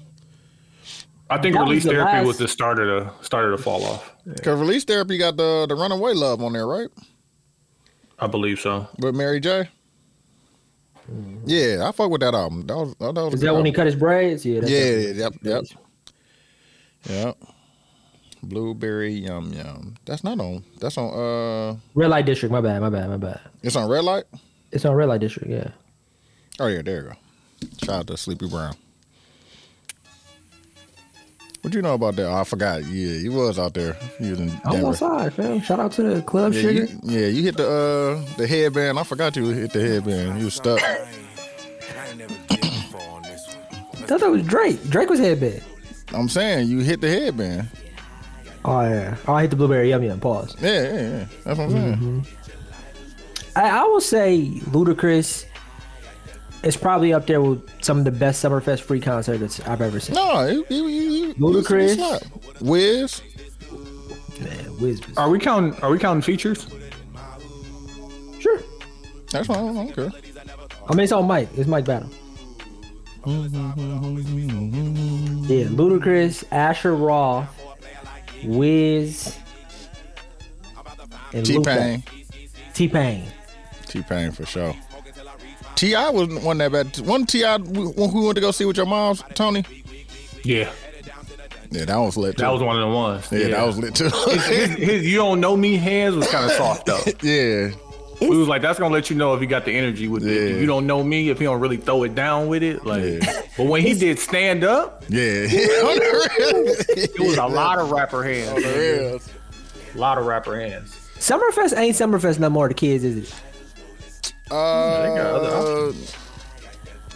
Speaker 1: I think
Speaker 2: That
Speaker 1: Release
Speaker 2: was the
Speaker 1: Therapy
Speaker 2: last-
Speaker 1: was the starter to starter to fall off.
Speaker 3: Cause release therapy got the the runaway love on there, right?
Speaker 1: I believe so.
Speaker 3: With Mary J. Yeah, I fuck with that album. That was, that was a
Speaker 2: Is
Speaker 3: good
Speaker 2: that when he
Speaker 3: album.
Speaker 2: cut his braids? Yeah. that's-
Speaker 3: Yeah, yep, yep, yep. Blueberry yum yum. That's not on. That's on. Uh,
Speaker 2: Red Light District. My bad. My bad. My bad.
Speaker 3: it's on red light.
Speaker 2: It's on Red Light District. Yeah.
Speaker 3: Oh yeah, there you go. Shout out to Sleepy Brown. What you know about that? Oh, I forgot. Yeah, you was out there. You was in
Speaker 13: I'm
Speaker 3: Denver.
Speaker 13: outside, fam. Shout out to the club
Speaker 3: Yeah,
Speaker 13: sugar.
Speaker 3: you, yeah, you hit the uh the headband. I forgot you hit the headband. You was stuck.
Speaker 13: Thought that was Drake. Drake was headband.
Speaker 3: I'm saying you hit the headband.
Speaker 2: Oh yeah. Oh, I hit the blueberry yum yum. Pause.
Speaker 3: Yeah, yeah, yeah. That's what I'm saying.
Speaker 2: I, I will say Ludacris is probably up there with some of the best Summerfest free concerts I've ever seen.
Speaker 3: No, you, you, you, you-
Speaker 2: Ludacris.
Speaker 3: you slap. Wiz.
Speaker 2: Man, Wiz was-
Speaker 1: Are we counting? Are we counting features?
Speaker 2: Sure.
Speaker 3: That's fine. I don't care.
Speaker 2: I mean, it's on Mike. It's Mike Battle. Yeah, Ludacris, Asher Raw, Wiz, and
Speaker 3: T Pain.
Speaker 2: T Pain.
Speaker 3: T Pain for sure. Ti wasn't one that bad. One Ti we, when we went to go see with your mom's Tony.
Speaker 1: Yeah,
Speaker 3: Yeah, that was lit. Too.
Speaker 1: that was one of the ones.
Speaker 3: Yeah, that was
Speaker 1: *laughs*
Speaker 3: lit too.
Speaker 1: his, his you don't know me hands was kind of soft though.
Speaker 3: *laughs* yeah,
Speaker 1: We was like, that's gonna let you know if he got the energy with it.
Speaker 3: Yeah.
Speaker 1: If you don't know me, if he don't really throw it down with it, like.
Speaker 3: Yeah.
Speaker 1: But when he did stand up,
Speaker 3: *laughs* yeah.
Speaker 1: it was a lot of rapper hands.
Speaker 3: Yeah.
Speaker 1: A lot of rapper hands.
Speaker 2: Summerfest ain't Summerfest no more to kids, is it?
Speaker 3: Uh, I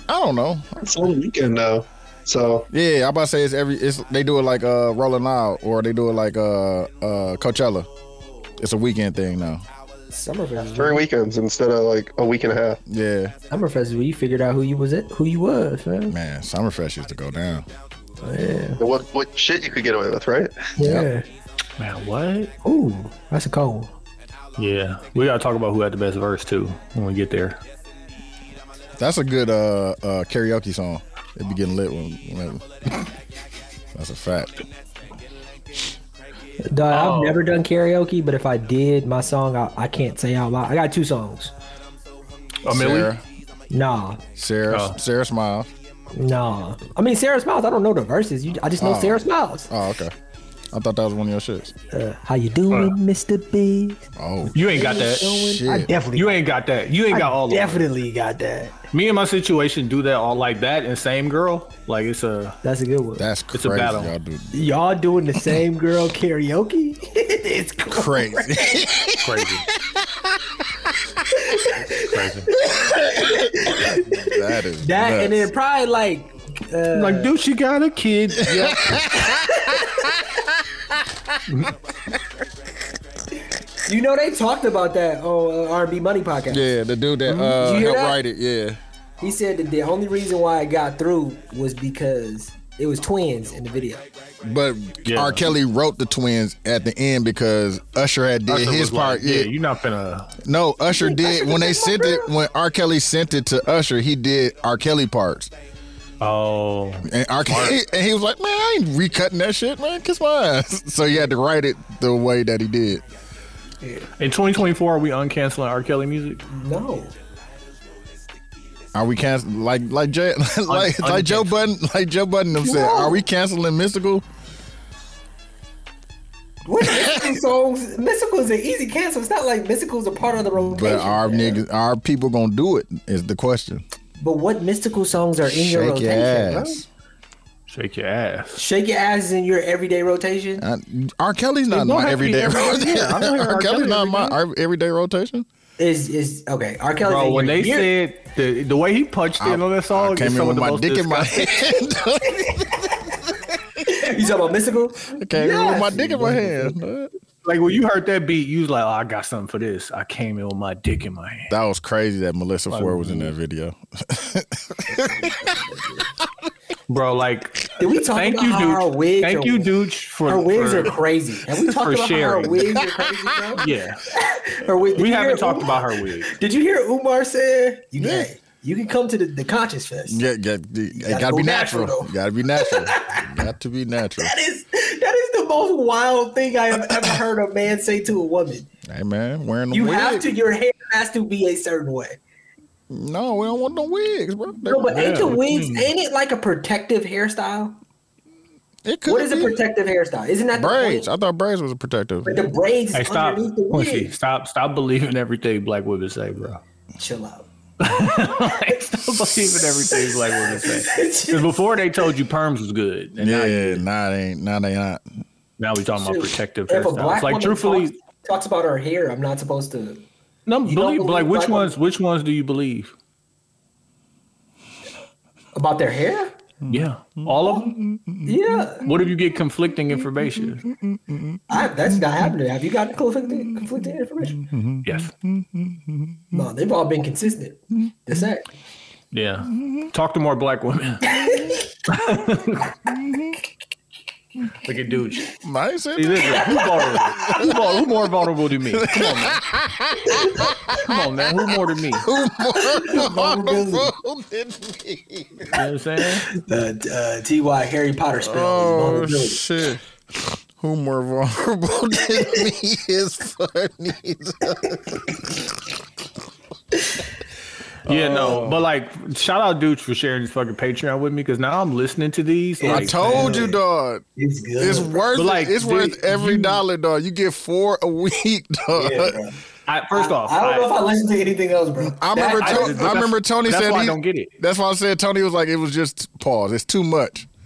Speaker 3: don't know.
Speaker 8: It's on the weekend now. So
Speaker 3: Yeah, I about to say it's every. It's they do it like uh Rolling Out or they do it like uh uh Coachella. It's a weekend thing now.
Speaker 2: Summerfest.
Speaker 8: three weekends instead of like a week and a half.
Speaker 3: Yeah,
Speaker 2: Summerfest is where you figured out who you was it, who you was, man.
Speaker 3: man, Summerfest used to go down.
Speaker 8: And What what shit you could get away with, right?
Speaker 2: Yeah.
Speaker 1: Man, what?
Speaker 2: Ooh, that's a cold. one.
Speaker 1: Yeah, we gotta talk about who had the best verse too when we get there.
Speaker 3: That's a good uh, uh karaoke song. It be getting lit when. when- *laughs* That's a fact.
Speaker 2: Dog,
Speaker 1: Oh.
Speaker 2: I've never done karaoke, but if I did, my song I, I can't say out loud. I got two songs.
Speaker 1: Amelia,
Speaker 3: Sarah,
Speaker 2: Nah,
Speaker 3: Sarah,
Speaker 1: Oh.
Speaker 3: Sarah Smile.
Speaker 2: nah. I mean, Sarah Smiles. I don't know the verses. You, I just know
Speaker 3: Oh.
Speaker 2: Sarah Smiles.
Speaker 3: Oh, okay. I thought that was one of your shits.
Speaker 2: Uh, how you doing, Mister B?
Speaker 3: Oh,
Speaker 1: you ain't got that.
Speaker 2: I
Speaker 3: shit.
Speaker 2: definitely,
Speaker 1: You ain't got that. You ain't got all.
Speaker 2: I
Speaker 1: of it.
Speaker 2: definitely got that.
Speaker 1: Me and my situation do that all like that and same girl. Like it's a
Speaker 2: That's a good one.
Speaker 3: That's
Speaker 1: It's a
Speaker 3: crazy.
Speaker 1: battle.
Speaker 3: Y'all do
Speaker 2: *laughs* Y'all doing the same girl karaoke? *laughs* it's crazy.
Speaker 1: *laughs*
Speaker 3: crazy. *laughs*
Speaker 1: crazy. crazy.
Speaker 3: that is
Speaker 2: That
Speaker 3: nuts.
Speaker 2: and then probably like uh,
Speaker 1: Like, dude, she got a kid.
Speaker 2: you know they talked about that on uh, R&B Money podcast.
Speaker 3: Yeah, the dude that uh,
Speaker 2: You hear
Speaker 3: helped
Speaker 2: that?
Speaker 3: write it. Yeah.
Speaker 2: He said that the only reason why it got through was because it was twins in the video.
Speaker 3: But
Speaker 1: Yeah.
Speaker 3: R. Kelly wrote the twins at the end because Usher had did
Speaker 1: Usher was
Speaker 3: his part.
Speaker 1: like,
Speaker 3: yeah.
Speaker 1: you're not gonna.
Speaker 3: No, Usher did
Speaker 2: Usher
Speaker 3: when
Speaker 2: did
Speaker 3: they
Speaker 2: my
Speaker 3: sent it. When R. Kelly sent it to Usher, he did R. Kelly parts,
Speaker 1: Oh,
Speaker 3: and R. Kelly, and he was like, "Man, I ain't recutting that shit, man. Kiss my ass." *laughs* So he had to write it the way that he did.
Speaker 1: in 2024, are we uncanceling R. Kelly music?
Speaker 2: No.
Speaker 3: Are we cancel like like Jay, *laughs* like like Joe
Speaker 1: uncancel.
Speaker 3: Button like Joe Button them said? Are we canceling Mystical?
Speaker 2: What
Speaker 3: *laughs*
Speaker 2: mystical songs? Mystical's an easy cancel. It's not like Mystical's a part of the rotation.
Speaker 3: But our niggas, our people gonna do it is the question.
Speaker 2: But what mystical songs are in your
Speaker 3: Shake your
Speaker 2: rotation? bro?
Speaker 3: ass.
Speaker 1: Shake your ass.
Speaker 2: Shake your ass is in your everyday rotation.
Speaker 3: I, R. Kelly's not
Speaker 1: It don't
Speaker 3: my
Speaker 1: have to be
Speaker 3: everyday
Speaker 1: every-
Speaker 3: *laughs* rotation.
Speaker 1: yeah, I don't hear
Speaker 3: R.
Speaker 1: R.
Speaker 3: Kelly's
Speaker 1: Kelly
Speaker 3: not
Speaker 1: every
Speaker 3: my
Speaker 1: day.
Speaker 3: our everyday rotation.
Speaker 2: Is is okay? R. Kelly's
Speaker 1: Bro,
Speaker 2: in
Speaker 1: when
Speaker 2: your
Speaker 1: they
Speaker 2: year-
Speaker 1: said the, the way he punched in on that
Speaker 3: I
Speaker 1: song, is
Speaker 3: came
Speaker 1: some
Speaker 3: in
Speaker 1: of
Speaker 3: with
Speaker 1: the
Speaker 3: my
Speaker 1: most
Speaker 3: dick in my
Speaker 1: disgusting-
Speaker 2: *laughs*
Speaker 3: hand. *laughs*
Speaker 2: you talking about mystical?
Speaker 3: came in with my
Speaker 2: Yes.
Speaker 3: dick in my hand.
Speaker 1: Like when you heard that beat, you was like, oh, I got something for this. I came in with my dick in my hand.
Speaker 3: That was crazy that Melissa Ford was in that video.
Speaker 1: Bro, like,
Speaker 2: Did we talk
Speaker 1: thank
Speaker 2: about
Speaker 1: you,
Speaker 2: how our
Speaker 1: dude.
Speaker 2: wigs
Speaker 1: Thank
Speaker 2: are-
Speaker 1: you, dude, for
Speaker 2: Her wigs
Speaker 1: for-
Speaker 2: are crazy.
Speaker 1: *laughs*
Speaker 2: Have we
Speaker 1: for
Speaker 2: talked about how
Speaker 1: sharing.
Speaker 2: her wigs are crazy, bro?
Speaker 1: Yeah,
Speaker 2: Her wig, did *laughs*
Speaker 1: we
Speaker 2: you hear
Speaker 1: haven't talked
Speaker 2: Umar-
Speaker 1: about her wig.
Speaker 2: Did you hear Umar say you gay? You can come to the, the conscious fest.
Speaker 3: Yeah, yeah, it
Speaker 2: gotta
Speaker 3: gotta be
Speaker 2: go
Speaker 3: natural.
Speaker 2: natural, though.
Speaker 3: You gotta be natural. Got to be natural.
Speaker 2: That is that is the most wild thing I have
Speaker 1: *laughs*
Speaker 2: ever heard a man say to a woman.
Speaker 3: Hey man, wearing the
Speaker 2: You
Speaker 3: wig.
Speaker 2: have to. Your hair has to be a certain way.
Speaker 3: No, we don't want no wigs, bro.
Speaker 2: No, but ain't the
Speaker 1: Yeah. Mm.
Speaker 2: wigs? Ain't it like a protective hairstyle?
Speaker 3: it could
Speaker 2: What is a
Speaker 3: be.
Speaker 2: protective hairstyle? Isn't that the
Speaker 3: braids?
Speaker 2: point?
Speaker 3: I thought braids was a protective.
Speaker 2: But the braids
Speaker 1: Hey,
Speaker 2: is
Speaker 1: stop,
Speaker 2: underneath the
Speaker 1: Quincy.
Speaker 2: wig.
Speaker 1: Stop, stop believing everything black women say, bro. *laughs*
Speaker 2: Chill out.
Speaker 1: like, stop believing everything black women say. Because before they told you perms was good, and now you-
Speaker 2: *laughs*
Speaker 3: yeah, nah, they ain't, nah, they not.
Speaker 1: now we talking about protective
Speaker 2: If a black
Speaker 1: hairstyles. Like
Speaker 2: woman
Speaker 1: truthfully,
Speaker 2: talks, talks about her hair, I'm not supposed to.
Speaker 1: no,
Speaker 2: you don't
Speaker 1: believe,
Speaker 2: believe
Speaker 1: like which
Speaker 2: black
Speaker 1: ones? Which ones do you believe?
Speaker 2: About their hair?
Speaker 1: Yeah, all of
Speaker 2: Mm-hmm.
Speaker 1: them.
Speaker 2: Yeah,
Speaker 1: What if you get conflicting information?
Speaker 2: I, that's not happening. Have you gotten conflicting, conflicting information?
Speaker 1: Yes.
Speaker 2: No, they've all been consistent. That's it.
Speaker 1: Yeah.
Speaker 2: Mm-hmm.
Speaker 1: Talk to more black
Speaker 2: *laughs*
Speaker 1: women. *laughs* Look at dude. See,
Speaker 3: I ain't said
Speaker 1: listen,
Speaker 3: that.
Speaker 1: who vulnerable? Who, vul- who more vulnerable than me? Come on, man. Come on, man. Who more than me? You know
Speaker 3: Vulnerable *laughs* than me.
Speaker 1: what I'm saying?
Speaker 2: The uh, Ty Harry Potter spell.
Speaker 3: Oh
Speaker 2: is vulnerability.
Speaker 3: shit. Who more vulnerable *laughs* than me is funny.
Speaker 1: Yeah, no. But like, shout out dudes for sharing this fucking Patreon with me because now I'm listening to these.
Speaker 3: I
Speaker 1: Like,
Speaker 3: told you, dog.
Speaker 2: It's good.
Speaker 3: It's worth
Speaker 1: But, like,
Speaker 3: it. It's
Speaker 1: dude,
Speaker 3: worth every
Speaker 1: you-
Speaker 3: dollar, dog. You get four a week, *laughs* dog.
Speaker 2: Yeah, bro.
Speaker 1: I, first off,
Speaker 2: I don't know if I listen to anything else, bro.
Speaker 3: I remember.
Speaker 1: I- but
Speaker 3: Tony- I,
Speaker 1: that's-
Speaker 3: remember Tony
Speaker 1: that's
Speaker 3: said
Speaker 1: why I
Speaker 3: he-
Speaker 1: don't get it.
Speaker 3: That's why I said Tony was like, it was just pause. It's too much. *laughs*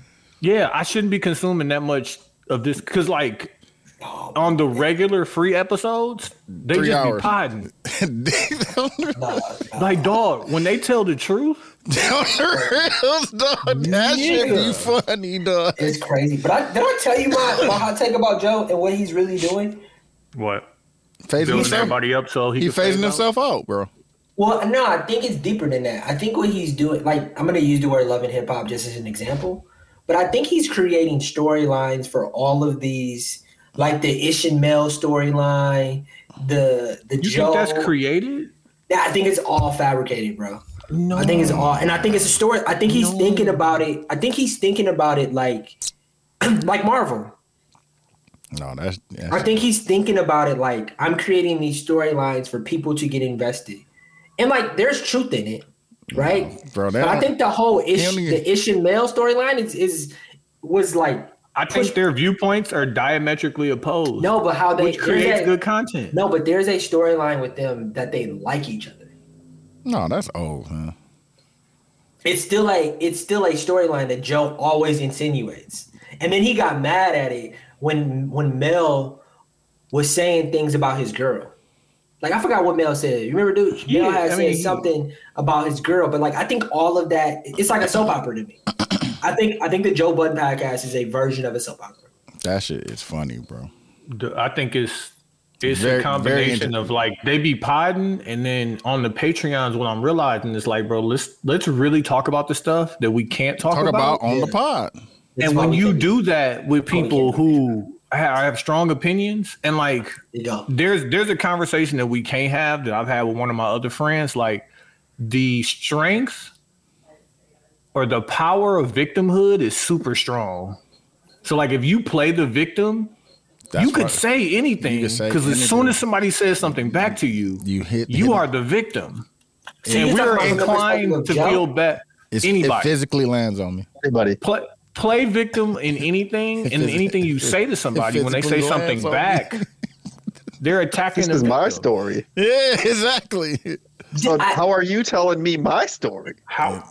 Speaker 1: Yeah, I shouldn't be consuming that much of this because, like, on the regular free episodes, they
Speaker 3: Three
Speaker 1: just
Speaker 3: hours.
Speaker 1: be podding.
Speaker 3: Down
Speaker 1: Like, dog, when they tell the truth,
Speaker 3: the rails, dog. That shit be funny, dog.
Speaker 2: It's crazy. But I, did I tell you my, my hot take about Joe and what he's really doing?
Speaker 1: what
Speaker 3: Facing
Speaker 1: building
Speaker 3: himself.
Speaker 1: everybody up so he,
Speaker 3: He
Speaker 1: can phase
Speaker 3: phasing
Speaker 1: out?
Speaker 3: himself out, bro.
Speaker 2: Well, no, I think it's deeper than that. I think what he's doing, like, I'm going to use the word love and hip hop just as an example, but I think he's creating storylines for all of these, like the Ish and Mel storyline, the the
Speaker 1: You
Speaker 2: Joe.
Speaker 1: think that's created?
Speaker 2: Yeah, I think it's all fabricated, bro. No, I think it's all, and I think it's a story. I think he's thinking about it. I think he's thinking about it like, *clears throat* like Marvel.
Speaker 3: No, that's. that's
Speaker 2: I think he's thinking about it like I'm creating these storylines for people to get invested, and like there's truth in it, right?
Speaker 3: bro, that
Speaker 2: But I
Speaker 3: don't-
Speaker 2: think the whole ish,
Speaker 3: don't even-
Speaker 2: the ish and male storyline is is was like
Speaker 1: I think their viewpoints are diametrically opposed.
Speaker 2: no, but how they
Speaker 1: which
Speaker 2: there's
Speaker 1: creates
Speaker 2: a-
Speaker 1: good content.
Speaker 2: No, but there's a storyline with them that they like each other.
Speaker 3: No, that's old, man.
Speaker 2: It's still like it's still a storyline that Joe always insinuates, and then he got mad at it when when Mel was saying things about his girl. Like I forgot what Mel said. You remember, dude?
Speaker 1: Yeah,
Speaker 2: Mel had
Speaker 1: I
Speaker 2: said
Speaker 1: mean, he-
Speaker 2: something about his girl, but like I think all of that it's like a soap opera to me. I think I think the Joe Budden podcast is a version of a soap opera.
Speaker 3: That shit is funny, bro.
Speaker 1: D- I think it's it's
Speaker 3: Very- very
Speaker 1: a combination
Speaker 3: inter-
Speaker 1: of like they be podding and then on the Patreons what I'm realizing is like, bro, let's let's really talk about the stuff that we can't talk,
Speaker 3: Talk
Speaker 1: about.
Speaker 3: about on the pod.
Speaker 2: That's
Speaker 1: and
Speaker 2: why
Speaker 1: when
Speaker 2: we
Speaker 1: you
Speaker 2: think-
Speaker 1: do that with
Speaker 2: we
Speaker 1: people
Speaker 2: can't
Speaker 1: who ha- have strong opinions and like
Speaker 2: you know,
Speaker 1: there's there's a conversation that we can't have that I've had with one of my other friends. Like the strength or the power of victimhood is super strong. So like if you play the victim,
Speaker 3: That's
Speaker 1: you could
Speaker 3: why-
Speaker 1: say anything
Speaker 3: You could say
Speaker 1: because as soon
Speaker 3: anything.
Speaker 1: as somebody says something back to you,
Speaker 3: You hit-
Speaker 1: you
Speaker 3: hit-
Speaker 1: are the victim,
Speaker 2: See,
Speaker 1: and
Speaker 2: you're
Speaker 1: we're
Speaker 2: talking about from the
Speaker 1: inclined to
Speaker 2: perspective of Joe.
Speaker 1: feel bad.
Speaker 3: It's, it
Speaker 1: Anybody
Speaker 3: physically lands on me.
Speaker 4: Everybody.
Speaker 1: play play victim in
Speaker 3: *laughs*
Speaker 1: anything and
Speaker 3: Physi-
Speaker 1: anything you say to somebody when they say
Speaker 3: physically
Speaker 1: something
Speaker 3: lands on
Speaker 1: back,
Speaker 3: *laughs*
Speaker 1: they're attacking.
Speaker 4: This
Speaker 1: the
Speaker 4: is my
Speaker 1: victim.
Speaker 4: story.
Speaker 1: *laughs*
Speaker 3: Yeah, exactly.
Speaker 4: So
Speaker 2: I-
Speaker 4: how are you telling me my story?
Speaker 1: How?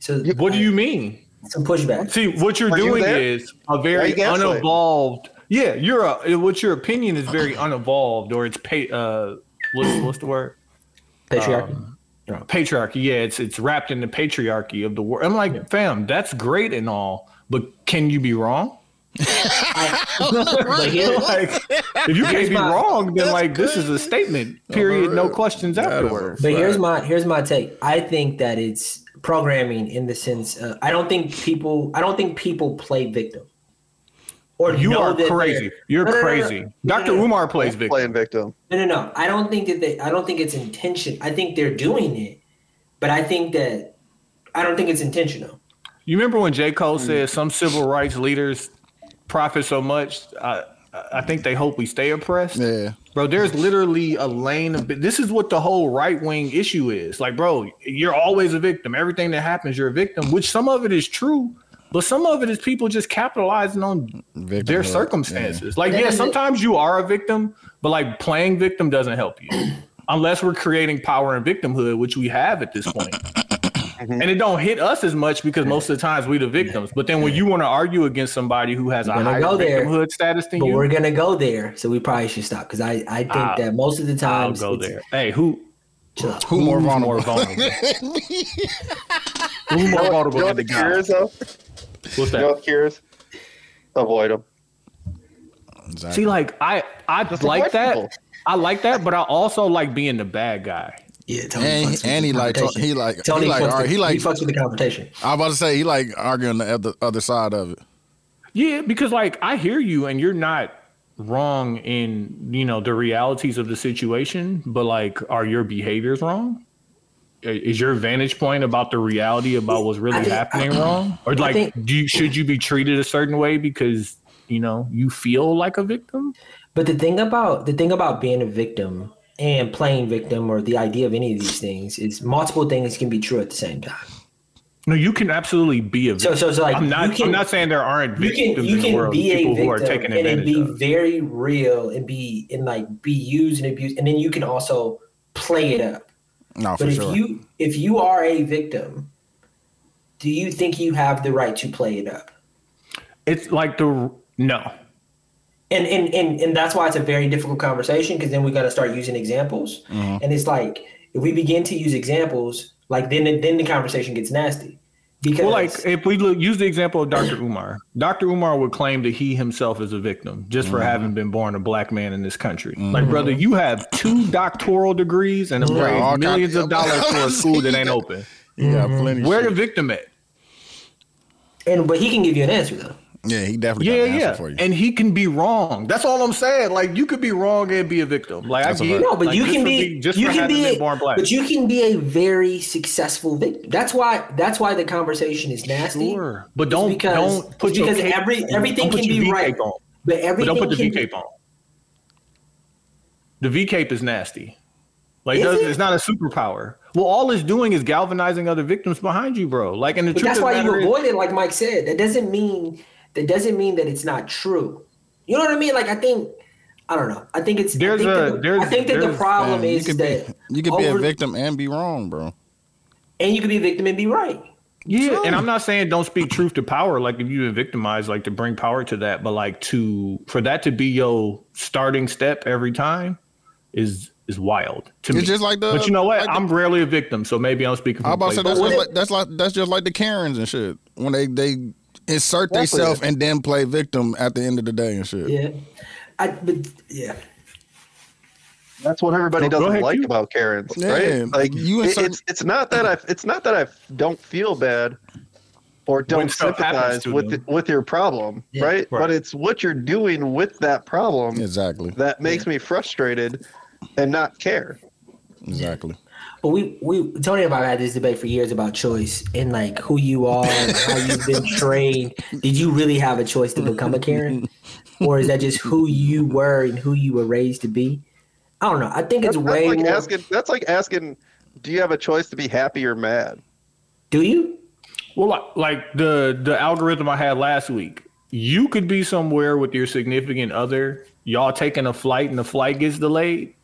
Speaker 2: so
Speaker 1: What do you mean?
Speaker 2: some pushback?
Speaker 1: See, what you're
Speaker 4: Are you
Speaker 1: doing
Speaker 4: there?
Speaker 1: is a
Speaker 4: Why
Speaker 1: very
Speaker 4: you gaslighting?
Speaker 1: unevolved. Yeah, you're a, what your opinion is very unevolved, or it's pa- uh, what's, what's the word?
Speaker 2: Patriarchy.
Speaker 1: Patriarchy. Yeah, it's it's wrapped in the patriarchy of the world. I'm like, fam, that's great and all, but can you be wrong?
Speaker 2: But here-
Speaker 1: Like, if you can't be
Speaker 2: my-
Speaker 1: wrong, then like this is a statement. Period. No questions afterwards.
Speaker 2: But here's my here's my take. I think that it's programming in the sense uh, I don't think people I don't think people play victim. Or
Speaker 1: You
Speaker 2: know
Speaker 1: are
Speaker 2: that they're-
Speaker 1: crazy. You're
Speaker 2: No, no, no, no.
Speaker 1: crazy. Dr.
Speaker 2: No, no, no.
Speaker 1: Umar plays victim.
Speaker 4: Playing victim.
Speaker 2: No, no, no. I don't think that they. I don't think it's intention. I think they're doing it, but I think that I don't think it's intentional.
Speaker 1: You remember when J. Cole said some civil rights leaders profit so much, I, I think they hope we stay oppressed?
Speaker 3: Yeah.
Speaker 1: Bro, there's literally a lane of this is what the whole right wing issue is. Like, bro, you're always a victim. Everything that happens, you're a victim, which some of it is true, but some of it is people just capitalizing on their
Speaker 3: Victimhood,
Speaker 1: circumstances. Like,
Speaker 2: That
Speaker 1: yeah,
Speaker 2: is it.
Speaker 1: sometimes you are a victim, but like playing victim doesn't help you. unless we're creating power and victimhood, which we have at this point. And it don't hit us as much because most of the times we the victims. But then when you want to argue against somebody who has a
Speaker 2: We're gonna
Speaker 1: higher
Speaker 2: go there.
Speaker 1: victimhood status than
Speaker 2: But
Speaker 1: you,
Speaker 2: we're gonna go there, so we probably should stop because I, I think
Speaker 1: I'll-
Speaker 2: that most of the
Speaker 1: I'll
Speaker 2: times
Speaker 1: go
Speaker 2: it's-
Speaker 1: there. Hey, who
Speaker 2: Chill out.
Speaker 3: Who more
Speaker 1: who's
Speaker 3: vulnerable?
Speaker 1: more vulnerable? who more
Speaker 4: You know
Speaker 1: vulnerable than
Speaker 4: what the
Speaker 1: the
Speaker 4: cure
Speaker 1: guy?
Speaker 4: is though?
Speaker 1: What's
Speaker 4: You know
Speaker 1: that?
Speaker 4: what the cure is? Avoid them.
Speaker 3: *laughs* Exactly.
Speaker 1: See, like I, I
Speaker 4: Just
Speaker 1: like
Speaker 4: avoid
Speaker 1: that.
Speaker 4: people.
Speaker 1: I like that, but I also like being the bad guy.
Speaker 2: Yeah, Tony fucks
Speaker 3: and
Speaker 2: with
Speaker 3: and
Speaker 2: the
Speaker 3: he like
Speaker 2: confrontation.
Speaker 3: he like
Speaker 2: Tony
Speaker 3: he like
Speaker 2: fucks
Speaker 3: all right,
Speaker 2: with-
Speaker 3: he like
Speaker 2: fucks with the confrontation.
Speaker 3: I was about to say he like arguing the other, other side of it.
Speaker 1: Yeah, because like I hear you and you're not wrong in, you know, the realities of the situation, but like are your behaviors wrong? I- Is your vantage point about the reality about what's really
Speaker 2: I think-
Speaker 1: happening wrong? Or like
Speaker 2: think-
Speaker 1: do you, should you be treated a certain way because, you know, you feel like a victim?
Speaker 2: But the thing about the thing about being a victim and playing victim or the idea of any of these things is multiple things can be true at the same time.
Speaker 1: No, you can absolutely be a
Speaker 2: So
Speaker 1: victim.
Speaker 2: so so like
Speaker 1: I'm
Speaker 2: you
Speaker 1: not
Speaker 2: can,
Speaker 1: I'm not saying there aren't
Speaker 2: you
Speaker 1: victims
Speaker 2: can you
Speaker 1: in the
Speaker 2: can
Speaker 1: world,
Speaker 2: be a
Speaker 1: people who are
Speaker 2: victim
Speaker 1: taken
Speaker 2: and it
Speaker 1: advantage
Speaker 2: be
Speaker 1: of.
Speaker 2: very real and be and like be used and abused and then you can also play it up.
Speaker 3: No,
Speaker 2: But
Speaker 3: for
Speaker 2: if
Speaker 3: sure.
Speaker 2: you if you are a victim, do you think you have the right to play it up?
Speaker 1: It's like the no.
Speaker 2: and and and, and that's why it's a very difficult conversation because then we got to start using examples
Speaker 1: Mm-hmm.
Speaker 2: and it's like if we begin to use examples like then then the conversation gets nasty because
Speaker 1: Well, like if we look, use the example of Dr. Umar, Dr. Umar would claim that he himself is a victim just
Speaker 3: Mm.
Speaker 1: for having been born a black man in this country. Like, brother, you have two doctoral degrees and have
Speaker 3: Mm-hmm. Yeah,
Speaker 1: raised
Speaker 3: all kinds-
Speaker 1: millions of
Speaker 3: *laughs*
Speaker 1: dollars for a school that ain't open.
Speaker 3: Yeah, plenty.
Speaker 1: Where the
Speaker 3: shit.
Speaker 1: victim at?
Speaker 2: and but he can give you an answer though
Speaker 3: yeah, he definitely
Speaker 1: Yeah,
Speaker 3: got an answer
Speaker 1: yeah.
Speaker 3: for you.
Speaker 1: And he can be wrong. That's all I'm saying. Like, you could be wrong and be a victim. Like,
Speaker 3: That's a
Speaker 1: I get
Speaker 3: fact.
Speaker 2: no but
Speaker 1: like,
Speaker 2: you
Speaker 1: just
Speaker 2: can
Speaker 1: for
Speaker 2: be
Speaker 1: being- just
Speaker 2: you
Speaker 1: for
Speaker 2: can
Speaker 1: having
Speaker 2: be
Speaker 1: been
Speaker 2: a-
Speaker 1: born black.
Speaker 2: but you can be a very successful victim that's why that's why the conversation is nasty
Speaker 1: Sure. But
Speaker 2: It's
Speaker 1: don't
Speaker 2: because-
Speaker 1: don't put
Speaker 2: it's
Speaker 1: your
Speaker 2: because
Speaker 1: cape
Speaker 2: every-
Speaker 1: on.
Speaker 2: everything
Speaker 1: Don't put
Speaker 2: can
Speaker 1: your
Speaker 2: be
Speaker 1: V
Speaker 2: right.
Speaker 1: cape on.
Speaker 2: but
Speaker 1: But
Speaker 2: everything
Speaker 1: don't put the
Speaker 2: can
Speaker 1: V
Speaker 2: be-
Speaker 1: cape on. The V cape is nasty. Like
Speaker 2: Is
Speaker 1: it doesn't-
Speaker 2: it?
Speaker 1: it's not a superpower. Well, all it's doing is galvanizing other victims behind you, bro. Like, and the
Speaker 2: But
Speaker 1: truth
Speaker 2: that's
Speaker 1: of the
Speaker 2: why you
Speaker 1: matter is-
Speaker 2: avoid it, like Mike said. That doesn't mean that doesn't mean that it's not true. You know what I mean? Like I think I don't know. I think it's
Speaker 1: There's
Speaker 2: I think
Speaker 1: a-
Speaker 2: that the,
Speaker 1: there's-
Speaker 2: I think that the
Speaker 1: there's-
Speaker 2: problem
Speaker 3: Man, you
Speaker 2: is
Speaker 3: could be-
Speaker 2: that
Speaker 3: You could be a
Speaker 2: over-
Speaker 3: victim and be wrong, bro.
Speaker 2: and you can be a victim and be right.
Speaker 1: Yeah,
Speaker 3: Sure.
Speaker 1: and I'm not saying don't speak truth to power. Like if you've been victimized, like to bring power to that, but like to for that to be your starting step every time is is wild to me.
Speaker 3: It's just like the-
Speaker 1: but you know what?
Speaker 3: like the-
Speaker 1: I'm rarely a victim, so maybe I'm speaking. From
Speaker 3: I about to say
Speaker 1: a
Speaker 3: that's
Speaker 1: place-
Speaker 3: just like, that's like that's just like the Karens and shit when they they insert
Speaker 4: Exactly.
Speaker 3: themselves and then play victim at the end of the day and shit.
Speaker 2: Yeah. I but yeah.
Speaker 4: That's what everybody
Speaker 1: Go- go
Speaker 4: doesn't
Speaker 1: ahead,
Speaker 4: like
Speaker 1: you-
Speaker 4: about Karens,
Speaker 3: Yeah,
Speaker 4: right? Like
Speaker 3: you
Speaker 4: you
Speaker 3: insert-
Speaker 4: it's it's not that I it's not that I don't feel bad or don't
Speaker 1: stuff happens
Speaker 4: sympathize
Speaker 1: to
Speaker 4: with
Speaker 1: them.
Speaker 4: with your problem,
Speaker 2: Yeah,
Speaker 4: right?
Speaker 1: right.
Speaker 4: But it's what you're doing with that problem
Speaker 3: Exactly.
Speaker 4: that makes me frustrated and not care.
Speaker 3: Exactly.
Speaker 2: But we we Tony and I had this debate for years about choice and like who you are, and how you've been trained. Did you really have a choice to become a Karen, or is that just who you were and who you were raised to be? I don't know. I think it's
Speaker 4: That's, that's
Speaker 2: way
Speaker 4: like
Speaker 2: more.
Speaker 4: asking that's like asking do you have a choice to be happy or mad?
Speaker 2: Do you?
Speaker 1: Well, like, like the the algorithm I had last week, you could be somewhere with your significant other, y'all taking a flight, and the flight gets delayed,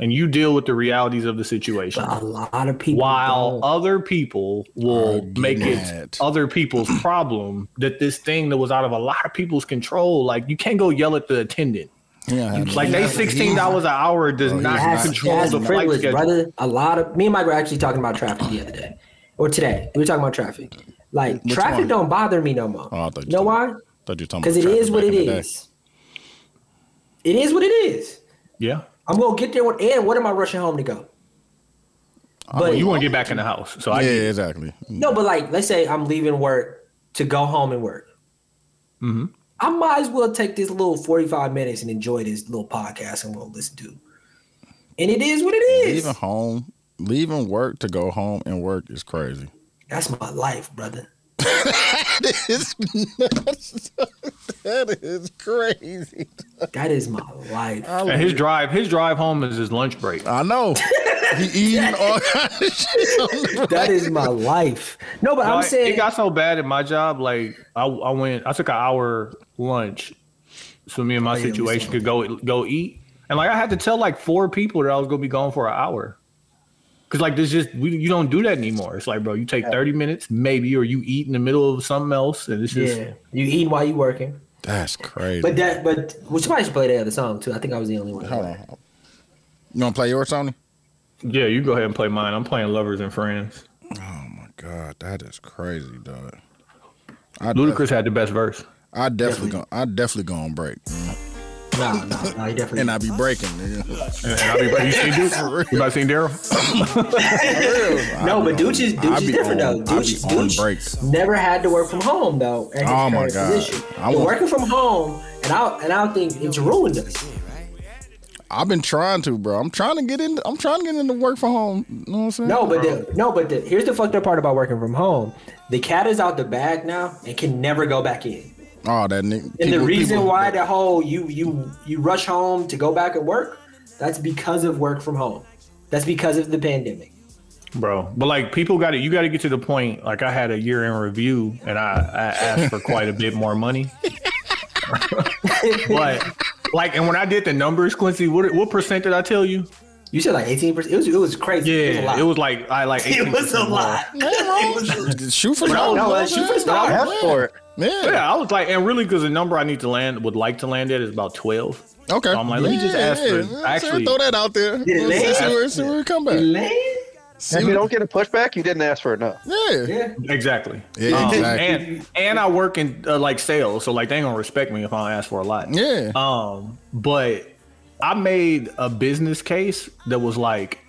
Speaker 1: and you deal with the realities of the situation.
Speaker 2: But a lot of people.
Speaker 1: While
Speaker 2: don't.
Speaker 1: other people will
Speaker 3: Are
Speaker 1: make
Speaker 3: mad.
Speaker 1: it other
Speaker 3: *clears throat*
Speaker 1: people's problem that this thing that was out of a lot of people's control, like you can't go yell at the attendant.
Speaker 3: Yeah.
Speaker 1: Like they sixteen dollars an hour does
Speaker 3: Bro,
Speaker 1: not
Speaker 3: he's
Speaker 2: that's,
Speaker 1: control
Speaker 2: that's
Speaker 1: the flight
Speaker 2: privilege,
Speaker 1: schedule.
Speaker 2: brother. A lot of me and Mike were actually talking about traffic the other day, or today. We were talking about traffic. Like
Speaker 3: Which
Speaker 2: traffic
Speaker 3: one?
Speaker 2: don't bother me no more.
Speaker 3: Oh, I thought you
Speaker 2: you know
Speaker 3: were
Speaker 2: why?
Speaker 3: talking- Thought you were talking
Speaker 2: Because it
Speaker 3: about
Speaker 2: is
Speaker 3: traffic
Speaker 2: what
Speaker 3: back
Speaker 2: it
Speaker 3: in the day.
Speaker 2: is. It is what it is.
Speaker 1: Yeah.
Speaker 2: I'm gonna get there. When, and what am I rushing home to go? But
Speaker 1: You want to get back in the house. So I
Speaker 3: Yeah,
Speaker 1: get it.
Speaker 3: exactly.
Speaker 2: no, but like, let's say I'm leaving work to go home and work.
Speaker 3: Mm-hmm.
Speaker 1: Mhm.
Speaker 2: I might as well take this little 45 minutes and enjoy this little podcast I'm gonna listen to. And it is what it is.
Speaker 3: Leaving home, leaving work to go home and work is crazy.
Speaker 2: That's my life, brother.
Speaker 3: that is that is crazy.
Speaker 2: That is my life.
Speaker 1: And his drive his drive home is his lunch break.
Speaker 3: I know. he eating all kinds of shit. on the-
Speaker 2: That is my life. No, but I'm
Speaker 1: Like,
Speaker 2: saying
Speaker 1: it got so bad at my job. Like I, I went, I took an hour lunch, so me and my
Speaker 2: Oh, yeah, we
Speaker 1: situation
Speaker 2: saw
Speaker 1: could go go eat. And like I had to tell like four people that I was gonna be gone for an hour. Cause like this just we, you don't do that anymore. It's like, bro, you take thirty minutes maybe, or you eat in the middle of something else, and it's just
Speaker 2: Yeah, you eating while you working.
Speaker 3: That's crazy.
Speaker 2: But that, but well, somebody should play that other song too. I think I was the only one.
Speaker 3: Hold on. You want to play yours, Tony?
Speaker 1: yeah. You go ahead and play mine. I'm playing Lovers and Friends.
Speaker 3: Oh my god, that is crazy, dog.
Speaker 1: Ludacris had the best verse.
Speaker 3: I definitely, gon' I definitely gonna break,
Speaker 2: Nah, nah, nah, you definitely.
Speaker 3: and
Speaker 2: *laughs*
Speaker 3: I be breaking. Nigga.
Speaker 1: And I'll be you seen Duke? You about seen Daryl?
Speaker 2: no, but Dooch is
Speaker 3: I
Speaker 2: Dooch is
Speaker 3: be
Speaker 2: different
Speaker 3: on-
Speaker 2: though.
Speaker 3: I
Speaker 2: Dooch,
Speaker 3: be on
Speaker 2: Dooch
Speaker 3: breaks.
Speaker 2: never had to work from home though. At his
Speaker 3: Oh, my
Speaker 2: current
Speaker 3: God.
Speaker 2: Position.
Speaker 3: I
Speaker 2: But
Speaker 3: want-
Speaker 2: working from home, and I and I think it's ruined us.
Speaker 3: I've been trying to, bro. I'm trying to get in. I'm trying to get into work from home. You know what I'm saying?
Speaker 2: No, but the, no, but the, here's the fucked up part about working from home: the cat is out the bag now and can never go back in.
Speaker 3: Oh, that nigga.
Speaker 2: And the
Speaker 3: people-
Speaker 2: reason
Speaker 3: people-
Speaker 2: why the whole you you you rush home to go back and work, that's because of work from home. That's because of the pandemic.
Speaker 1: bro. But like people got to You got to get to the point. Like I had a year in review, and I, I asked for quite a bit more money. *laughs* but like, and when I did the numbers, Quincy, what what percent did I tell you?
Speaker 2: You said like eighteen percent. It was it was crazy.
Speaker 1: Yeah, it
Speaker 2: it was
Speaker 1: was like I like.
Speaker 2: a lot. *laughs* It was a
Speaker 1: 18% more.
Speaker 2: lot.
Speaker 3: *laughs* shoot for
Speaker 2: No,
Speaker 3: dollars,
Speaker 2: no,
Speaker 3: you know
Speaker 2: shoot
Speaker 3: what
Speaker 2: for
Speaker 3: I'm
Speaker 2: stars.
Speaker 3: saying?
Speaker 4: Ask for it.
Speaker 3: Yeah.
Speaker 1: Yeah, I was like, and really, because the number I need to land would like to land at is about twelve.
Speaker 3: Okay.
Speaker 1: So I'm like, let me just ask for- actually-
Speaker 3: throw that out there.
Speaker 2: Yeah,
Speaker 3: Let's see
Speaker 2: yeah.
Speaker 3: where, see where we come back.
Speaker 2: Lame.
Speaker 3: See
Speaker 4: If you
Speaker 3: what-
Speaker 4: don't get a pushback, you didn't ask for enough.
Speaker 3: yeah.
Speaker 2: Yeah.
Speaker 1: Exactly.
Speaker 3: Yeah,
Speaker 1: Um,
Speaker 3: exactly.
Speaker 1: And and I work in uh, like sales, so like they ain't gonna respect me if I don't ask for a lot.
Speaker 3: Yeah.
Speaker 1: Um, but I made a business case that was like,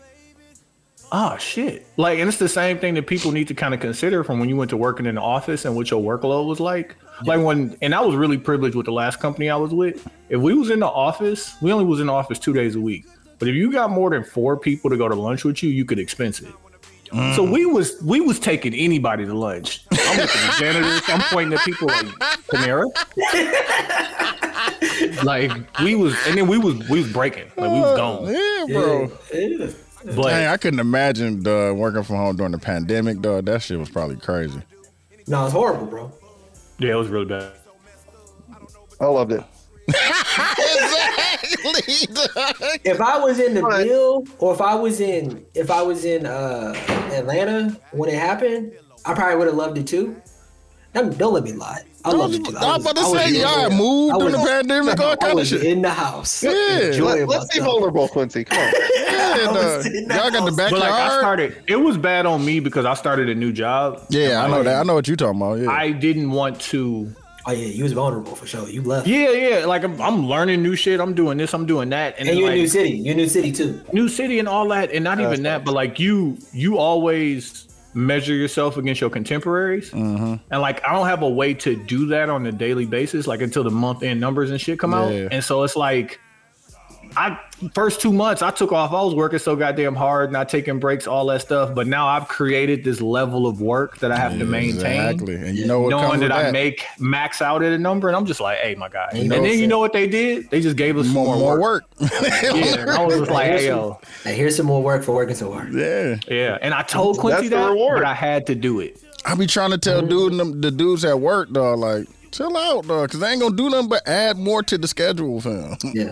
Speaker 1: oh shit. Like, and it's the same thing that people need to kind of consider from when you went to working in the office and what your workload was like. Like when and I was really privileged with the last company I was with. If we was in the office, we only was in the office two days a week. But if you got more than four people to go to lunch with you, you could expense it. So we was we was taking anybody to lunch. I'm looking at janitors. I'm pointing at people like Panera. like we was, and then we was we was breaking. Like we was gone.
Speaker 3: Yeah, bro.
Speaker 1: But
Speaker 3: Dang, Uh, I couldn't imagine the working from home during the pandemic, dog. That shit was probably
Speaker 4: *laughs*
Speaker 3: crazy.
Speaker 2: No, it's horrible, bro.
Speaker 1: yeah, it was really bad.
Speaker 4: I loved it.
Speaker 2: If I was in the
Speaker 4: All right.
Speaker 2: bill, or if I was in if I was in uh Atlanta when it happened, I probably would have loved it too. Don't, don't let me lie. I
Speaker 3: Don't-
Speaker 2: loved it too.
Speaker 3: *laughs* I was about to say,
Speaker 2: in
Speaker 3: y'all
Speaker 2: there.
Speaker 3: moved
Speaker 2: I
Speaker 3: during the
Speaker 2: was-
Speaker 3: pandemic, all
Speaker 2: I
Speaker 3: kinda
Speaker 2: was
Speaker 3: shit.
Speaker 2: In the house.
Speaker 3: Yeah.
Speaker 2: Enjoying
Speaker 4: Let, let's be
Speaker 2: myself.
Speaker 4: vulnerable, Quincy. Come
Speaker 3: *laughs*
Speaker 4: on.
Speaker 3: Yeah,
Speaker 2: was
Speaker 3: dog.
Speaker 2: in the
Speaker 3: Y'all got the
Speaker 2: house.
Speaker 3: backyard.
Speaker 1: But like I started, it was bad on me because I started a new job.
Speaker 3: yeah, I know that. I know what you talking about. Yeah.
Speaker 1: I didn't want to.
Speaker 2: Oh yeah, you was vulnerable for sure. You left.
Speaker 1: Yeah, yeah. Like I'm, I'm learning new shit. I'm doing this. I'm doing that. And,
Speaker 2: And
Speaker 1: then,
Speaker 2: you're
Speaker 1: like,
Speaker 2: a new city. You're a new city too.
Speaker 1: new city and all that and not even that but like you you always measure yourself against your contemporaries
Speaker 3: Mm-hmm.
Speaker 1: and like i don't have a way to do that on a daily basis like until the month end numbers and shit come
Speaker 3: Yeah.
Speaker 1: out and so it's like i first two months i took off i was working so goddamn hard not taking breaks all that stuff but now i've created this level of work that i have to maintain
Speaker 3: Exactly. And you know what comes
Speaker 1: knowing
Speaker 3: with
Speaker 1: that,
Speaker 3: that?
Speaker 1: i make max out at a number and i'm just like hey my guy and
Speaker 3: know-
Speaker 1: then you know what they did they just gave us
Speaker 3: more,
Speaker 1: more,
Speaker 3: more
Speaker 1: work,
Speaker 3: work. *laughs*
Speaker 1: Yeah, and i was just like hey yo
Speaker 2: Now here's some more work for working so hard.
Speaker 3: yeah.
Speaker 1: yeah, and I told Quincy
Speaker 4: the
Speaker 1: that,
Speaker 4: reward.
Speaker 1: but I had to do it.
Speaker 3: I be trying to tell dude and them, the dudes at work, dog, like, chill out, dog, because they ain't gonna do nothing but add more to the schedule, fam. *laughs*
Speaker 2: Yeah.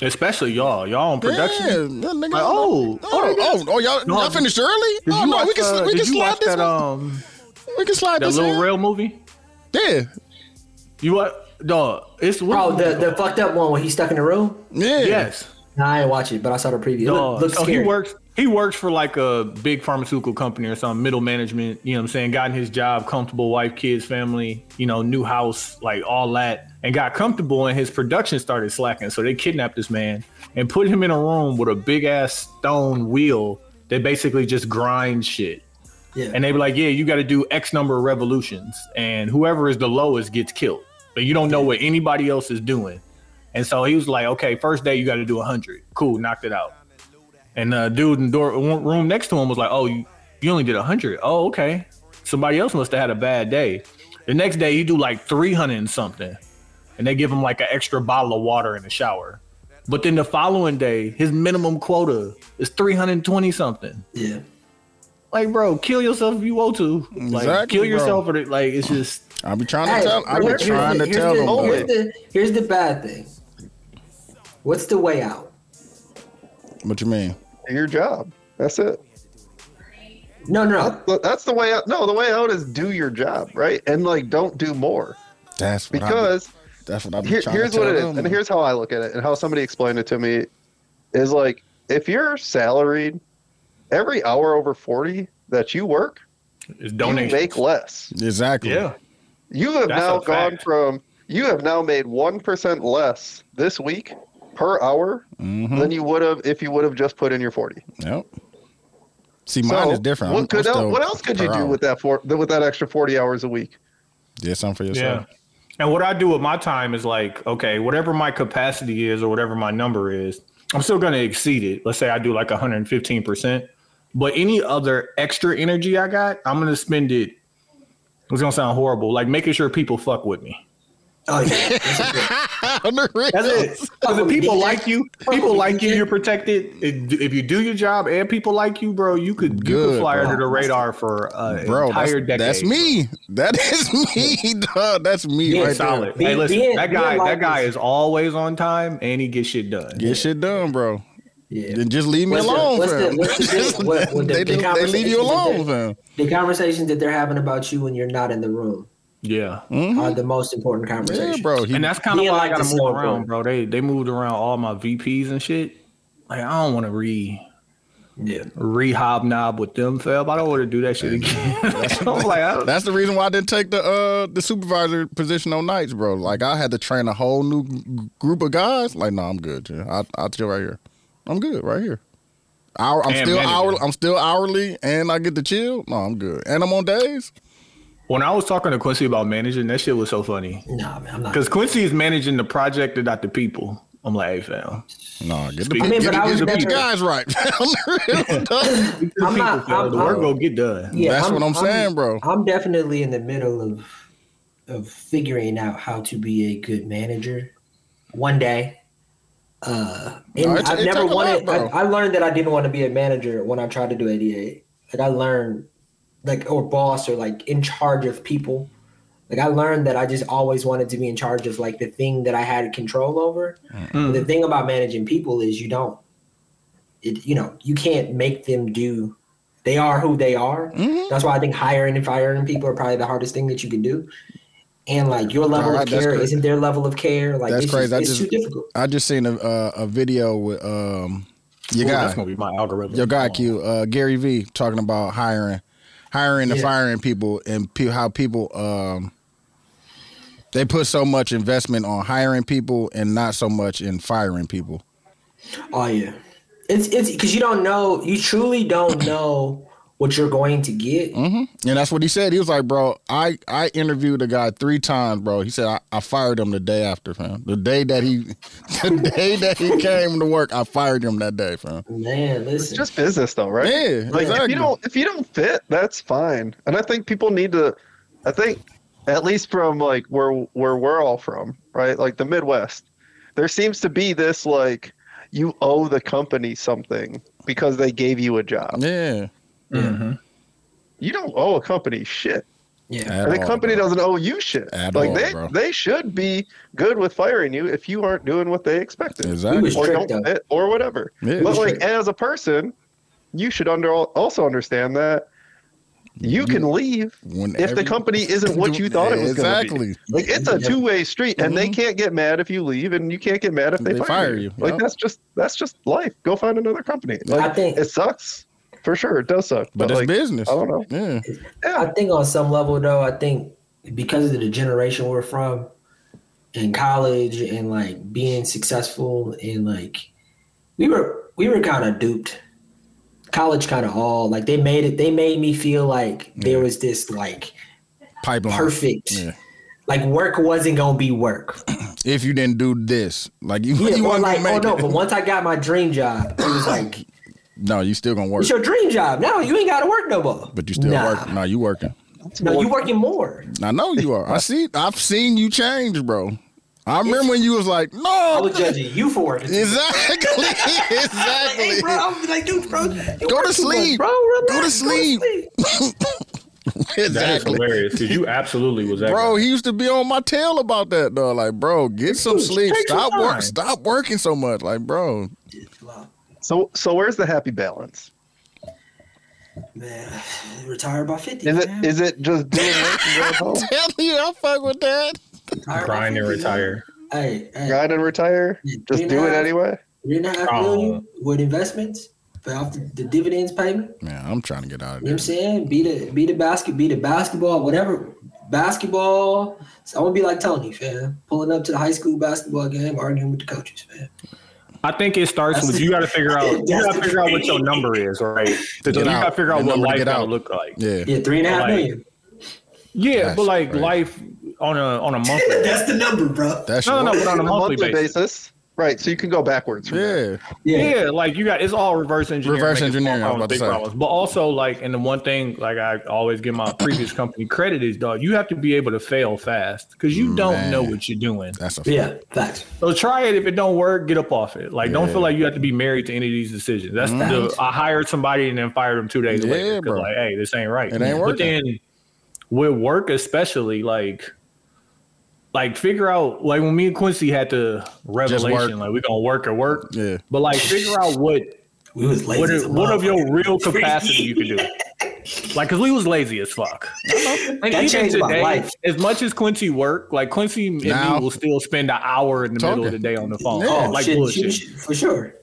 Speaker 1: Especially y'all, y'all on production.
Speaker 3: Yeah, that nigga,
Speaker 1: Like, oh,
Speaker 3: oh, oh, oh, y'all,
Speaker 1: No,
Speaker 3: y'all finished early?
Speaker 1: Did
Speaker 3: Oh
Speaker 1: you
Speaker 3: no,
Speaker 1: watch,
Speaker 3: we can
Speaker 1: uh,
Speaker 3: we
Speaker 1: did
Speaker 3: can
Speaker 1: you
Speaker 3: slide
Speaker 1: watch
Speaker 3: this.
Speaker 1: that
Speaker 3: in.
Speaker 1: um
Speaker 3: we can slide
Speaker 1: that
Speaker 3: this.
Speaker 1: little
Speaker 3: in.
Speaker 1: rail movie?
Speaker 3: yeah,
Speaker 1: You what? Dog, it's what?
Speaker 2: Bro, the, the fucked up one when he's stuck in the room.
Speaker 3: yeah,
Speaker 1: yes,
Speaker 2: Nah, I ain't watch it, but I saw the preview. It
Speaker 1: dog.
Speaker 2: look, looks
Speaker 3: Oh,
Speaker 1: so
Speaker 2: scary.
Speaker 1: he works. He works for like a big pharmaceutical company or some middle management. You know what I'm saying? Got in his job, comfortable, wife, kids, family. You know, new house, like all that, and got comfortable. And his production started slacking, so they kidnapped this man and put him in a room with a big ass stone wheel that basically just grinds shit.
Speaker 2: Yeah.
Speaker 1: and they be like, "Yeah, you got to do X number of revolutions, and whoever is the lowest gets killed." But you don't know what anybody else is doing, and so he was like, "Okay, first day you got to do hundred. Cool, knocked it out." And the dude in the door room next to him was like, "Oh, you, you only did hundred. Oh, okay. Somebody else must have had a bad day." The next day you do like three hundred and something, and they give him like an extra bottle of water in the shower. But then the following day, his minimum quota is three hundred twenty something.
Speaker 2: yeah.
Speaker 1: Like, bro, kill yourself if you want to. Like,
Speaker 3: Exactly,
Speaker 1: kill
Speaker 3: bro.
Speaker 1: yourself or the- like, it's just
Speaker 3: I be trying to
Speaker 2: Hey,
Speaker 3: tell. I be
Speaker 2: here's
Speaker 3: trying
Speaker 2: the-
Speaker 3: to
Speaker 2: here's
Speaker 3: tell
Speaker 2: the-
Speaker 3: them.
Speaker 2: Here's
Speaker 3: dog.
Speaker 2: the, here's the bad thing. What's the way out?
Speaker 3: What you mean?
Speaker 4: Do your job. That's it.
Speaker 2: No, no.
Speaker 4: That's, that's the way out. No, the way out is do your job, right? And like, don't do more.
Speaker 3: That's what I be-
Speaker 4: Because
Speaker 3: that's what I'm
Speaker 4: here,
Speaker 3: trying
Speaker 4: here's
Speaker 3: to tell
Speaker 4: what it is,
Speaker 3: them.
Speaker 4: and here's how I look at it, and how somebody explained it to me is like if you're salaried, every hour over forty that you work,
Speaker 1: It's
Speaker 4: you
Speaker 1: donation.
Speaker 4: make less.
Speaker 3: exactly.
Speaker 1: Yeah.
Speaker 4: You have
Speaker 1: That's
Speaker 4: now
Speaker 1: a
Speaker 4: gone
Speaker 1: fact.
Speaker 4: from you have now made one percent less this week per hour
Speaker 3: Mhm.
Speaker 4: than you would have if you would have just put in your forty.
Speaker 3: Yep. See, mine
Speaker 4: So,
Speaker 3: is different.
Speaker 4: What,
Speaker 3: I'm-
Speaker 4: could
Speaker 3: I'm
Speaker 4: el-
Speaker 3: still
Speaker 4: what else could you
Speaker 3: per
Speaker 4: do
Speaker 3: hour.
Speaker 4: with that for with that extra forty hours a week?
Speaker 3: Did something for yourself.
Speaker 1: Yeah.
Speaker 3: *laughs*
Speaker 1: And what I do with my time is like, okay, whatever my capacity is or whatever my number is, I'm still going to exceed it. Let's say I do like 115%. But any other extra energy I got, I'm going to spend it. It's going to sound horrible. Like making sure people fuck with me.
Speaker 2: Oh, *laughs* yeah.
Speaker 3: On the real.
Speaker 1: That's *laughs* it. Because if people like you, people like you, you're protected. If if you do your job and people like you, bro, you could, you
Speaker 3: Good,
Speaker 1: could fly
Speaker 3: bro.
Speaker 1: under the radar for an
Speaker 3: Bro, that's,
Speaker 1: entire decade.
Speaker 3: that's me. That is *laughs* me, dog. That's me
Speaker 2: Yeah,
Speaker 3: right
Speaker 1: Solid.
Speaker 3: there.
Speaker 1: hey,
Speaker 2: Being-
Speaker 1: listen,
Speaker 2: being-
Speaker 1: that guy,
Speaker 2: being like
Speaker 1: that guy
Speaker 2: this-
Speaker 1: is always on time and he gets shit done.
Speaker 3: Get shit done, bro.
Speaker 2: Yeah.
Speaker 3: Then just leave me
Speaker 2: What's the-
Speaker 3: alone,
Speaker 2: what's
Speaker 3: fam.
Speaker 2: the- what's the thing? What- what the-
Speaker 3: *laughs* they,
Speaker 2: the
Speaker 3: do- they leave you
Speaker 2: conversation that
Speaker 3: alone, fam.
Speaker 2: The conversations that they're having about you when you're not in the room
Speaker 1: Yeah.
Speaker 2: are the most important conversations.
Speaker 3: Mm-hmm. Yeah, bro. He,
Speaker 1: And that's kind of
Speaker 2: Being
Speaker 1: why I
Speaker 2: like
Speaker 1: gotta
Speaker 2: the
Speaker 1: move
Speaker 2: slow
Speaker 1: around, bro. They they moved around all my VPs and shit. Like I don't want to re
Speaker 2: Yeah.
Speaker 1: re hobnob with them, fam. I don't want to do that shit again. *laughs* I'm like, I don't-
Speaker 3: That's the reason why I didn't take the uh the supervisor position on nights, bro. Like I had to train a whole new g- group of guys. Like, no, I'm good. Yeah. I I'll chill right here. I'm good right here. Hour, I'm
Speaker 1: And
Speaker 3: still
Speaker 1: manager.
Speaker 3: hourly. I'm still hourly, and I get to chill. No, I'm good, and I'm on days.
Speaker 1: when I was talking to Quincy about managing, that shit was so funny
Speaker 2: Nah, man, I'm not.
Speaker 1: because Quincy is managing the project and not the people. I'm like, hey, fam.
Speaker 3: No, get the,
Speaker 1: Speaking-
Speaker 3: get,
Speaker 1: I mean,
Speaker 3: the-
Speaker 1: but I
Speaker 3: get,
Speaker 1: was
Speaker 3: the
Speaker 1: better-
Speaker 3: guys right. *laughs*
Speaker 1: The people,
Speaker 2: not-
Speaker 1: fam.
Speaker 2: I'm-
Speaker 1: the work
Speaker 2: I'm-
Speaker 1: go get done.
Speaker 2: *laughs* Yeah,
Speaker 3: That's what I'm saying, bro.
Speaker 2: I'm definitely in the middle of of figuring out how to be a good manager one day. Uh, and
Speaker 3: No, it ta-
Speaker 2: I've
Speaker 3: it
Speaker 2: never
Speaker 3: take a lot,
Speaker 2: wanted.
Speaker 3: bro.
Speaker 2: I, I learned that I didn't want to be a manager when I tried to do 88. Like I learned, like or boss or like in charge of people. Like I learned that I just always wanted to be in charge of like the thing that I had control over.
Speaker 1: Mm-hmm. Mm.
Speaker 2: But the thing about managing people is you don't it you know you can't make them do they are who they are
Speaker 3: Mm-hmm.
Speaker 2: that's why i think hiring and firing people are probably the hardest thing that you can do and like your level
Speaker 3: Nah,
Speaker 2: of
Speaker 3: that's
Speaker 2: care
Speaker 3: crazy.
Speaker 2: isn't their level of care like
Speaker 3: That's
Speaker 2: it's,
Speaker 3: crazy. I
Speaker 2: Just, it's
Speaker 3: just-
Speaker 2: too difficult
Speaker 3: I just seen a uh, a video with um your
Speaker 1: Ooh,
Speaker 3: guy,
Speaker 1: that's gonna be my algorithm.
Speaker 3: your guy
Speaker 1: Come on.
Speaker 3: Q, uh, Gary V, talking about hiring, hiring and
Speaker 2: Yeah.
Speaker 3: firing people, and pe- how people um they put so much investment on hiring people and not so much in firing people.
Speaker 2: oh yeah it's it's because you don't know you truly
Speaker 3: *clears throat*
Speaker 2: don't know what you're going to get
Speaker 3: And that's what he said. He was like, "Bro, I I interviewed a guy three times, bro. He said I, I fired him the day after, fam. The day that he, *laughs* the day that he came to work, I fired him that day, fam.
Speaker 2: man listen
Speaker 4: It's just business, though, right?
Speaker 3: Yeah,
Speaker 4: Like if
Speaker 3: exactly.
Speaker 4: you don't if you don't fit, that's fine. And I think people need to I think at least from like where where we're all from, right? Like the Midwest. There seems to be this like you owe the company something because they gave you a job.
Speaker 3: yeah,
Speaker 1: Mm-hmm.
Speaker 4: You don't owe a company shit.
Speaker 2: yeah
Speaker 3: At
Speaker 4: And the
Speaker 3: all,
Speaker 4: company
Speaker 3: bro.
Speaker 4: doesn't owe you shit.
Speaker 3: At
Speaker 4: like
Speaker 3: all,
Speaker 4: they
Speaker 3: bro.
Speaker 4: they should be good with firing you if you aren't doing what they expected.
Speaker 3: Exactly.
Speaker 2: He was
Speaker 4: Or
Speaker 2: tricked
Speaker 4: don't
Speaker 2: up.
Speaker 4: fit or whatever.
Speaker 3: Yeah.
Speaker 4: But like as a person, you should under also understand that you can leave
Speaker 3: When
Speaker 4: if the
Speaker 3: every-
Speaker 4: company isn't what you thought it was
Speaker 3: exactly.
Speaker 4: going to be. Like it's a two-way street and they can't get mad if you leave and you can't get mad if they, fire, you. Like
Speaker 3: Yep.
Speaker 4: that's just that's just life. Go find another company. Like
Speaker 2: I think-
Speaker 4: it sucks. For sure, it does suck.
Speaker 3: But, it's
Speaker 4: like,
Speaker 3: business.
Speaker 4: I don't know.
Speaker 3: Yeah.
Speaker 2: I think on some level though, I think because of the generation we're from in college and like being successful and like we were we were kind of duped. College kind of all like they made it they made me feel like there was this like
Speaker 3: Pipeline.
Speaker 2: perfect
Speaker 3: Yeah.
Speaker 2: like work wasn't going to be work.
Speaker 3: If you didn't do this, like *laughs* you, *laughs*
Speaker 2: Yeah,
Speaker 3: you
Speaker 2: or
Speaker 3: wasn't
Speaker 2: like
Speaker 3: gonna
Speaker 2: oh
Speaker 3: make
Speaker 2: no,
Speaker 3: it.
Speaker 2: but once I got my dream job, it was
Speaker 3: *coughs*
Speaker 2: like
Speaker 3: No, you still gonna work,
Speaker 2: it's your dream job. Now you ain't got to work no more.
Speaker 3: but you still
Speaker 2: Nah.
Speaker 3: work. No, you working.
Speaker 2: No, you working more.
Speaker 3: I know you are. I see. I've seen you change, bro. I remember when you was like,
Speaker 2: I
Speaker 3: no,
Speaker 2: was judging you for working. too
Speaker 3: exactly, *laughs*
Speaker 2: Hey, bro,
Speaker 3: exactly.
Speaker 2: I'm like, dude, bro, you
Speaker 3: Go
Speaker 2: work
Speaker 3: to
Speaker 2: too much,
Speaker 3: sleep.
Speaker 2: bro.
Speaker 3: Go to
Speaker 2: Relax.
Speaker 3: sleep.
Speaker 1: That is
Speaker 3: exactly.
Speaker 1: hilarious because you absolutely
Speaker 3: *laughs*
Speaker 1: was that.
Speaker 3: Bro,
Speaker 1: guy.
Speaker 3: he used to be on my tail about that though. Like, bro, get some sleep.
Speaker 1: take some
Speaker 3: Stop work.
Speaker 1: time.
Speaker 3: Stop working so much. Like, bro, *laughs*
Speaker 4: So so where's the happy balance?
Speaker 2: Man, retire by fifty.
Speaker 4: Is
Speaker 2: man.
Speaker 4: it is it just doing work and going home?
Speaker 3: tell you, I fuck with that.
Speaker 2: Retire by
Speaker 1: grind
Speaker 3: *laughs*
Speaker 1: and
Speaker 2: 50, man.
Speaker 1: retire.
Speaker 2: Hey, hey,
Speaker 4: Grind and retire? Just do it anyway?
Speaker 2: Three and a half
Speaker 1: Oh.
Speaker 2: million with investments, pay off the, the dividends payment.
Speaker 3: Man, I'm trying to get out of
Speaker 2: You know what
Speaker 3: there.
Speaker 2: I'm saying? Be the be the basket, be the basketball, whatever basketball. So I'm gonna be like Tony, fam, pulling up to the high school basketball game, arguing with the coaches, fam.
Speaker 1: I think it starts
Speaker 2: That's
Speaker 1: with
Speaker 2: the-
Speaker 1: you got to figure
Speaker 3: *laughs*
Speaker 1: out. You
Speaker 2: That's
Speaker 1: got to
Speaker 2: the
Speaker 1: figure out what
Speaker 2: thing.
Speaker 1: your number is, right? You
Speaker 3: get
Speaker 1: got to
Speaker 3: out.
Speaker 1: figure out
Speaker 3: Your
Speaker 1: what
Speaker 3: number to
Speaker 1: life
Speaker 3: get
Speaker 1: got to
Speaker 3: out.
Speaker 1: look like.
Speaker 3: Yeah.
Speaker 2: Yeah, three and a half
Speaker 1: Like-
Speaker 2: million.
Speaker 1: Yeah,
Speaker 3: That's
Speaker 1: but like
Speaker 3: crazy.
Speaker 1: life on a on a monthly.
Speaker 2: That's the number, bro.
Speaker 3: That's
Speaker 1: no, no, no,
Speaker 3: your-
Speaker 1: but
Speaker 3: *laughs*
Speaker 1: on a monthly basis.
Speaker 4: Right. So you can go backwards from that.
Speaker 3: Yeah.
Speaker 1: Yeah. like you got it's all reverse engineering.
Speaker 3: Reverse
Speaker 1: making small
Speaker 3: engineering, I
Speaker 1: problems,
Speaker 3: was about to
Speaker 1: big
Speaker 3: say.
Speaker 1: problems. But also, like, and the one thing, like, I always give my previous company credit is, dog, you have to be able to fail fast because you don't know
Speaker 3: Man.
Speaker 1: what you're doing.
Speaker 3: That's a fact.
Speaker 2: Yeah, facts.
Speaker 1: So try it. If it don't work, get up off it. Like, don't
Speaker 3: Yeah. Mm.
Speaker 1: feel like you have to be married to any of these decisions. That's the I hired somebody and then fired them two days
Speaker 3: Yeah,
Speaker 1: later
Speaker 3: bro.
Speaker 1: because like, hey, this ain't right.
Speaker 3: It ain't
Speaker 1: But
Speaker 3: working.
Speaker 1: then with work, especially like. Like figure out like when me and Quincy had the revelation like we gonna work or work
Speaker 3: Yeah.
Speaker 1: but like figure out what
Speaker 2: We was lazy.
Speaker 1: what
Speaker 2: as
Speaker 1: is,
Speaker 2: a
Speaker 1: what of your
Speaker 2: motherfucker. *laughs*
Speaker 1: real capacity you can do like because we was lazy as fuck like,
Speaker 2: Uh-huh. That changed my life.
Speaker 1: as much as quincy worked like quincy and
Speaker 3: Now-
Speaker 1: me will still spend an hour in the middle of the
Speaker 3: Talking.
Speaker 1: day on the phone
Speaker 3: Yeah.
Speaker 2: Oh,
Speaker 1: like
Speaker 2: shit,
Speaker 1: bullshit
Speaker 2: shit, shit, for sure.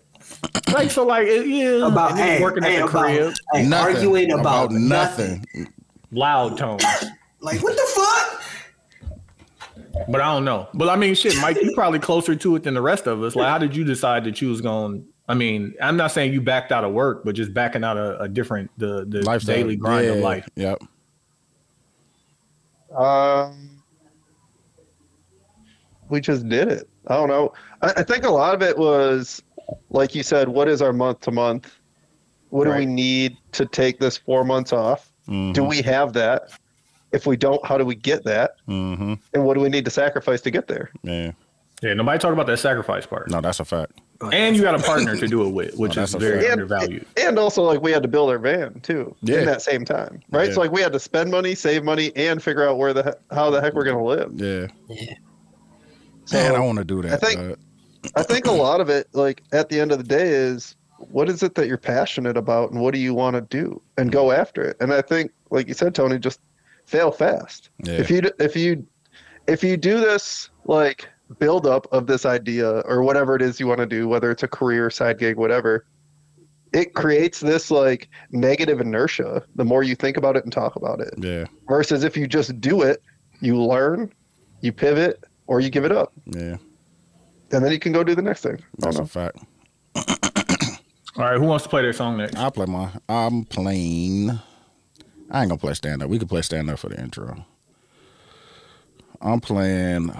Speaker 1: like so like it, yeah
Speaker 2: About
Speaker 1: and then
Speaker 2: hey,
Speaker 1: working
Speaker 2: hey,
Speaker 1: at the
Speaker 2: about,
Speaker 1: crib
Speaker 2: hey,
Speaker 3: Nothing.
Speaker 2: arguing about, nothing.
Speaker 3: nothing.
Speaker 1: loud tones
Speaker 2: Like what the fuck?
Speaker 1: but i don't know but i mean shit mike you probably closer to it than the rest of us like how did you decide that you was going I mean, I'm not saying you backed out of work, but just backing out of a different the the
Speaker 3: Lifestyle.
Speaker 1: daily grind of
Speaker 3: Yeah.
Speaker 1: life.
Speaker 3: Yep.
Speaker 4: Um, we just did it. I don't know. I, I think a lot of it was, like you said, what is our month to month? What do we
Speaker 1: Right.
Speaker 4: need to take this four months off?
Speaker 3: Mm-hmm.
Speaker 4: Do we have that? If we don't, how do we get that?
Speaker 3: Mm-hmm.
Speaker 4: And what do we need to sacrifice to get there?
Speaker 3: Yeah.
Speaker 1: Yeah, nobody talk about that sacrifice part.
Speaker 3: No, that's a fact.
Speaker 1: and you got a partner to do it with, which
Speaker 3: Oh,
Speaker 1: is
Speaker 3: that's a
Speaker 1: very
Speaker 3: fact.
Speaker 1: undervalued.
Speaker 4: And also, like, we had to build our van too
Speaker 3: Yeah.
Speaker 4: in that same time, right?
Speaker 3: Yeah.
Speaker 4: So, like, we had to spend money, save money, and figure out where the he- how the heck we're gonna live.
Speaker 3: Yeah.
Speaker 4: So,
Speaker 3: Man, I want to do that.
Speaker 4: I think-
Speaker 3: dog.
Speaker 4: I think a lot of it, like at the end of the day, is what is it that you're passionate about and what do you want to do and go after it. And I think, like you said, Tony, just fail fast.
Speaker 3: Yeah.
Speaker 4: If you if you if you do this like build up of this idea or whatever it is you want to do, whether it's a career, side gig, whatever, it creates this like negative inertia. The more you think about it and talk about it,
Speaker 3: yeah.
Speaker 4: versus if you just do it, you learn, you pivot, or you give it up,
Speaker 3: Yeah.
Speaker 4: and then you can go do the next thing. I
Speaker 3: That's
Speaker 4: don't
Speaker 3: a
Speaker 4: know.
Speaker 3: fact.
Speaker 1: All right, who wants to play their song next?
Speaker 3: I'll play mine. I'm playing. I ain't gonna play stand up. We can play stand up for the intro. I'm playing.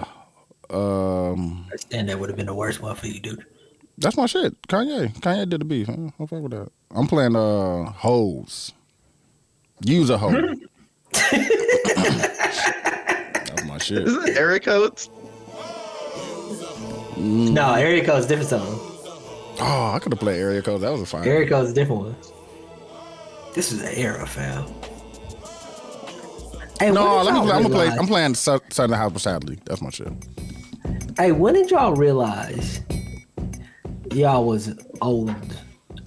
Speaker 3: Um,
Speaker 2: And that would have been the worst one for you, dude.
Speaker 3: that's my shit. Kanye. Kanye did the beef. Huh? I'll fuck with that. I'm playing uh hoes. Use a hoe. that's my shit.
Speaker 4: *laughs* Isn't it Eric Oates?
Speaker 3: Mm.
Speaker 2: No, Eric Cole's different song.
Speaker 3: Oh, I could have played area code. That was a fire.
Speaker 2: Eric Cole's a different one. This is an era, fam. Hey,
Speaker 3: No,
Speaker 2: when did y'all
Speaker 3: let me. Play, I'm gonna play.
Speaker 2: realize-
Speaker 3: I'm playing Su- Southern House Sadly. That's my shit.
Speaker 2: Hey, when did y'all realize y'all was old?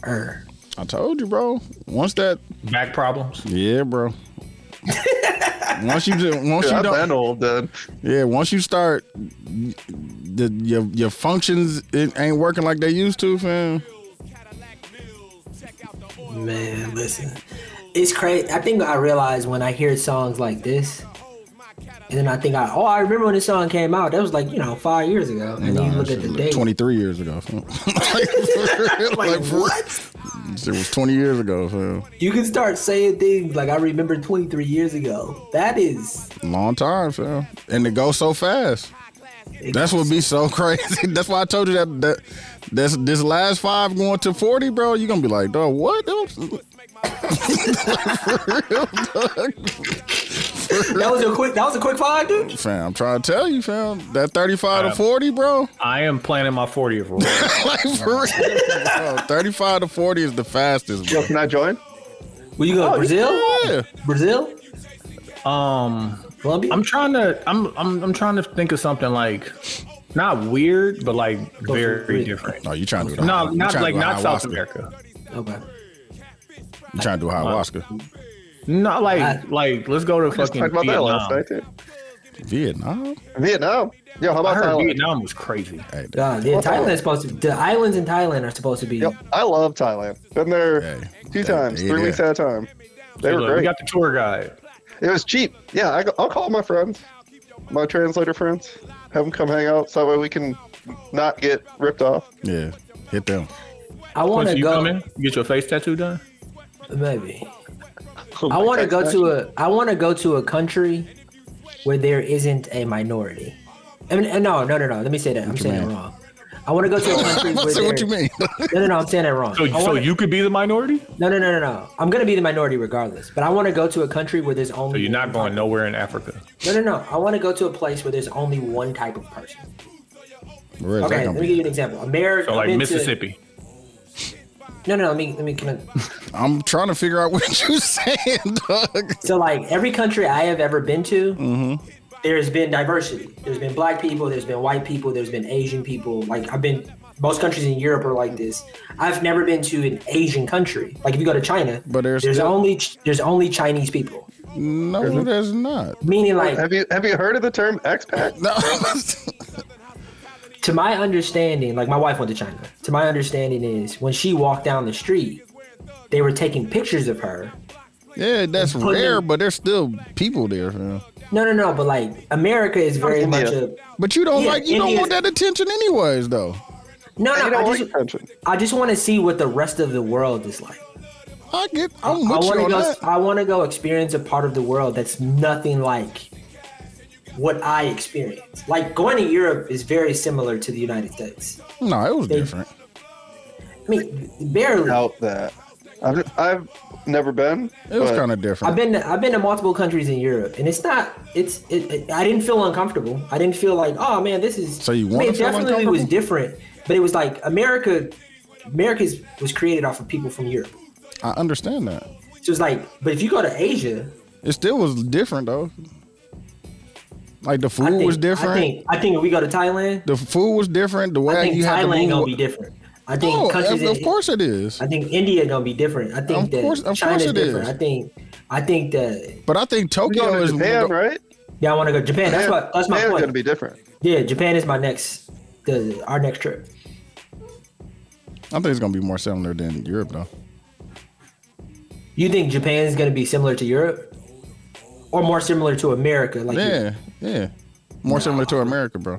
Speaker 2: Er,
Speaker 3: I told you, bro. Once that,
Speaker 1: Back problems.
Speaker 3: yeah, bro. once you just, once
Speaker 4: Dude,
Speaker 3: you
Speaker 4: I've
Speaker 3: don't,
Speaker 4: been old then.
Speaker 3: yeah, once you start, the your your functions it ain't working like they used to, fam.
Speaker 2: man, listen, it's crazy. I think I realized when I hear songs like this, and then I think I, oh, I remember when this song came out. That was like you know five years ago, and then you look at the date.
Speaker 3: Twenty three years ago, fam. *laughs* like, for real, like, for-
Speaker 2: what?
Speaker 3: It was twenty years ago, fam.
Speaker 2: You can start saying things like I remember 23 years ago. That is
Speaker 3: Long time, fam. And it goes so fast. That's what be so *laughs* crazy. That's why I told you that that this this last five going to forty, bro. You gonna be like, dog, what? That was-
Speaker 2: that was a quick that was a quick five, dude.
Speaker 3: Fam, I'm trying to tell you, fam. That 35 to
Speaker 1: Um,
Speaker 3: 40, bro. *laughs*
Speaker 1: I am planning my 40th rule.
Speaker 3: like for real, bro. 35 to 40 is the fastest,
Speaker 4: Yo,
Speaker 3: bro.
Speaker 4: can I join?
Speaker 2: Were you going to Brazil?
Speaker 3: Yeah.
Speaker 2: Brazil?
Speaker 1: Um, I'm trying to I'm I'm I'm trying to think of something like not weird, but like very different.
Speaker 3: No, you trying to do the
Speaker 1: No,
Speaker 3: you
Speaker 1: not
Speaker 3: trying to
Speaker 1: like
Speaker 3: do the
Speaker 1: not South
Speaker 3: ayahuasca.
Speaker 1: America.
Speaker 9: Okay.
Speaker 3: You trying to do
Speaker 1: Uh,
Speaker 3: ayahuasca?
Speaker 1: Not like like let's go to
Speaker 4: just
Speaker 1: fucking
Speaker 4: talked about that last
Speaker 1: Vietnam.
Speaker 4: night, dude.
Speaker 3: Vietnam?
Speaker 4: Vietnam. Yo, how
Speaker 1: I
Speaker 4: about
Speaker 1: heard
Speaker 4: Thailand?
Speaker 1: Vietnam was crazy.
Speaker 3: Hey, dude.
Speaker 2: God, Uh, yeah,
Speaker 4: Well,
Speaker 2: Thailand's supposed to. The islands in Thailand are supposed to be.
Speaker 4: Yep, I love Thailand. Been there
Speaker 3: Hey,
Speaker 4: two
Speaker 3: that-
Speaker 4: times,
Speaker 3: yeah,
Speaker 4: three
Speaker 3: yeah.
Speaker 4: weeks at a time. They were
Speaker 1: Look, We
Speaker 4: great.
Speaker 1: got the tour guide.
Speaker 4: It was cheap. Yeah, I, will call my friends, my translator friends, have them come hang out so that way we can not get ripped off.
Speaker 3: Yeah, hit them.
Speaker 2: I want
Speaker 1: Quincy,
Speaker 2: to
Speaker 1: you
Speaker 2: go.
Speaker 1: come in? You get your face tattoo done?
Speaker 2: Maybe.
Speaker 3: Oh
Speaker 2: I want to go to a. I want to go to a country where there isn't a minority. I mean, uh, no, no, no, no. Let me say that. I'm saying that
Speaker 3: mean?
Speaker 2: wrong. I want to go to
Speaker 3: *laughs*
Speaker 2: a country where
Speaker 3: so
Speaker 2: there,
Speaker 3: what you *laughs* mean?
Speaker 2: *laughs* No, no, no. I'm saying that wrong.
Speaker 1: So,
Speaker 2: I
Speaker 1: so
Speaker 2: wanna-
Speaker 1: you could be the minority?
Speaker 2: No, no, no, no, no. I'm gonna be the minority regardless. But I want to go to a country where there's
Speaker 1: So
Speaker 2: only.
Speaker 1: you're not
Speaker 2: one
Speaker 1: going nowhere in Africa.
Speaker 2: type- No, no, no. I want to go to a place where there's only one type of person.
Speaker 3: Where is that
Speaker 2: Okay, let
Speaker 3: gonna
Speaker 2: me give you an
Speaker 3: be?
Speaker 2: example. America.
Speaker 1: So like Mississippi.
Speaker 2: No, no. Let me. Let me. Can I,
Speaker 3: I'm trying to figure out what *laughs* you saying, dog.
Speaker 2: So like every country I have ever been to,
Speaker 4: Mm-hmm.
Speaker 2: there's been diversity. There's been black people, there's been white people, there's been Asian people. Like I've been most countries in Europe are like this. I've never been to an Asian country. Like if you go to China,
Speaker 3: But there's still-
Speaker 2: only Ch- there's only Chinese people.
Speaker 3: No, there's not. *laughs*
Speaker 2: Meaning like
Speaker 4: Have you have you heard of the term expat?
Speaker 3: No.
Speaker 2: to my understanding, like my wife went to China. To my understanding is when she walked down the street, they were taking pictures of her.
Speaker 3: *laughs* yeah, that's
Speaker 2: Put it-
Speaker 3: rare, but there's still people there. yeah.
Speaker 2: No, no, no, but like America is very
Speaker 4: India.
Speaker 2: much a
Speaker 3: But you don't
Speaker 2: Yeah,
Speaker 3: like you don't
Speaker 2: India's-
Speaker 3: want that attention anyways, though.
Speaker 2: no,
Speaker 4: You
Speaker 2: no.
Speaker 4: don't
Speaker 2: I
Speaker 4: like
Speaker 2: just,
Speaker 4: attention.
Speaker 2: I just want to see what the rest of the world is like.
Speaker 3: I get.
Speaker 2: I
Speaker 3: I'm with you
Speaker 2: want to
Speaker 3: on
Speaker 2: go.
Speaker 3: that.
Speaker 2: I want to go experience a part of the world that's nothing like what I experience. Like going to Europe is very similar to the United States.
Speaker 3: No, it was
Speaker 2: They-
Speaker 3: different.
Speaker 2: I mean, barely.
Speaker 4: Doubt that. I've, I've never been.
Speaker 3: It was
Speaker 4: but
Speaker 3: kind of different.
Speaker 2: I've been to, I've been to multiple countries in Europe, and it's not. It's. It, it- I didn't feel uncomfortable. I didn't feel like, oh man, this is.
Speaker 3: So you
Speaker 2: I mean,
Speaker 3: wanna
Speaker 2: it
Speaker 3: feel
Speaker 2: definitely was
Speaker 3: uncomfortable?
Speaker 2: different, but it was like America. America's was created off of people from Europe,
Speaker 3: I understand that.
Speaker 2: so it's like. But if you go to Asia,
Speaker 3: It still was different though. Like the food
Speaker 2: I think,
Speaker 3: was
Speaker 2: I
Speaker 3: different.
Speaker 2: think. I think if we go to Thailand,
Speaker 3: the food was different. The way
Speaker 2: I think
Speaker 3: you had to
Speaker 2: Thailand
Speaker 3: move.
Speaker 2: gonna be different. I think
Speaker 3: Oh,
Speaker 2: countries.
Speaker 3: of,
Speaker 2: in-
Speaker 3: of course it is.
Speaker 2: I think India gonna be different. I think
Speaker 3: Of
Speaker 2: that
Speaker 3: course- of
Speaker 2: China's
Speaker 3: course it
Speaker 2: different.
Speaker 3: is.
Speaker 2: I think. I think that.
Speaker 3: But I think
Speaker 4: You
Speaker 3: Tokyo
Speaker 4: go to
Speaker 3: is
Speaker 4: Japan, right?
Speaker 2: Yeah, I want to go to Japan. That's
Speaker 4: Japan-
Speaker 2: what. That's my
Speaker 4: Japan's
Speaker 2: point.
Speaker 4: gonna be different.
Speaker 2: yeah, Japan is my next. The our next trip.
Speaker 3: I think it's gonna be more similar than Europe though.
Speaker 2: You think Japan is gonna be similar to Europe, or more similar to America? Like,
Speaker 3: Yeah, yeah. More similar to America, bro.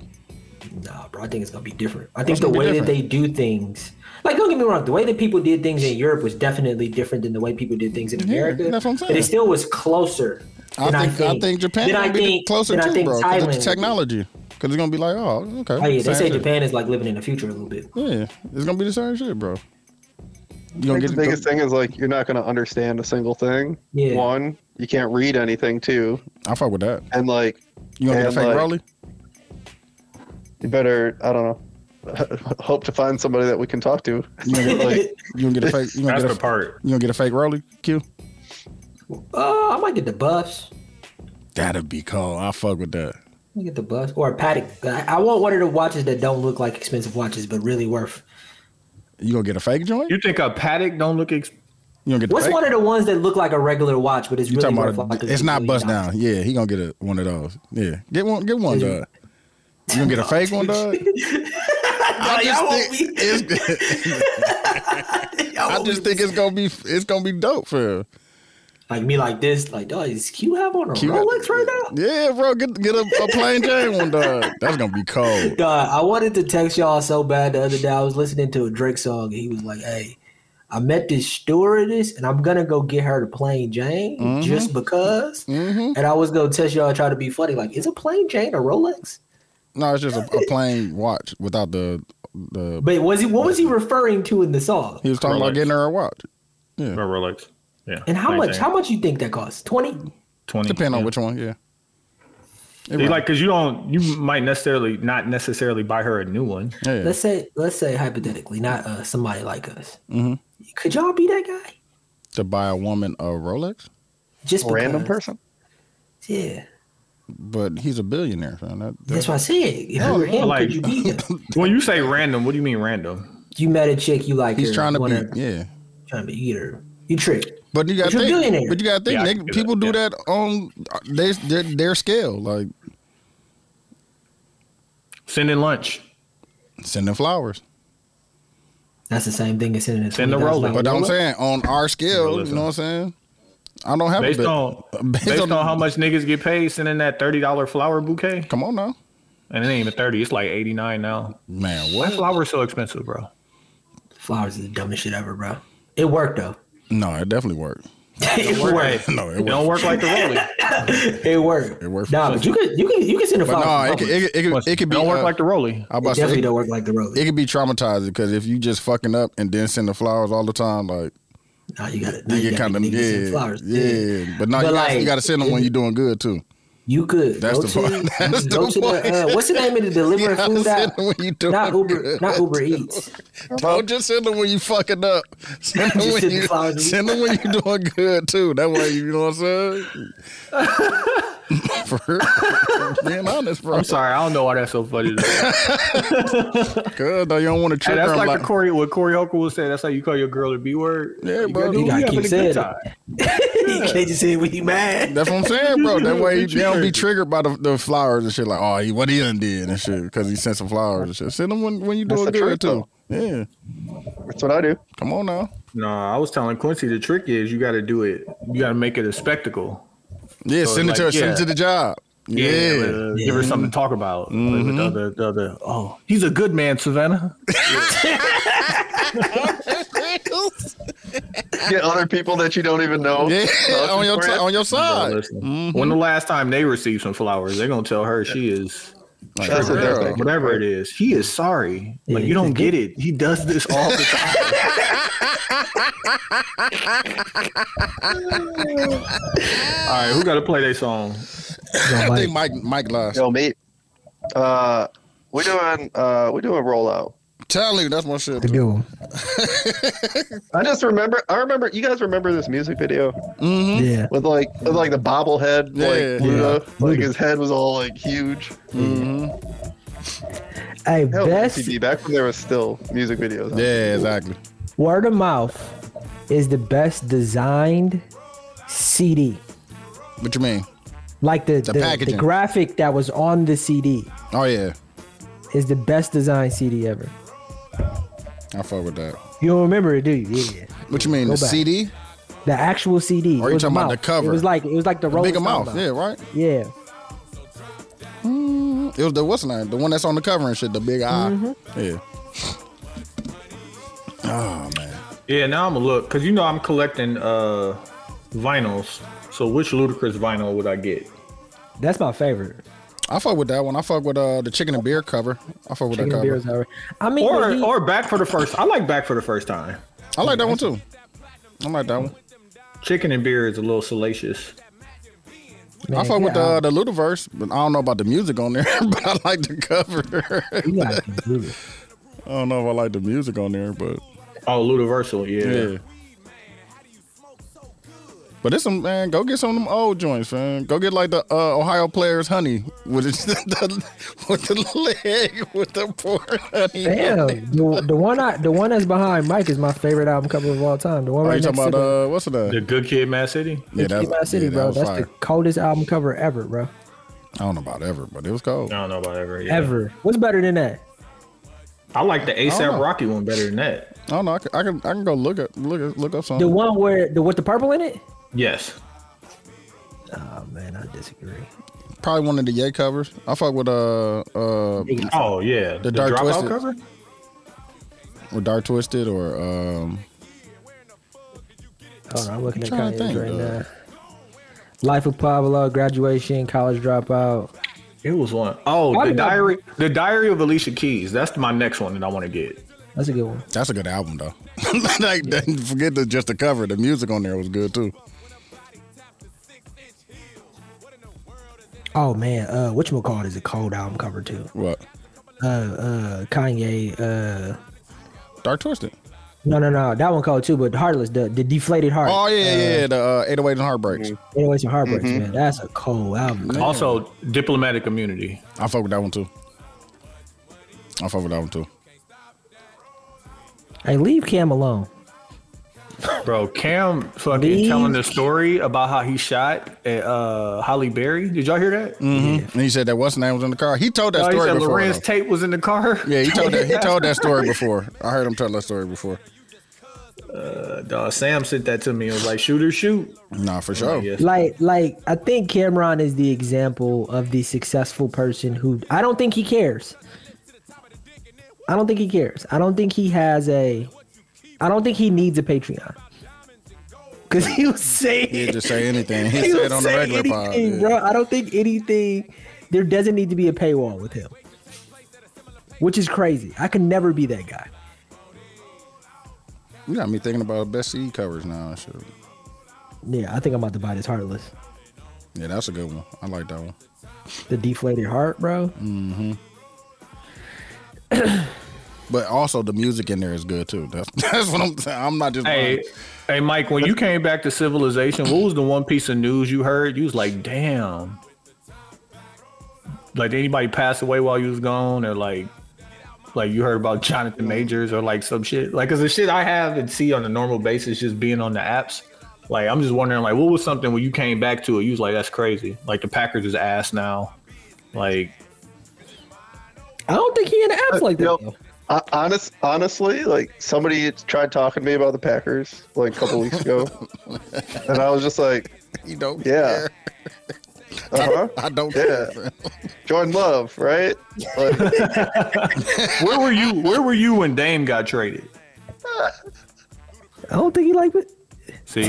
Speaker 2: nah, bro. I think it's gonna be different. I think
Speaker 3: It's
Speaker 2: the
Speaker 3: gonna be
Speaker 2: way that they do
Speaker 3: different.
Speaker 2: things. Like, don't get me wrong. The way that people did things in Europe was definitely different than the way people did things in America.
Speaker 3: that's what I'm
Speaker 2: But it
Speaker 3: saying.
Speaker 2: still was closer.
Speaker 3: I
Speaker 2: than
Speaker 3: think, I think Japan
Speaker 2: than I
Speaker 3: gonna be
Speaker 2: think-
Speaker 3: closer
Speaker 2: than I
Speaker 3: too,
Speaker 2: think Thailand
Speaker 3: bro. Because
Speaker 2: would
Speaker 3: of
Speaker 2: be.
Speaker 3: the technology. Because it's gonna be like, oh, okay.
Speaker 2: Oh yeah, they
Speaker 3: same
Speaker 2: say
Speaker 3: shit.
Speaker 2: Japan is like living in the future a little bit.
Speaker 3: Yeah, it's gonna be the same shit, bro. You
Speaker 4: I
Speaker 3: gonna
Speaker 4: think
Speaker 3: get
Speaker 4: the biggest thing is like you're not gonna understand a single thing.
Speaker 2: Yeah.
Speaker 4: One, you can't read anything. Two,
Speaker 3: I fuck with that.
Speaker 4: and like
Speaker 3: You gonna get
Speaker 4: And,
Speaker 3: a fake
Speaker 4: like-
Speaker 3: Broly?
Speaker 4: you better, I don't know. Hope to find somebody that we can talk to.
Speaker 3: You gonna
Speaker 2: *laughs*
Speaker 3: get,
Speaker 4: like,
Speaker 3: you gonna get a fake? You gonna
Speaker 1: That's
Speaker 3: get
Speaker 1: the
Speaker 3: a,
Speaker 1: part.
Speaker 3: you gonna get a fake Rolly Q?
Speaker 2: Uh, I might get the buffs.
Speaker 3: That'd be cool. I fuck with that.
Speaker 2: I get the buffs or a paddock. I, I want one of the watches that don't look like expensive watches, but really worth.
Speaker 3: You gonna get a fake joint? You
Speaker 1: You think a paddock don't look ex-
Speaker 3: gonna get the
Speaker 2: What's
Speaker 3: fake?
Speaker 2: one of the ones that look like a regular watch, but it's
Speaker 3: you
Speaker 2: really
Speaker 3: talking
Speaker 2: worth
Speaker 3: about?
Speaker 2: like
Speaker 3: a,
Speaker 2: a
Speaker 3: it's not
Speaker 2: million
Speaker 3: bust
Speaker 2: dollars?
Speaker 3: down. Yeah, he gonna get a, one of those. Yeah, get one. Get one, dog. You gonna get a fake
Speaker 2: *laughs*
Speaker 3: one, dog? I
Speaker 2: y'all
Speaker 3: just
Speaker 2: won't
Speaker 3: think
Speaker 2: *laughs*
Speaker 3: it's, I just think it's gonna be it's gonna be dope for him.
Speaker 2: Like me, like this. Like, dog, is Q have on a
Speaker 3: Q-
Speaker 2: Rolex right now?
Speaker 3: Yeah, bro, get get a, a plain Jane one, dog. That's gonna be cold.
Speaker 2: Dog, I wanted to text y'all so bad the other day. I was listening to a Drake song, and he was like, "Hey." I met this stewardess, and I'm gonna go get her to plain Jane just because.
Speaker 3: Mm-hmm.
Speaker 2: And I was gonna test y'all, try to be funny. Like, is a plain Jane a Rolex?
Speaker 3: No, it's just a, a plain watch without the the.
Speaker 2: But was he? What was he referring to in the song?
Speaker 3: He was talking about
Speaker 1: Rolex.
Speaker 3: getting her a watch.
Speaker 1: or Rolex? Yeah.
Speaker 2: And how
Speaker 1: same
Speaker 2: much?
Speaker 1: thing.
Speaker 2: How much you think that costs? Twenty?
Speaker 1: Twenty.
Speaker 3: Depending on
Speaker 1: yeah.
Speaker 3: which one, yeah. It
Speaker 1: You
Speaker 3: right.
Speaker 1: Mm-hmm. like because you don't you might necessarily not necessarily buy her a new one.
Speaker 3: yeah.
Speaker 2: Let's say, let's say hypothetically, not uh, somebody like us.
Speaker 3: Mhm.
Speaker 2: Could y'all be that guy?
Speaker 3: to buy a woman a Rolex?
Speaker 2: Just
Speaker 4: random
Speaker 2: because.
Speaker 4: person.
Speaker 9: Yeah,
Speaker 3: But he's a billionaire, fam. That,
Speaker 9: that's what I said. If you were him,
Speaker 1: like-
Speaker 9: could you be him?
Speaker 3: *laughs*
Speaker 1: When you say random, what do you mean random?
Speaker 9: You met a chick you like.
Speaker 3: he's
Speaker 9: her,
Speaker 3: trying to
Speaker 9: wanna-
Speaker 3: be, yeah.
Speaker 9: trying to eat her. You tricked.
Speaker 3: But you got to
Speaker 9: But you're a
Speaker 3: think.
Speaker 9: billionaire.
Speaker 3: But you got to think.
Speaker 1: Yeah, I
Speaker 3: they,
Speaker 1: can do
Speaker 3: people
Speaker 1: that,
Speaker 3: do
Speaker 1: yeah.
Speaker 3: that on they, their, their scale, like
Speaker 1: Sending lunch.
Speaker 3: sending flowers.
Speaker 9: That's the same thing as sending a
Speaker 1: Send the
Speaker 9: $20,000
Speaker 1: roller.
Speaker 3: But I'm
Speaker 1: Roller?
Speaker 3: saying on our scale, you
Speaker 1: Realism.
Speaker 3: know what I'm saying. I don't have
Speaker 1: Based
Speaker 3: a bill.
Speaker 1: on
Speaker 3: *laughs* based
Speaker 1: based,
Speaker 3: on-
Speaker 1: on, how much niggas get paid sending that thirty dollar flower bouquet,
Speaker 3: *laughs* Come on now,
Speaker 1: and it ain't even thirty, it's like eighty nine now.
Speaker 3: man.
Speaker 1: Why
Speaker 3: What?
Speaker 1: flowers so expensive, bro?
Speaker 9: Flowers is the dumbest shit ever, bro. It worked though. *laughs*
Speaker 3: No, it definitely worked.
Speaker 9: it worked.
Speaker 3: No, it
Speaker 1: It don't
Speaker 3: worked.
Speaker 1: work like the rolling.
Speaker 9: It worked.
Speaker 3: It worked.
Speaker 9: Nah, but you could you can you can send a
Speaker 3: But
Speaker 9: flower.
Speaker 3: no,
Speaker 9: to
Speaker 3: it could,
Speaker 9: Bubba.
Speaker 3: it, could- it, could, *laughs* it could
Speaker 1: It
Speaker 3: be
Speaker 1: don't work
Speaker 3: uh,
Speaker 1: like the rolling.
Speaker 3: I about to say,
Speaker 9: Oh, definitely
Speaker 3: it-
Speaker 9: don't work like the roller.
Speaker 3: it could be traumatizing because if you just fucking up and then sending flowers all the time, like
Speaker 9: Nah, you got
Speaker 3: you
Speaker 9: You
Speaker 3: get
Speaker 9: got
Speaker 3: kind of yeah,
Speaker 9: flowers.
Speaker 3: yeah, But no,
Speaker 9: But
Speaker 3: you, gotta,
Speaker 9: like-
Speaker 3: you gotta send them when you're doing good too.
Speaker 9: You could.
Speaker 3: That's
Speaker 9: go
Speaker 3: the point.
Speaker 9: to-
Speaker 3: *laughs* That's
Speaker 9: go
Speaker 3: the
Speaker 9: to
Speaker 3: point.
Speaker 9: uh, what's the name
Speaker 3: *laughs*
Speaker 9: of the
Speaker 3: You
Speaker 9: delivery
Speaker 3: gotta
Speaker 9: food
Speaker 3: send
Speaker 9: app?
Speaker 3: them when you doing
Speaker 9: Not
Speaker 3: *laughs*
Speaker 9: Uber,
Speaker 3: good.
Speaker 9: not Uber Eats.
Speaker 3: Don't just send them when you fucking up. Send them
Speaker 9: Just
Speaker 3: when
Speaker 9: send
Speaker 3: you
Speaker 9: flowers and-
Speaker 3: send them when you doing good too. That way, you know what I'm saying. *laughs* For being honest, bro.
Speaker 1: I'm sorry, I don't know why that's so funny. though.
Speaker 3: *laughs*
Speaker 1: hey,
Speaker 3: Good though. You don't want to trick
Speaker 1: that's
Speaker 3: her.
Speaker 1: like,
Speaker 3: Like,
Speaker 1: the Corey, what Corey Hoker will say. That's how you call your girl the B word.
Speaker 3: Yeah,
Speaker 1: You
Speaker 3: bro.
Speaker 1: gotta do-
Speaker 3: You
Speaker 1: we
Speaker 9: gotta
Speaker 1: having
Speaker 9: keep saying
Speaker 1: a good time.
Speaker 9: you *laughs* can't just say when you mad.
Speaker 3: that's what I'm saying, bro.
Speaker 1: *laughs*
Speaker 3: That way, you,
Speaker 1: Don't
Speaker 3: they don't be
Speaker 1: you-
Speaker 3: triggered by the, the flowers and shit. Like, oh, he, what he done did and shit because he sent some flowers and shit. Send them when, when you
Speaker 4: That's
Speaker 3: doing
Speaker 4: the
Speaker 3: good
Speaker 4: truth,
Speaker 3: too. Yeah,
Speaker 4: That's what I do.
Speaker 3: come on now.
Speaker 1: Nah, I was telling Quincy the trick is you got to do it. You got to make it a spectacle.
Speaker 3: Yeah,
Speaker 1: So,
Speaker 3: send it to her.
Speaker 1: like,
Speaker 3: Send it
Speaker 1: yeah.
Speaker 3: to the job. Yeah,
Speaker 1: like, uh, give her something to talk about. Like, with the other, the other, oh, he's a good man, Savannah.
Speaker 4: Get other people that you don't even know.
Speaker 3: *laughs* yeah.
Speaker 4: vouching
Speaker 3: on your
Speaker 4: for
Speaker 3: t-
Speaker 4: you.
Speaker 3: on your
Speaker 1: Bro,
Speaker 3: side. Mm,
Speaker 1: listen, When the last time they received some flowers, they're gonna tell her she is
Speaker 3: Like,
Speaker 4: That's what they're
Speaker 3: bro.
Speaker 4: thinking.
Speaker 1: whatever it is. He is sorry. Like you don't get it. He does this all the time. all right, who got to play their song?
Speaker 3: *laughs* I think Mike Mike lost.
Speaker 4: Yo, me. Uh, we doing uh, we doing rollout.
Speaker 3: Tell you that's my shit.
Speaker 2: Good one.
Speaker 4: I just remember. I remember. You guys remember this music video
Speaker 3: Mm-hmm.
Speaker 2: Yeah.
Speaker 4: with like with like the bobblehead, like
Speaker 3: Yeah.
Speaker 4: Luda, like
Speaker 2: Luda.
Speaker 4: his head was all like huge.
Speaker 3: Mm-hmm.
Speaker 2: *laughs* Hey,
Speaker 4: That was
Speaker 2: best
Speaker 4: MTV, back when there was still music videos. out.
Speaker 3: Yeah, exactly.
Speaker 2: word of mouth is the best designed CD.
Speaker 3: What you mean?
Speaker 2: Like the
Speaker 3: The
Speaker 2: the, the,
Speaker 3: packaging.
Speaker 2: graphic that was on the CD
Speaker 3: Oh yeah,
Speaker 2: is the best designed CD ever.
Speaker 3: I fuck with that.
Speaker 2: You don't remember it, do you? Yeah.
Speaker 3: What you mean?
Speaker 2: Go
Speaker 3: the
Speaker 2: back.
Speaker 3: CD?
Speaker 2: The actual CD. It
Speaker 3: Or you
Speaker 2: was
Speaker 3: talking about
Speaker 2: mouth.
Speaker 3: the cover?
Speaker 2: It was like it was like the, Rolling
Speaker 3: Bigger
Speaker 2: Stone
Speaker 3: mouth.
Speaker 2: mouth.
Speaker 3: Yeah, right.
Speaker 2: Yeah.
Speaker 3: It was the what's the name? The one that's on the cover and shit. The big eye.
Speaker 2: Mm-hmm.
Speaker 3: Yeah. Oh man.
Speaker 1: Yeah, now I'm gonna look because you know I'm collecting uh vinyls. So which ludicrous vinyl would I get?
Speaker 2: That's my favorite.
Speaker 3: I fuck with that one. I fuck with uh the chicken and beer cover. I fuck with
Speaker 2: Chicken
Speaker 3: that
Speaker 2: and beer
Speaker 3: cover.
Speaker 2: is alright. I mean,
Speaker 1: Or
Speaker 2: when he-
Speaker 1: or back for the first. I like back for the first time.
Speaker 3: I like that one too. I like that one.
Speaker 1: Chicken and beer is a little salacious.
Speaker 2: man,
Speaker 3: I fuck with
Speaker 2: yeah,
Speaker 3: the the Ludiverse, but I don't know about the music on there. *laughs* But I like the cover. *laughs*
Speaker 2: you gotta do it.
Speaker 3: I don't know if I like the music on there, but
Speaker 1: Oh, Ludiversal, yeah.
Speaker 3: Yeah. But it's some man, go get some of them old joints, man. Go get like the uh, Ohio players honey with the, *laughs* the with the leg with the poor honey.
Speaker 2: Damn, the, the one I, the one that's behind Mike is my favorite album cover of all time. The one
Speaker 3: Are
Speaker 2: right
Speaker 3: you
Speaker 2: next
Speaker 3: talking
Speaker 2: to
Speaker 3: about
Speaker 2: the,
Speaker 3: uh what's it? Uh,
Speaker 1: The Good Kid, Mad City.
Speaker 3: yeah,
Speaker 2: Keep Out City,
Speaker 3: yeah, that
Speaker 2: bro.
Speaker 3: was
Speaker 2: That's
Speaker 3: fire.
Speaker 2: the coldest album cover ever, bro.
Speaker 3: I don't know about ever, but it was cold.
Speaker 1: I don't know about ever. Yeah.
Speaker 2: Ever. What's better than that?
Speaker 1: I like the
Speaker 3: don't
Speaker 1: ASAP
Speaker 3: know.
Speaker 1: Rocky one better than that.
Speaker 3: I don't know. I can, I can I can go look at look at, look up
Speaker 2: The
Speaker 3: something.
Speaker 2: one where the with the purple in it?
Speaker 1: Yes.
Speaker 2: Oh man, I disagree.
Speaker 3: Probably one of the Yay covers. I fuck with uh uh
Speaker 1: Oh yeah. The,
Speaker 3: Dark
Speaker 1: dropout
Speaker 3: Twisted.
Speaker 1: cover.
Speaker 3: with Dark Twisted or um
Speaker 2: Hold on, I'm looking at
Speaker 3: trying to
Speaker 2: Kanye's
Speaker 3: think,
Speaker 2: right
Speaker 3: uh,
Speaker 2: now. Life of Pablo, graduation, college dropout.
Speaker 1: It was one. Oh,
Speaker 2: Why
Speaker 1: the
Speaker 2: did I-
Speaker 1: diary, the diary of Alicia Keys. That's my next one that I want to get.
Speaker 2: That's a good one.
Speaker 3: that's a good album though. *laughs* like that- forget the just the cover. The music on there was good too.
Speaker 2: Oh man, uh whatchamacallit is a cold album cover too.
Speaker 3: What?
Speaker 2: Uh uh Kanye, uh
Speaker 3: Dark Twisted.
Speaker 2: No, no, no. That one cold too, but Heartless, the, the deflated heart.
Speaker 3: Oh yeah, yeah, yeah. The uh, 808 and heartbreaks.
Speaker 2: It was your heartbreaks,
Speaker 3: Mhm.
Speaker 2: man. That's a cold album. man.
Speaker 1: Also, diplomatic immunity.
Speaker 3: I fuck with that one too. I fuck with that one too.
Speaker 2: Hey, leave Cam alone.
Speaker 1: Bro, Cam fucking
Speaker 2: Leave.
Speaker 1: telling the story about how he shot at, uh, Holly Berry. Did y'all hear that?
Speaker 3: hmm And he said that what's his name was in the car. He told that
Speaker 1: Oh, he
Speaker 3: story
Speaker 1: said
Speaker 3: before.
Speaker 1: Lorenz
Speaker 3: though.
Speaker 1: Tate was in the car.
Speaker 3: *laughs* Yeah, he told that he told that story before. I heard him tell that story before.
Speaker 1: Uh, dawg, Sam sent that to me. It was like, shoot or shoot.
Speaker 3: Nah, for sure.
Speaker 1: Yes.
Speaker 2: Like, like I think Cameron is the example of the successful person who I don't think he cares. I don't think he cares. I don't think he has a. I don't think he needs a Patreon. Cause he was saying *laughs*
Speaker 3: He'd just say anything.
Speaker 2: he
Speaker 3: He
Speaker 2: was
Speaker 3: said on the
Speaker 2: saying
Speaker 3: regular pod.
Speaker 2: anything,
Speaker 3: yeah.
Speaker 2: bro. I don't think anything. There doesn't need to be a paywall with him, which is crazy. I could never be that guy.
Speaker 3: You got me thinking about best CD covers now. and shit.
Speaker 2: Yeah, I think I'm about to buy this heartless.
Speaker 3: Yeah, that's a good one. I like that one.
Speaker 2: The deflated heart, bro.
Speaker 3: hmm but also the music in there is good too. That's *laughs* that's what I'm saying. I'm not just
Speaker 1: Hey, hey, Mike, when you came back to civilization, what was the one piece of news you heard? You was like, damn. Like, did anybody pass away while you was gone? Or like, like you heard about *laughs* Jonathan Majors or like some shit? Like, cause the shit I have and see on a normal basis just being on the apps. Like, I'm just wondering, like, what was something when you came back to it? You was like, that's crazy. Like, the Packers is ass now. Like,
Speaker 2: I don't think he in the apps like that.
Speaker 4: Uh, Yo,
Speaker 2: though.
Speaker 4: I, honest, honestly, like somebody tried talking to me about the Packers like a couple weeks ago, and I was just like,
Speaker 3: you don't
Speaker 4: yeah.
Speaker 3: care.
Speaker 4: Uh huh.
Speaker 3: I don't
Speaker 4: Yeah.
Speaker 3: care. bro.
Speaker 4: Jordan Love, right? Like, *laughs*
Speaker 1: where were you? Where were you when Dame got traded?
Speaker 2: I don't think he like it. *laughs*
Speaker 1: See,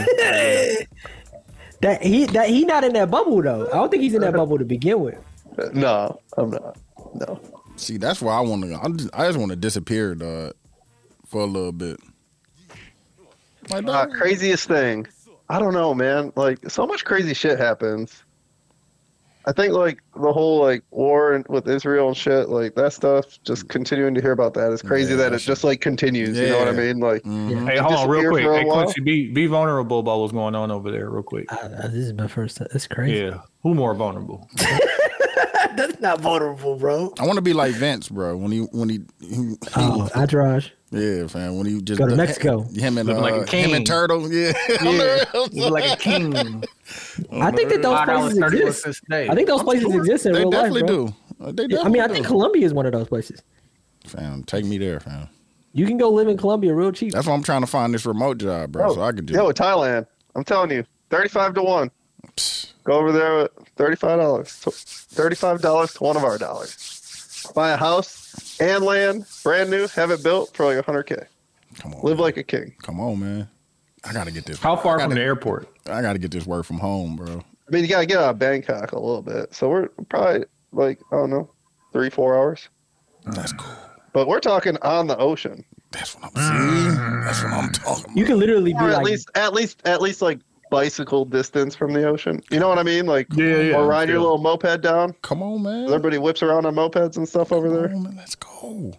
Speaker 2: That he that he not in that bubble though. I don't think he's in that bubble to begin with.
Speaker 4: no, I'm not. No.
Speaker 3: See, that's where I want to go. I just, I just want to disappear, dog, for a little bit. Like,
Speaker 4: Uh,
Speaker 3: dog,
Speaker 4: craziest thing. I don't know, man. Like so much crazy shit happens. I think like the whole like war and, with Israel and shit, like that stuff. Just continuing to hear about that is crazy.
Speaker 3: Yeah,
Speaker 4: that
Speaker 3: that
Speaker 4: it
Speaker 3: shit-
Speaker 4: just like continues. You know what I
Speaker 3: Yeah.
Speaker 4: mean? Like
Speaker 3: mhm.
Speaker 1: Hey, hold on, real
Speaker 4: disappeared
Speaker 1: quick.
Speaker 4: for a
Speaker 1: Hey,
Speaker 4: while.
Speaker 1: Quincy, be be vulnerable about what's going on over there, real quick.
Speaker 2: Uh, this is my first. time. That's
Speaker 1: *laughs*
Speaker 2: crazy.
Speaker 1: Yeah, who more vulnerable?
Speaker 4: *laughs*
Speaker 2: That's not vulnerable, bro.
Speaker 3: I want to be like Vince, bro. When he, when he, he-
Speaker 2: Oh, Entourage.
Speaker 3: yeah, fam. When he just
Speaker 2: Go to Mexico.
Speaker 3: Him and
Speaker 1: Looking like a
Speaker 3: uh, him
Speaker 1: king.
Speaker 3: and Turtle, yeah. *laughs*
Speaker 1: Yeah, like a king.
Speaker 2: I think that those places exist. I think those places exist in
Speaker 3: they
Speaker 2: real life,
Speaker 3: definitely
Speaker 2: bro.
Speaker 3: do. Uh, They definitely
Speaker 2: Yeah, I mean, I
Speaker 3: do.
Speaker 2: think Colombia is one of those places.
Speaker 3: fam, take me there, fam.
Speaker 2: You can go live in Colombia real cheap.
Speaker 3: That's why I'm trying to find this remote job, bro,
Speaker 4: Oh,
Speaker 3: so I could just
Speaker 4: yo, Thailand. I'm telling you, thirty-five to one.
Speaker 3: Psst.
Speaker 4: Go over there with thirty-five dollars, thirty-five dollars to one of our dollars. Buy a house and land, brand new, have it built for like hundred k.
Speaker 3: come on,
Speaker 4: Live like a king.
Speaker 3: come on, man. I gotta get this.
Speaker 1: How far
Speaker 3: I
Speaker 1: from the
Speaker 3: gotta,
Speaker 1: airport?
Speaker 3: I gotta get this work from home, bro.
Speaker 4: I mean, you gotta get out of Bangkok a little bit. So we're probably like I don't know, three four hours.
Speaker 2: Mm.
Speaker 3: That's cool.
Speaker 4: But we're talking on the ocean,
Speaker 3: That's what I'm saying. That's what I'm talking.
Speaker 2: You
Speaker 3: about.
Speaker 2: can literally be
Speaker 4: or at
Speaker 2: like,
Speaker 4: least at least at least like bicycle distance from the ocean. You know what I mean? Like,
Speaker 1: Yeah, yeah,
Speaker 4: Or ride your
Speaker 1: yeah.
Speaker 4: little moped down.
Speaker 3: Come on, man.
Speaker 4: Everybody whips around on mopeds and stuff over
Speaker 3: Come
Speaker 4: there.
Speaker 3: on, man. Let's go.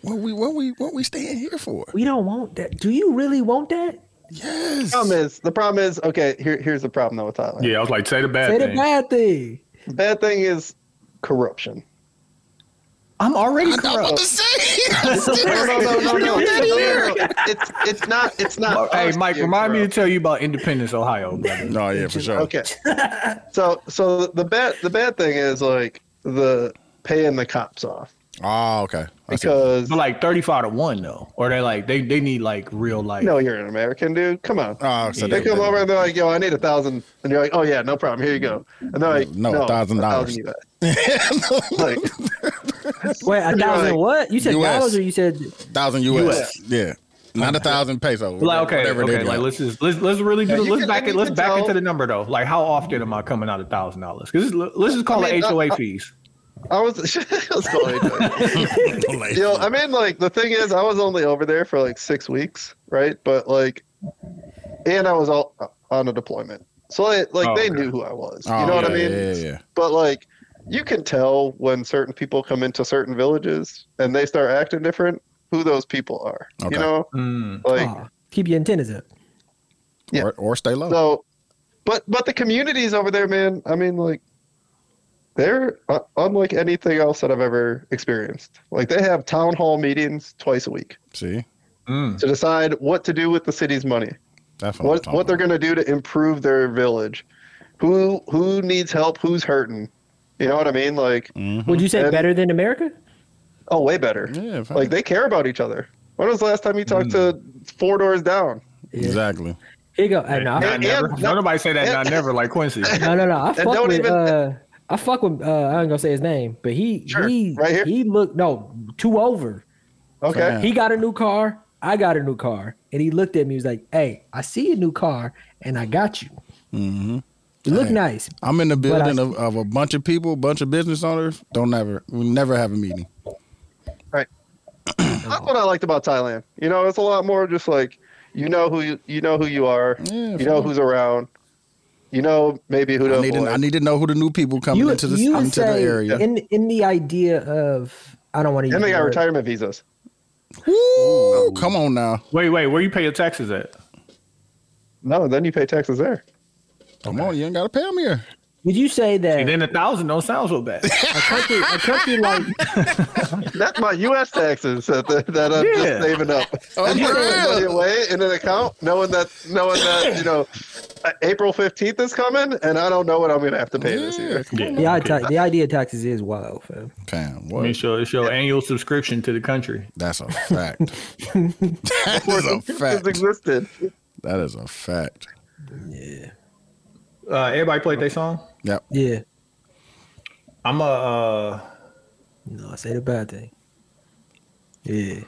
Speaker 3: What we what we what we staying here for?
Speaker 2: we don't want that. Do you really want that?
Speaker 3: Yes.
Speaker 4: problem is the problem is okay. Here, here's the problem though with Thailand.
Speaker 1: Yeah, I was like, say the bad
Speaker 2: Say the
Speaker 1: thing.
Speaker 2: bad thing.
Speaker 4: The bad thing is corruption.
Speaker 1: I'm already
Speaker 3: I was about
Speaker 1: corrupt.
Speaker 3: to say.
Speaker 4: *laughs* No, no, no, no, no, no, no,
Speaker 3: Get outta
Speaker 4: no, no. It's it's not it's
Speaker 2: Oh,
Speaker 4: not.
Speaker 1: Hey,
Speaker 4: us
Speaker 1: Mike,
Speaker 4: being
Speaker 1: remind me to
Speaker 4: corrupt.
Speaker 1: tell you about Independence, Ohio, brother.
Speaker 3: no, yeah, for sure.
Speaker 4: Okay.
Speaker 2: *laughs*
Speaker 4: so so the bad the bad thing is like the paying the cops off
Speaker 3: Oh, okay. I see.
Speaker 4: because
Speaker 1: But like thirty-five to one though, or they like they they need like real life.
Speaker 4: no, you're an American dude. Come on.
Speaker 3: Oh, so
Speaker 4: They
Speaker 3: they-
Speaker 4: come over and they're like, "Yo, I need a thousand. and you're like, "Oh yeah, no problem. Here you go." And they're like,
Speaker 3: No,
Speaker 4: "No,
Speaker 3: $1,000."
Speaker 4: $1,000 US." Like,
Speaker 2: Wait,
Speaker 4: *laughs*
Speaker 2: a thousand
Speaker 4: like,
Speaker 2: what? You said
Speaker 3: US.
Speaker 2: dollars or you said
Speaker 3: *laughs* thousand US. Yeah. Not a thousand pesos.
Speaker 1: Like okay,
Speaker 3: whatever they
Speaker 1: okay.
Speaker 3: do.
Speaker 1: Like let's just let's let's really do.
Speaker 4: Yeah, you
Speaker 1: let's
Speaker 4: can- I
Speaker 1: back
Speaker 4: mean,
Speaker 1: it.
Speaker 4: you
Speaker 1: Let's
Speaker 4: can
Speaker 1: back
Speaker 4: tell.
Speaker 1: into the number though. Like how often am I coming out a thousand dollars? Because let's just call
Speaker 4: I mean, uh,
Speaker 1: it
Speaker 4: I-
Speaker 1: HOA
Speaker 4: I-
Speaker 1: fees.
Speaker 4: I was, *laughs* I was going
Speaker 3: *laughs*
Speaker 4: to-
Speaker 3: Like,
Speaker 4: you know, I mean, like the thing is, I was only over there for like six weeks, right? But like, and I was all uh, on a deployment, so like, like
Speaker 1: Oh,
Speaker 4: they
Speaker 1: okay.
Speaker 4: knew who I was.
Speaker 3: Oh,
Speaker 4: you know what I
Speaker 3: yeah,
Speaker 4: mean?
Speaker 3: Yeah, yeah.
Speaker 4: But like, you can tell when certain people come into certain villages and they start acting different. who those people are.
Speaker 3: Okay.
Speaker 4: You know,
Speaker 1: Mm,
Speaker 4: like
Speaker 2: Aw, oh, keep your antennas up.
Speaker 4: Yeah.
Speaker 3: Or, or stay low.
Speaker 4: so. But but the communities over there, man. I mean, like they're uh, unlike anything else that I've ever experienced. Like they have town hall meetings twice a week
Speaker 3: See,
Speaker 1: mm.
Speaker 4: to decide what to do with the city's money.
Speaker 3: that's what,
Speaker 4: what what they're going to do to improve their village who who needs help who's hurting you know what i mean like
Speaker 2: Would you say
Speaker 4: And-
Speaker 2: better than America?
Speaker 4: oh way better
Speaker 3: gonna. Mm. Yeah, fam.
Speaker 4: like they care about each other when was the last time you talked
Speaker 3: Mm.
Speaker 4: to four doors down
Speaker 3: exactly.
Speaker 2: Here you go. Hey, no, I-
Speaker 1: Not
Speaker 4: and-
Speaker 1: never.
Speaker 4: and-
Speaker 1: Don't nobody say that. not never. Like
Speaker 3: *laughs*
Speaker 1: Quincy.
Speaker 2: no, no, no. I fuck
Speaker 4: don't
Speaker 2: with.
Speaker 4: even-
Speaker 2: Uh, I fuck with. Uh, I ain't gonna say his name, but he
Speaker 4: Sure.
Speaker 2: he
Speaker 4: Right here?
Speaker 2: he looked no two over.
Speaker 4: okay
Speaker 3: Fam.
Speaker 2: He got a new car. I got a new car, and he looked at me. He was like, "Hey, I see a new car, and I got you.
Speaker 3: hmm
Speaker 2: You look
Speaker 3: Hey.
Speaker 2: nice."
Speaker 3: I'm in the
Speaker 2: But I-
Speaker 3: building of, of a bunch of people, bunch of business owners. Don't never, we never have a meeting.
Speaker 4: that's what i liked about thailand you know it's a lot more just like you know who you, you know who you are
Speaker 3: Yeah,
Speaker 4: you know
Speaker 3: fam.
Speaker 4: who's around you know maybe who to
Speaker 3: I need, to,
Speaker 4: avoid.
Speaker 3: I need to know who the new people coming
Speaker 2: You,
Speaker 3: into the
Speaker 2: you would
Speaker 3: into the
Speaker 2: say
Speaker 3: area.
Speaker 2: in in the idea of I don't want to.
Speaker 4: and they got
Speaker 2: word.
Speaker 4: retirement visas
Speaker 3: Ooh, Oh, come on now,
Speaker 1: Wait, wait. Where you pay your taxes at?
Speaker 4: no then you pay
Speaker 3: *laughs*
Speaker 4: taxes there
Speaker 3: come on, you ain't gotta pay
Speaker 1: *laughs*
Speaker 3: them here.
Speaker 2: Would you say that
Speaker 1: And then a thousand don't sound so
Speaker 3: *laughs*
Speaker 1: bad.
Speaker 2: a country a country like
Speaker 4: that's my u.s taxes that, that i'm
Speaker 1: Yeah.
Speaker 4: just saving up
Speaker 3: Oh,
Speaker 4: you put
Speaker 3: yeah.
Speaker 4: money away in an account, knowing that knowing that you know uh, April fifteenth is coming, and I don't know what I'm gonna have to pay this year.
Speaker 2: the idea the idea of taxes is wild, fam.
Speaker 3: Fam,
Speaker 1: I mean,
Speaker 3: what?
Speaker 1: It's your, it's your annual subscription to the country.
Speaker 3: That's a
Speaker 1: *laughs*
Speaker 3: fact. that is a
Speaker 4: It's
Speaker 3: fact.
Speaker 4: existed.
Speaker 3: That is a fact.
Speaker 1: Uh, everybody played their song.
Speaker 3: Yep.
Speaker 2: Yeah,
Speaker 1: I'm a. Uh,
Speaker 2: no, I say the bad thing. Yeah,
Speaker 1: okay,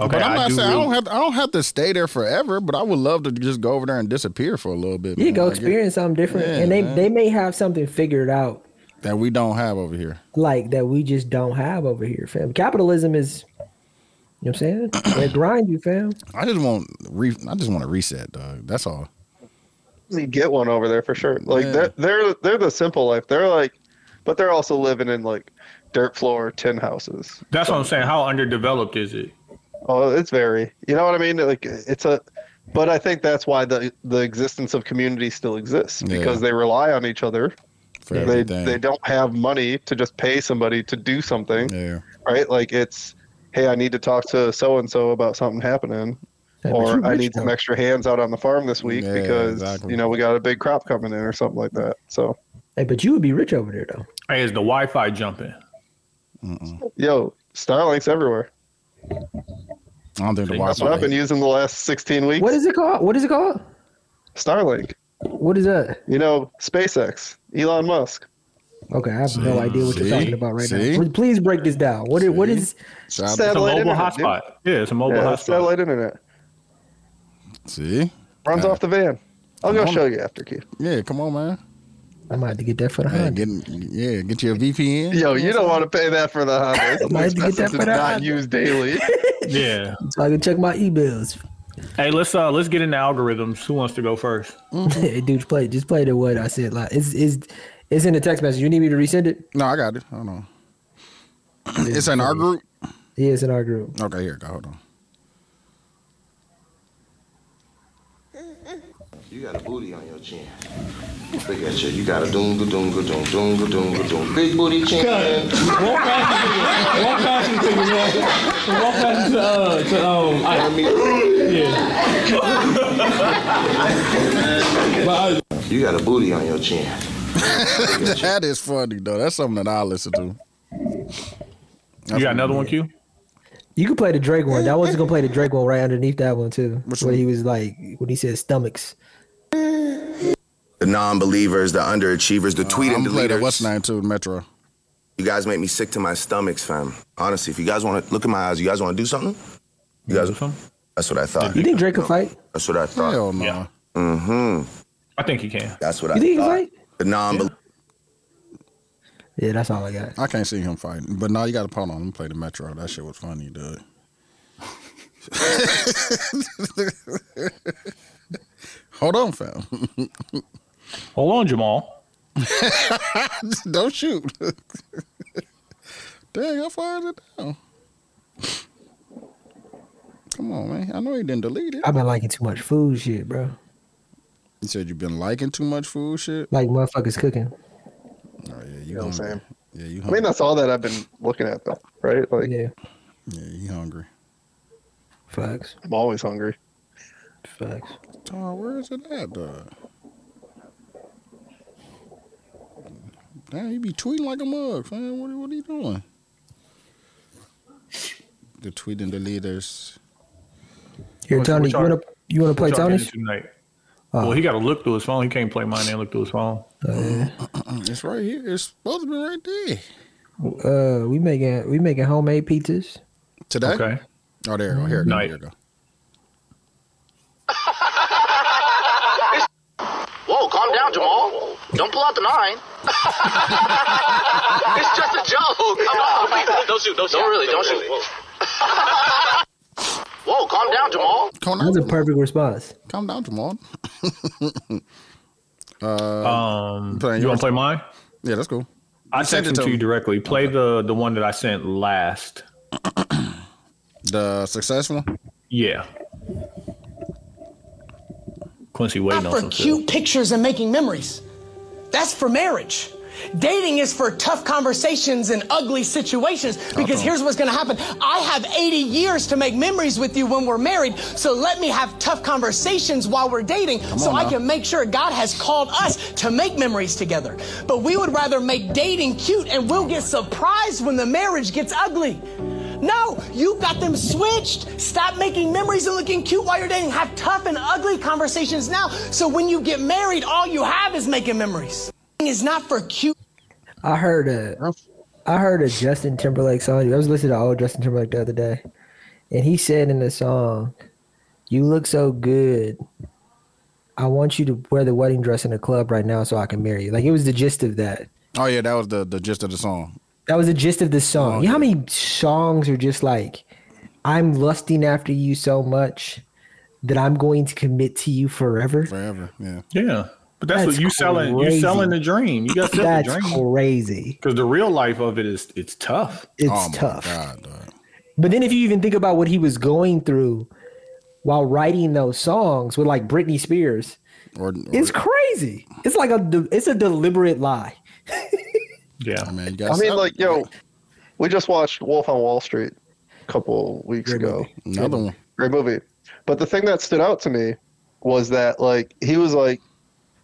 Speaker 3: but I'm
Speaker 1: I
Speaker 3: not
Speaker 1: do
Speaker 3: saying I
Speaker 1: really-
Speaker 3: don't have I don't have to stay there forever, but I would love to just go over there and disappear for a little bit.
Speaker 2: yeah,
Speaker 3: man.
Speaker 2: go
Speaker 3: Like,
Speaker 2: experience something different,
Speaker 3: Yeah,
Speaker 2: and they
Speaker 3: man.
Speaker 2: they may have something figured out
Speaker 3: that we don't have over here.
Speaker 2: like that we just don't have over here, fam. Capitalism is, you know what I'm saying?
Speaker 3: *coughs*
Speaker 2: They grind you, fam.
Speaker 3: I just want re- I just want to reset, dog. That's all.
Speaker 4: You get one over there for sure. Like
Speaker 3: Yeah.
Speaker 4: they're they're they're the simple life. They're like, but they're also living in like dirt floor tin houses.
Speaker 1: That's what I'm saying. How underdeveloped is it?
Speaker 4: Oh, it's very. You know what I mean? Like it's a. But I think that's why the the existence of community still exists
Speaker 3: Yeah.
Speaker 4: because they rely on each other.
Speaker 3: For
Speaker 4: They
Speaker 3: everything.
Speaker 4: they don't have money to just pay somebody to do something.
Speaker 3: yeah.
Speaker 4: right? Like it's, hey, I need to talk to so and so about something happening,
Speaker 2: Hey, but you
Speaker 4: or I
Speaker 2: rich,
Speaker 4: need some
Speaker 2: though.
Speaker 4: extra hands out on the farm this week
Speaker 3: Yeah,
Speaker 4: because
Speaker 3: exactly.
Speaker 4: you know we got a big crop coming in or something like that. So,
Speaker 2: Hey, but you would be rich over there though.
Speaker 1: Hey, is the Wi-Fi jumping?
Speaker 4: yo, Starlink's everywhere.
Speaker 3: I don't think the
Speaker 4: That's what I've been
Speaker 3: Wi-Fi.
Speaker 4: using the last 16 weeks.
Speaker 2: What is it called? What is it called?
Speaker 4: Starlink,
Speaker 2: What is that?
Speaker 4: you know, SpaceX, Elon Musk.
Speaker 2: Okay, I have no idea what
Speaker 3: see,
Speaker 2: you're talking about right
Speaker 3: see?
Speaker 2: now. Please break this down. What is, what is
Speaker 3: Shout out
Speaker 1: It's a
Speaker 4: Satellite
Speaker 1: mobile
Speaker 4: internet, dude.
Speaker 1: hotspot. Yeah, it's a mobile
Speaker 4: Yeah,
Speaker 1: hotspot.
Speaker 4: satellite internet
Speaker 3: to- See?
Speaker 4: runs
Speaker 3: Yeah.
Speaker 4: off the van. I'll go
Speaker 3: Come on.
Speaker 4: show you after, Keith.
Speaker 3: Yeah, come on, man.
Speaker 2: I might have to get that for the
Speaker 3: Hey,
Speaker 2: Honda.
Speaker 3: get yeah, get you a VPN.
Speaker 4: Yo, you don't want to pay that for the Honda. It's
Speaker 2: Might have to get
Speaker 4: expensive
Speaker 2: that for
Speaker 4: to
Speaker 2: the
Speaker 4: not
Speaker 2: Honda.
Speaker 3: *laughs*
Speaker 4: use daily.
Speaker 1: Yeah.
Speaker 2: So I can check my emails.
Speaker 1: Hey, let's uh let's get into algorithms. Who wants to go first?
Speaker 3: Mm-hmm.
Speaker 2: *laughs* Dude, just play just play the what I said. Like it's it's it's in the text message. You need me to resend it?
Speaker 3: No, I got it. Hold on. it's in our group.
Speaker 2: Yeah, it's in our group.
Speaker 3: Okay, here, go. Hold on.
Speaker 14: You got a booty on your chin. Look at you. You got a doonga doonga doonga doonga doonga doonga. Big booty chin. You got a booty on your chin.
Speaker 3: *laughs* that is funny though. That's something that I listen to.
Speaker 1: You got another one, Q?
Speaker 2: You can play the Drake one. I was gonna play the Drake one right underneath that one too.
Speaker 3: Which
Speaker 2: where
Speaker 3: one?
Speaker 2: he was like when he said stomachs.
Speaker 14: The non-believers, the underachievers, the tweet
Speaker 3: Uh, I'm
Speaker 14: and
Speaker 3: gonna play the
Speaker 14: deleters.
Speaker 3: what's name too, Metro.
Speaker 14: You guys make me sick to my stomachs, fam. Honestly, if you guys want to look in my eyes, you guys want to do something. You guys, that's what I thought.
Speaker 2: You think Drake could fight?
Speaker 14: That's what I thought.
Speaker 3: Hell Oh, no.
Speaker 1: Yeah.
Speaker 14: Mm-hmm.
Speaker 1: I think you can.
Speaker 14: That's what
Speaker 2: You think
Speaker 14: I
Speaker 2: he could
Speaker 14: thought.
Speaker 2: fight?
Speaker 14: The non.
Speaker 2: Yeah, that's all I got.
Speaker 3: I can't see him fighting. But no, you gotta hold on. Let me play the Metro. That shit was funny, dude. *laughs* hold on, fam. *laughs*
Speaker 1: Hold on, Jamal.
Speaker 3: Don't *laughs* shoot. Dang, how far is it down? Come on, man. I know you didn't delete it.
Speaker 2: I've been liking too much food shit, bro.
Speaker 3: You said you've been liking too much food shit.
Speaker 2: Like motherfuckers cooking.
Speaker 3: Oh yeah, you
Speaker 4: You know what
Speaker 3: hungry.
Speaker 4: I'm saying?
Speaker 3: Yeah, you
Speaker 4: I mean, uh,
Speaker 3: hungry.
Speaker 4: that's all that I've been looking at, though, right? Like,
Speaker 2: Yeah.
Speaker 3: Yeah, you hungry.
Speaker 2: Facts.
Speaker 4: I'm always hungry.
Speaker 2: Facts.
Speaker 3: Dog, where is it at, dog? Damn, you be tweeting like a mug, fam. What, what are you doing? The tweeting the leaders.
Speaker 2: Here,
Speaker 1: What's-
Speaker 2: Tony,
Speaker 1: what
Speaker 2: you
Speaker 1: y'all-
Speaker 2: wanna you wanna play
Speaker 1: What y'all
Speaker 2: Tony's?
Speaker 1: getting tonight?
Speaker 2: Oh.
Speaker 1: Well, he got to look through his phone. He can't play mine and look through his phone.
Speaker 3: Mm, It's right here. It's supposed to be right there.
Speaker 2: Uh, we making we making homemade pizzas.
Speaker 3: Today?
Speaker 1: Okay.
Speaker 3: Oh, there you go. Here it go.
Speaker 1: Night.
Speaker 3: Here it go.
Speaker 15: Whoa, calm down, Jamal. Don't pull out the nine. *laughs* it's just a joke. Come on, *laughs* don't shoot. Don't shoot. Don't really. Don't shoot. Whoa, calm down, Jamal.
Speaker 3: Come
Speaker 2: That's a perfect response.
Speaker 3: Calm down, Jamal.
Speaker 1: um,
Speaker 3: Uh, playing
Speaker 1: you want
Speaker 3: yours?
Speaker 1: to play mine?
Speaker 3: Yeah, that's cool.
Speaker 1: I
Speaker 3: Send
Speaker 1: sent
Speaker 3: it
Speaker 1: it
Speaker 3: to
Speaker 1: to you
Speaker 3: him.
Speaker 1: directly. Play the the one that I sent last.
Speaker 3: The success one.
Speaker 1: Yeah. Quincy waiting on
Speaker 16: for
Speaker 1: some
Speaker 16: cute
Speaker 1: shit.
Speaker 16: pictures and making memories. That's for marriage. Dating is for tough conversations and ugly situations because here's what's going to happen. I have 80 years to make memories with you when we're married, so let me have tough conversations while we're dating so
Speaker 17: on
Speaker 16: I
Speaker 17: now.
Speaker 16: can make sure God has called us to make memories together. But we would rather make dating cute and we'll get surprised when the marriage gets ugly. No, you got them switched. Stop making memories and looking cute while you're dating. Have tough and ugly conversations now. So when you get married, all you have is making memories. It's not for cute.
Speaker 2: I heard a I heard a Justin Timberlake song. I was listening to old Justin Timberlake the other day, and he said in the song, "You look so good. I want you to wear the wedding dress in the club right now so I can marry you." Like it was the gist of that.
Speaker 3: Oh yeah, that was the the gist of the song.
Speaker 2: That was the gist of the song. you know how many songs are just like, "I'm lusting after you so much that I'm going to commit to you forever."
Speaker 3: Forever, yeah.
Speaker 1: Yeah, but that's, what you selling. You selling the dream. You got to sell
Speaker 2: That's
Speaker 1: the dream
Speaker 2: crazy.
Speaker 1: because the real life of it is it's tough.
Speaker 2: It's Oh my tough. But then if you even think about what he was going through while writing those songs with like Britney Spears,
Speaker 3: Or,
Speaker 2: it's crazy. It's like a de- it's a deliberate lie.
Speaker 1: Yeah, I
Speaker 3: mean,
Speaker 4: I mean, like, yo, we just watched Wolf on Wall Street a couple weeks ago.
Speaker 3: Another one.
Speaker 4: Great movie. But the thing that stood out to me was that, like, he was like,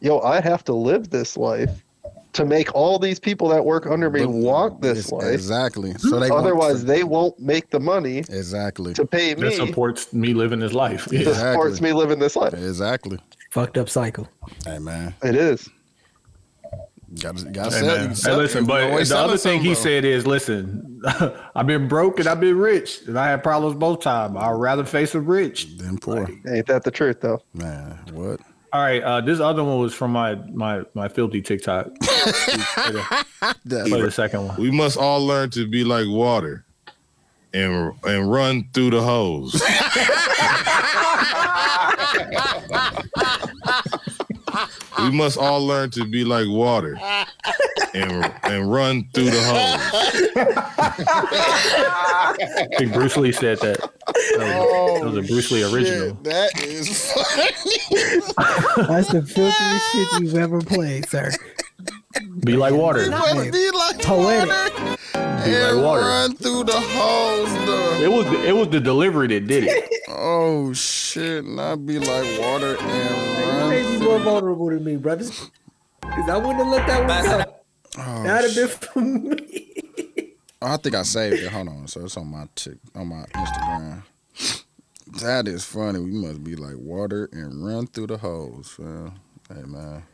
Speaker 4: yo, I have to live this life to make all these people that work under me want this life.
Speaker 3: Exactly. So they want
Speaker 4: Otherwise,
Speaker 3: to-
Speaker 4: they won't make the money
Speaker 3: exactly
Speaker 4: to pay me.
Speaker 1: That supports me living this life. *laughs*
Speaker 4: that supports me living this life.
Speaker 3: Exactly.
Speaker 2: Fucked up cycle.
Speaker 3: Hey man,
Speaker 4: it is.
Speaker 3: Got to got
Speaker 1: Hey, man. Hey, listen, but the other thing he said is, listen, *laughs* I've been broke and I've been rich, and I had problems both time. I'd rather face a rich
Speaker 3: than poor.
Speaker 4: Ain't that the truth, though?
Speaker 3: Man, what?
Speaker 1: All right, uh, this other one was from my my my filthy TikTok. Play the second one.
Speaker 18: We must all learn to be like water and and run through
Speaker 14: *laughs*
Speaker 18: the hose. we must all learn to be like water and and run through the hose.
Speaker 1: I think Bruce Lee said that. That was, that was a Bruce Lee original.
Speaker 3: That is *laughs* funny.
Speaker 2: That's the filthiest shit you've ever played, sir.
Speaker 1: Be like water.
Speaker 3: must be like water
Speaker 1: Be
Speaker 3: and
Speaker 1: like water.
Speaker 3: run through the holes. dog.
Speaker 1: It was it was the delivery that did it.
Speaker 3: Oh shit! Not be like water and run.
Speaker 2: Crazy more vulnerable than me, brothers. Cause I wouldn't have let that one go.
Speaker 3: *laughs* Oh,
Speaker 2: That'd have been
Speaker 3: shit.
Speaker 2: from me.
Speaker 3: I think I saved it. Hold on, so it's on my tick on my Instagram. That is funny. We must be like water and run through the holes, fam. Hey man,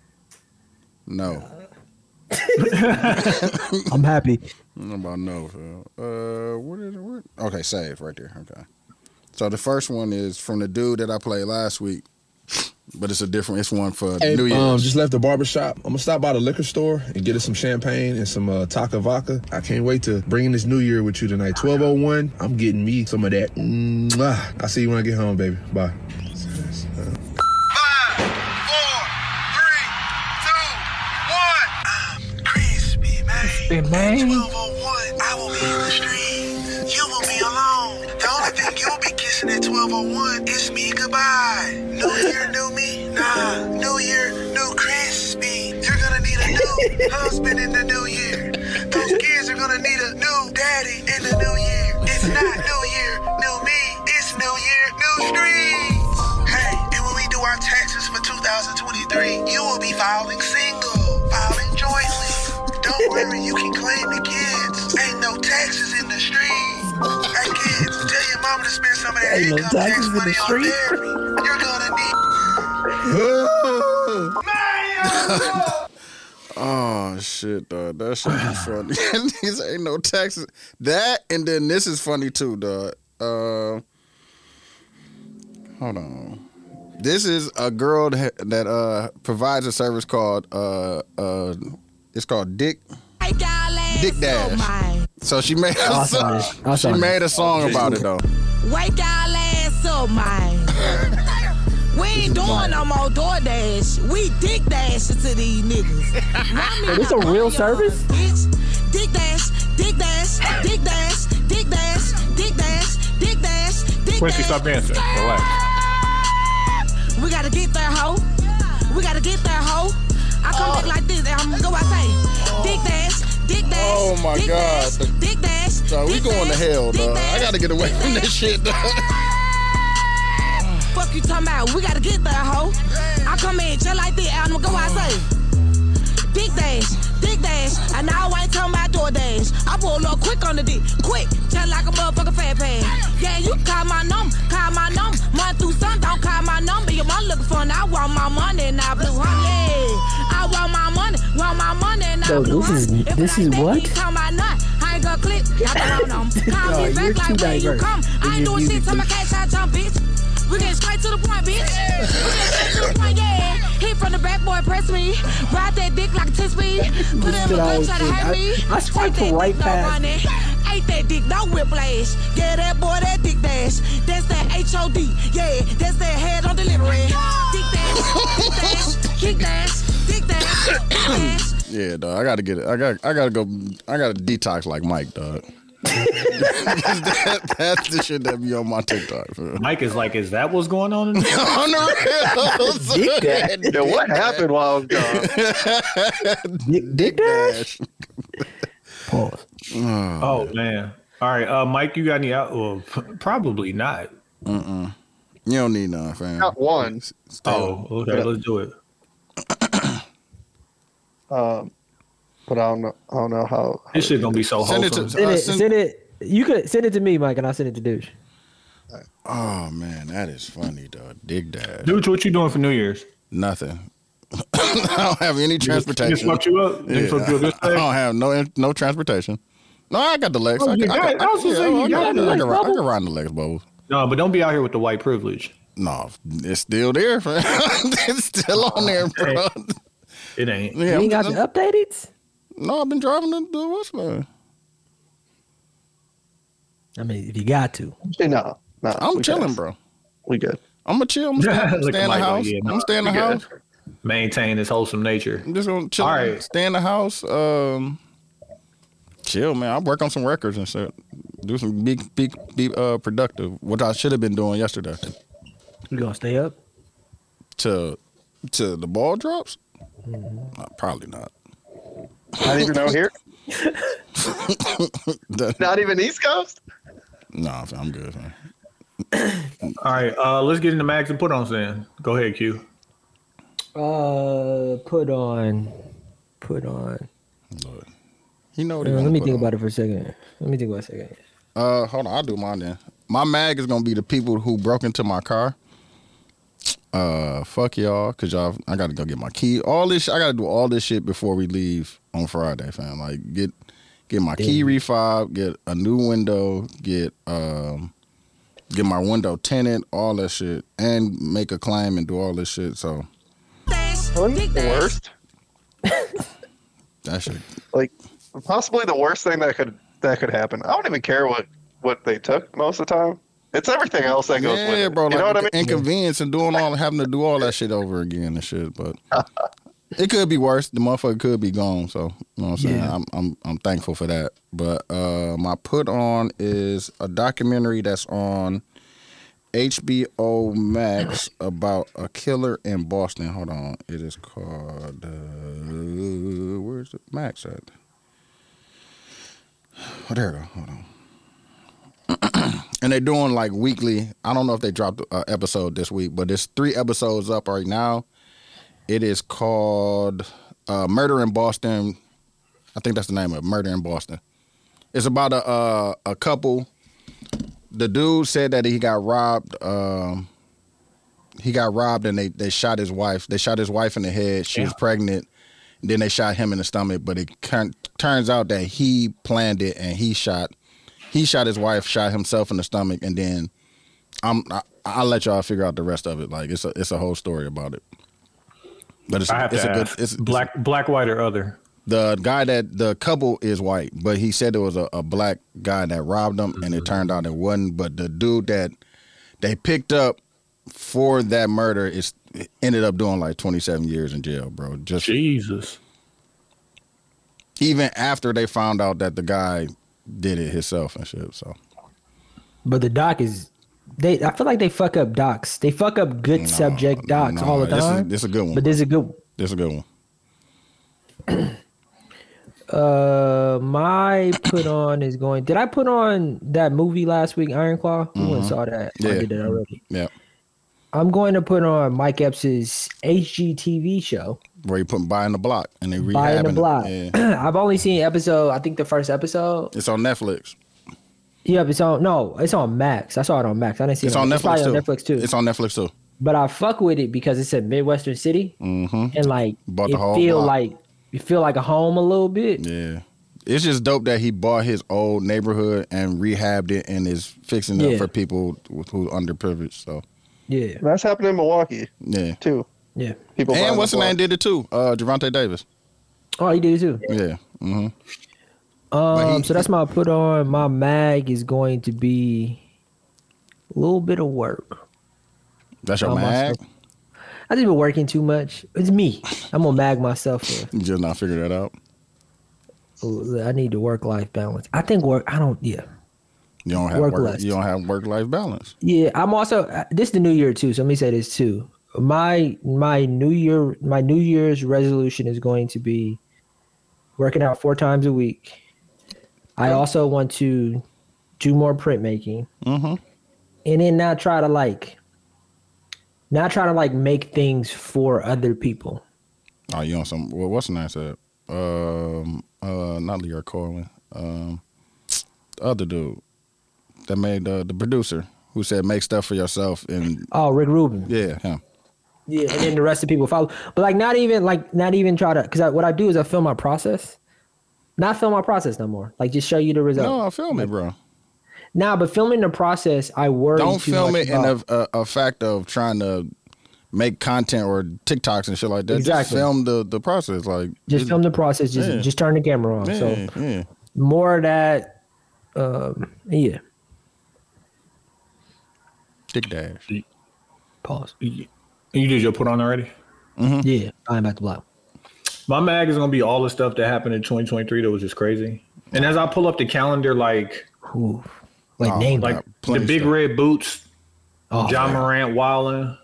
Speaker 3: no.
Speaker 2: I'm happy.
Speaker 3: I don't know about no, fam. Uh, what is it? What? Okay, save right there. Okay. So the first one is from the dude that I played last week, but it's a different. It's one for
Speaker 19: Hey,
Speaker 3: New Year's.
Speaker 19: Um, just left the barber shop. I'm gonna stop by the liquor store and get us some champagne and some uh, Taka Vodka. I can't wait to bring in this New Year with you tonight. 1201. I'm getting me some of that. Mwah. I'll see you when I get home, baby. Bye.
Speaker 6: I will be in the streets. You will be alone. The only thing you'll be kissing at 1201 101, it's me, goodbye. New year, new me? Nah, new year, new crispy. You're gonna need a new husband in the new year. Those kids are gonna need a new daddy in the new year. It's not new year, new me, it's new year, new streets. Hey, and when we do our taxes for 2023, you will be filing single, filing jointly. Don't worry, you can claim the kids. Ain't no taxes in the streets. Hey kids, tell your mama to spend some of that
Speaker 13: Ain't no
Speaker 6: income tax
Speaker 13: taxes in the
Speaker 6: money on
Speaker 13: street.
Speaker 6: therapy. You're gonna need.
Speaker 3: *laughs* Oh shit, dog. That shit be funny. *laughs* These ain't no taxes. That and then this is funny too, dog. Uh, hold on. This is a girl that, that uh provides a service called uh uh it's called Dick Dick Dash. So she made
Speaker 6: I
Speaker 3: a
Speaker 6: saw
Speaker 3: song.
Speaker 6: this. I saw
Speaker 3: She
Speaker 6: this.
Speaker 3: made a song about it though.
Speaker 17: Wake y'all ass up,
Speaker 3: *laughs*
Speaker 17: man. We ain't doing no more DoorDash. We dick dashes to these niggas.
Speaker 3: *laughs*
Speaker 17: Mommy,
Speaker 2: Is this a real service?
Speaker 17: bitch. Dick dash, dick dash, dick dash, dick dash, dick dash, dick dash, dick
Speaker 1: Quincy,
Speaker 17: dash.
Speaker 1: stop dancing. Relax.
Speaker 17: We gotta get there, hoe. We gotta get there, hoe. I come back like this, and I'm gonna go outside. Dick dash, dick dash.
Speaker 3: Oh my
Speaker 17: dick
Speaker 3: god.
Speaker 17: Dash, dick dash.
Speaker 3: So we going to hell, dog. I gotta get away from this shit, dog.
Speaker 17: Fuck you talking about? We gotta get there, hoe. I come in just like this, and I'ma go outside. Dick dash, dick dash, and now I ain't talking about door dash. I pull a little quick on the dick, quick, just like a motherfucking fat pad. Yeah, you call my number, call my number, month through sun, don't call my number. Your mom looking for, and I want my money, and I blue honey. Yeah, I want my money, want my money, and I
Speaker 13: So
Speaker 17: blue
Speaker 13: this is-
Speaker 17: honey. If
Speaker 13: this
Speaker 17: it ain't
Speaker 13: is
Speaker 17: that,
Speaker 13: what?
Speaker 17: you talking about nut, I ain't gonna click,
Speaker 13: *laughs*
Speaker 17: y'all can on them. Call
Speaker 13: Yo,
Speaker 17: me
Speaker 13: you're
Speaker 17: back like
Speaker 13: too
Speaker 17: when you
Speaker 13: diverse.
Speaker 17: come. I ain't
Speaker 13: Your
Speaker 17: doing shit
Speaker 13: music
Speaker 17: till my
Speaker 13: is-
Speaker 17: cash out jump, bitch. We getting straight to the point, bitch. We getting straight to the point, yeah. Hit from the back, boy, press me. Ride that dick like a 10 speed. Put it in
Speaker 2: Listen,
Speaker 17: my
Speaker 2: I
Speaker 17: gun,
Speaker 2: was
Speaker 17: try to
Speaker 2: kidding.
Speaker 17: hurt
Speaker 2: I-
Speaker 17: me.
Speaker 2: I swiped
Speaker 17: Take that
Speaker 2: right
Speaker 17: dick, no
Speaker 2: past
Speaker 17: money. Ain't that dick, no whiplash. Yeah, that boy, that dick dash. That's that HOD. Yeah, that's that head on delivery. Dick dash, dick dash, dick dash, dick dash, dick dash.
Speaker 3: Yeah, dog. I gotta get it. I got. I gotta go. I gotta detox like Mike, dog. *laughs* that, that's the shit that be on my TikTok. *laughs* Bro.
Speaker 1: Mike is like, is that what's going on? In there?
Speaker 3: Dick dash.
Speaker 4: Yeah, what happened while I was gone?
Speaker 3: Dick, dick dash.
Speaker 1: Pause.
Speaker 3: Oh,
Speaker 1: man. All right, uh, Mike, you got any? Out- well, *laughs* p- probably not.
Speaker 3: Mm-mm. You don't need none, fam.
Speaker 4: Not one.
Speaker 1: Oh, okay. Let's do it.
Speaker 4: Um, but I don't know. I don't know how.
Speaker 1: This shit gonna be so
Speaker 3: Send it
Speaker 1: wholesome.
Speaker 2: Send it, send it. You could send it to me, Mike, and I'll send it to Douche.
Speaker 3: Oh man, that is funny, dog. Dick dash.
Speaker 1: Dude, what you doing for New Year's?
Speaker 3: Nothing. *laughs* I don't have any
Speaker 1: just- you just
Speaker 3: transportation.
Speaker 1: fucked you up? You
Speaker 3: Yeah,
Speaker 1: fucked you up this
Speaker 3: *laughs* I, I don't have no no transportation. No, I got the legs.
Speaker 1: Oh,
Speaker 3: I,
Speaker 1: you
Speaker 3: can, I,
Speaker 1: got- I was gonna
Speaker 3: can, yeah,
Speaker 1: say, you
Speaker 3: I,
Speaker 1: got
Speaker 3: can,
Speaker 1: the
Speaker 3: I,
Speaker 1: Lex
Speaker 3: can, ride- I
Speaker 1: bubble?
Speaker 3: can ride in the legs bubble.
Speaker 1: No, but don't be out here with the white privilege.
Speaker 3: No, it's still there. fam. *laughs* it's still on there, bro.
Speaker 1: It ain't.
Speaker 3: Yeah,
Speaker 2: you ain't got
Speaker 3: I'm-
Speaker 2: the updated?
Speaker 3: No, I've been driving the, the what's man.
Speaker 2: I mean, if you got to.
Speaker 4: No, no.
Speaker 3: I'm
Speaker 4: we
Speaker 3: chilling,
Speaker 4: good.
Speaker 3: bro.
Speaker 4: We good.
Speaker 3: I'm gonna
Speaker 1: *laughs*
Speaker 3: chill. I'm gonna
Speaker 1: Look
Speaker 3: stay
Speaker 1: at
Speaker 3: in
Speaker 1: Mike
Speaker 3: the
Speaker 1: like,
Speaker 3: house.
Speaker 1: yeah,
Speaker 3: I'm
Speaker 1: nah,
Speaker 3: gonna stay in the
Speaker 1: we good.
Speaker 3: house.
Speaker 1: Maintain this wholesome nature.
Speaker 3: I'm just gonna chill.
Speaker 1: All right.
Speaker 3: Stay in the house. Um, chill, man. I work on some records and shit. Do some big, big, be uh productive, which I should have been doing yesterday.
Speaker 2: You gonna stay up?
Speaker 3: To, to the ball drops.
Speaker 1: Mm-hmm.
Speaker 3: Uh, probably not.
Speaker 4: Not even
Speaker 3: *laughs*
Speaker 4: out here.
Speaker 3: That-
Speaker 4: Not even East Coast.
Speaker 3: nah, fam, I'm good. Man.
Speaker 1: All right, uh, let's get into mags and put ons then. Go ahead, Q.
Speaker 2: Uh, put on, put on.
Speaker 3: Lord. You know what?
Speaker 2: Uh,
Speaker 3: he
Speaker 2: let
Speaker 3: gonna
Speaker 2: me
Speaker 3: put
Speaker 2: think
Speaker 3: on.
Speaker 2: about it for a second. Let me think about it a second.
Speaker 3: Uh, hold on, I'll do mine then. My mag is gonna be the people who broke into my car. Uh, fuck y'all, cause y'all, I gotta go get my key. All this, I gotta do all this shit before we leave on Friday, fam. Like get, get my key refob, get a new window, get um, get my window tinted, all that shit, and make a claim and do all this shit. So
Speaker 4: The worst.
Speaker 3: that shit,
Speaker 4: Like possibly the worst thing that could that could happen. I don't even care what what they took most of the time. It's everything else that goes with
Speaker 3: yeah,
Speaker 4: it.
Speaker 3: bro. Like
Speaker 4: you know what I
Speaker 3: the
Speaker 4: mean?
Speaker 3: inconvenience and doing all, having to do all that shit over again and shit, but. it could be worse. The motherfucker could be gone. So you know what I'm saying.
Speaker 2: Yeah.
Speaker 3: I'm, I'm I'm thankful for that. But uh, my put on is a documentary that's on HBO Max about a killer in Boston. Hold on, it is called. Uh, where's the Max at? Oh, there we go. Hold on. *clears throat* and they're doing like weekly. I don't know if they dropped an episode this week, but there's three episodes up right now. It is called uh, Murder in Boston. I think that's the name of it, Murder in Boston. It's about a uh, a couple. The dude said that he got robbed. Um, he got robbed and they, they shot his wife. They shot his wife in the head. She was pregnant. Then they shot him in the stomach. But it cur- turns out that he planned it and he shot. He shot his wife, shot himself in the stomach, and then I'm I, I'll let y'all figure out the rest of it. Like it's a it's a whole story about it. But it's,
Speaker 1: I have
Speaker 3: it's
Speaker 1: to
Speaker 3: a good
Speaker 1: ask,
Speaker 3: it's
Speaker 1: black black white or other.
Speaker 3: the guy that the couple is white, but he said there was a, a black guy that robbed them, and it turned out it wasn't. But the dude that they picked up for that murder is ended up doing like 27 years in jail, bro. Just
Speaker 1: Jesus.
Speaker 3: Even after they found out that the guy did it himself and shit, so
Speaker 2: But the doc is they I feel like they fuck up docs. They fuck up good subject docs all the
Speaker 3: this is-
Speaker 2: time.
Speaker 3: this is a good one,
Speaker 2: But this is a good
Speaker 3: this is a good one.
Speaker 2: uh my put on is going did I put on that movie last week, Iron Claw? Who went and
Speaker 3: Mhm.
Speaker 2: saw that? I
Speaker 3: Yeah.
Speaker 2: did it already.
Speaker 3: Yep.
Speaker 2: I'm going to put on Mike Epps's HGTV show.
Speaker 3: Where you put buying the block and they rehabbing
Speaker 2: Buying the
Speaker 3: it.
Speaker 2: block. *clears throat*
Speaker 3: Yeah.
Speaker 2: I've only seen episode. I think the first episode.
Speaker 3: It's on Netflix.
Speaker 2: Yeah, but it's on. No, it's on Max. I saw it on Max. I didn't see
Speaker 3: It's
Speaker 2: it.
Speaker 3: on
Speaker 2: probably
Speaker 3: Netflix too.
Speaker 2: on Netflix too.
Speaker 3: It's on Netflix too.
Speaker 2: But I fuck with it because it's a midwestern city,
Speaker 3: Mm-hmm.
Speaker 2: and like
Speaker 3: Bought the
Speaker 2: it
Speaker 3: whole
Speaker 2: feel
Speaker 3: block.
Speaker 2: like you feel like a home a little bit.
Speaker 3: Yeah. It's just dope that he bought his old neighborhood and rehabbed it and is fixing it
Speaker 2: Yeah.
Speaker 3: up for people with- who underprivileged. So
Speaker 2: Yeah.
Speaker 4: That's happened in Milwaukee
Speaker 3: yeah.
Speaker 4: too.
Speaker 2: Yeah.
Speaker 4: People
Speaker 3: and
Speaker 4: buying
Speaker 3: what's
Speaker 4: the
Speaker 3: the
Speaker 4: block.
Speaker 3: name did it too? Uh Javante Davis.
Speaker 2: Oh, he did it too.
Speaker 3: Yeah. hmm
Speaker 2: Um, so that's my put on. My mag is going to be a little bit of work.
Speaker 3: That's your
Speaker 2: I must
Speaker 3: mag?
Speaker 2: I just been working too much. It's me. I'm gonna mag myself. For,
Speaker 3: You just not figured that out.
Speaker 2: I need the work life balance. I think work. I don't. Yeah.
Speaker 3: You don't have
Speaker 2: Work
Speaker 3: work,
Speaker 2: less.
Speaker 3: you don't have work life balance.
Speaker 2: Yeah, I'm also uh, this is the new year too. So let me say this too. My my new year my new year's resolution is going to be working out four times a week. I also want to do more printmaking
Speaker 3: Mm-hmm.
Speaker 2: and then not try to like not try to like make things for other people.
Speaker 3: Oh, you on some well, what's the name said? Um uh not Lear Corwin. Um the other dude that made uh, the producer who said make stuff for yourself and
Speaker 2: Oh, Rick Rubin.
Speaker 3: yeah, him.
Speaker 2: Yeah, and then the rest of people follow. But like, not even like, not even try to. Because I, what I do is I film my process, not film my process no more. Like, just show you the result.
Speaker 3: No, film it, bro.
Speaker 2: Nah, but filming the process, I worry.
Speaker 3: don't
Speaker 2: too
Speaker 3: film
Speaker 2: much
Speaker 3: it
Speaker 2: about.
Speaker 3: in a, a, a fact of trying to make content or TikToks and shit like that. Just
Speaker 2: Exactly.
Speaker 3: film the, the process. Like
Speaker 2: Just
Speaker 3: it-
Speaker 2: film the process. Just
Speaker 3: Yeah.
Speaker 2: just turn the camera on.
Speaker 3: Yeah,
Speaker 2: So
Speaker 3: yeah.
Speaker 2: more of that. Um, yeah.
Speaker 3: Dick dash.
Speaker 2: Pause.
Speaker 1: You did your put on already?
Speaker 3: Hmm.
Speaker 2: Yeah, I'm about to block.
Speaker 1: My mag is gonna be all the stuff that happened in 2023 that was just crazy. And as I pull up the calendar, like
Speaker 2: Ooh, like
Speaker 1: Oh,
Speaker 2: name
Speaker 1: like
Speaker 2: drop.
Speaker 1: the
Speaker 2: Plenty
Speaker 1: big
Speaker 2: stuff.
Speaker 1: red boots,
Speaker 2: Oh,
Speaker 1: John
Speaker 2: man.
Speaker 1: Morant wilding,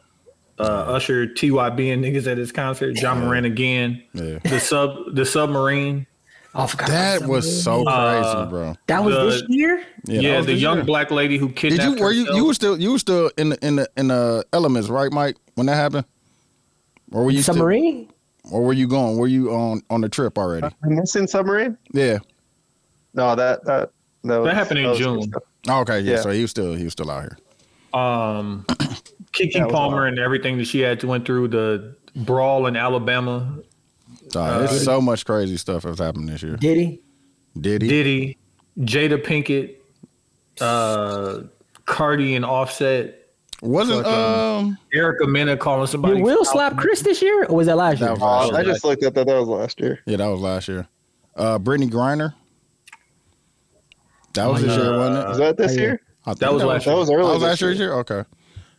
Speaker 1: uh, Usher TYB and niggas at his concert, John Morant again,
Speaker 3: Yeah.
Speaker 1: the sub the submarine.
Speaker 2: I forgot
Speaker 3: That was so crazy, bro.
Speaker 2: That was this year.
Speaker 3: Yeah,
Speaker 1: Uh, Yeah,
Speaker 3: that was
Speaker 1: the
Speaker 3: this
Speaker 1: young
Speaker 3: year.
Speaker 1: black lady who
Speaker 3: Oh, Did
Speaker 1: kidnapped
Speaker 3: you were you you
Speaker 1: herself.
Speaker 3: were still you were still in the in the in the elements, right, Mike, when that happened? Or were you still-
Speaker 2: submarine?
Speaker 3: or were you going? Were you on on the trip already?
Speaker 4: Am I seeing submarine?
Speaker 3: Yeah.
Speaker 4: No, that that no.
Speaker 1: That happened in June.
Speaker 3: Oh, Okay, yeah,
Speaker 1: Yeah.
Speaker 3: So he was still he was still out here. *coughs*
Speaker 1: um Kiki
Speaker 3: That was
Speaker 1: Palmer and everything that she had to went through the brawl in Alabama.
Speaker 3: Dog,
Speaker 1: Uh,
Speaker 3: there's so much crazy stuff that's happened this year.
Speaker 2: Did he?
Speaker 3: Did he?
Speaker 1: Diddy, Jada Pinkett, uh, Cardi and Offset.
Speaker 3: Wasn't
Speaker 1: uh,
Speaker 3: um
Speaker 1: Erica Mena calling somebody?
Speaker 2: Did Will slap Chris this year, or was that last year?
Speaker 3: oh, That was last year.
Speaker 4: Oh, I just looked at that. That was last year.
Speaker 3: Yeah, that was last year. Uh Brittany Griner. That was
Speaker 1: Oh,
Speaker 3: this
Speaker 1: yeah.
Speaker 3: year, wasn't it?
Speaker 4: Is that this year?
Speaker 3: I think
Speaker 1: That was last year.
Speaker 4: That was early.
Speaker 3: That was Oh,
Speaker 4: this
Speaker 3: last year's year? Okay.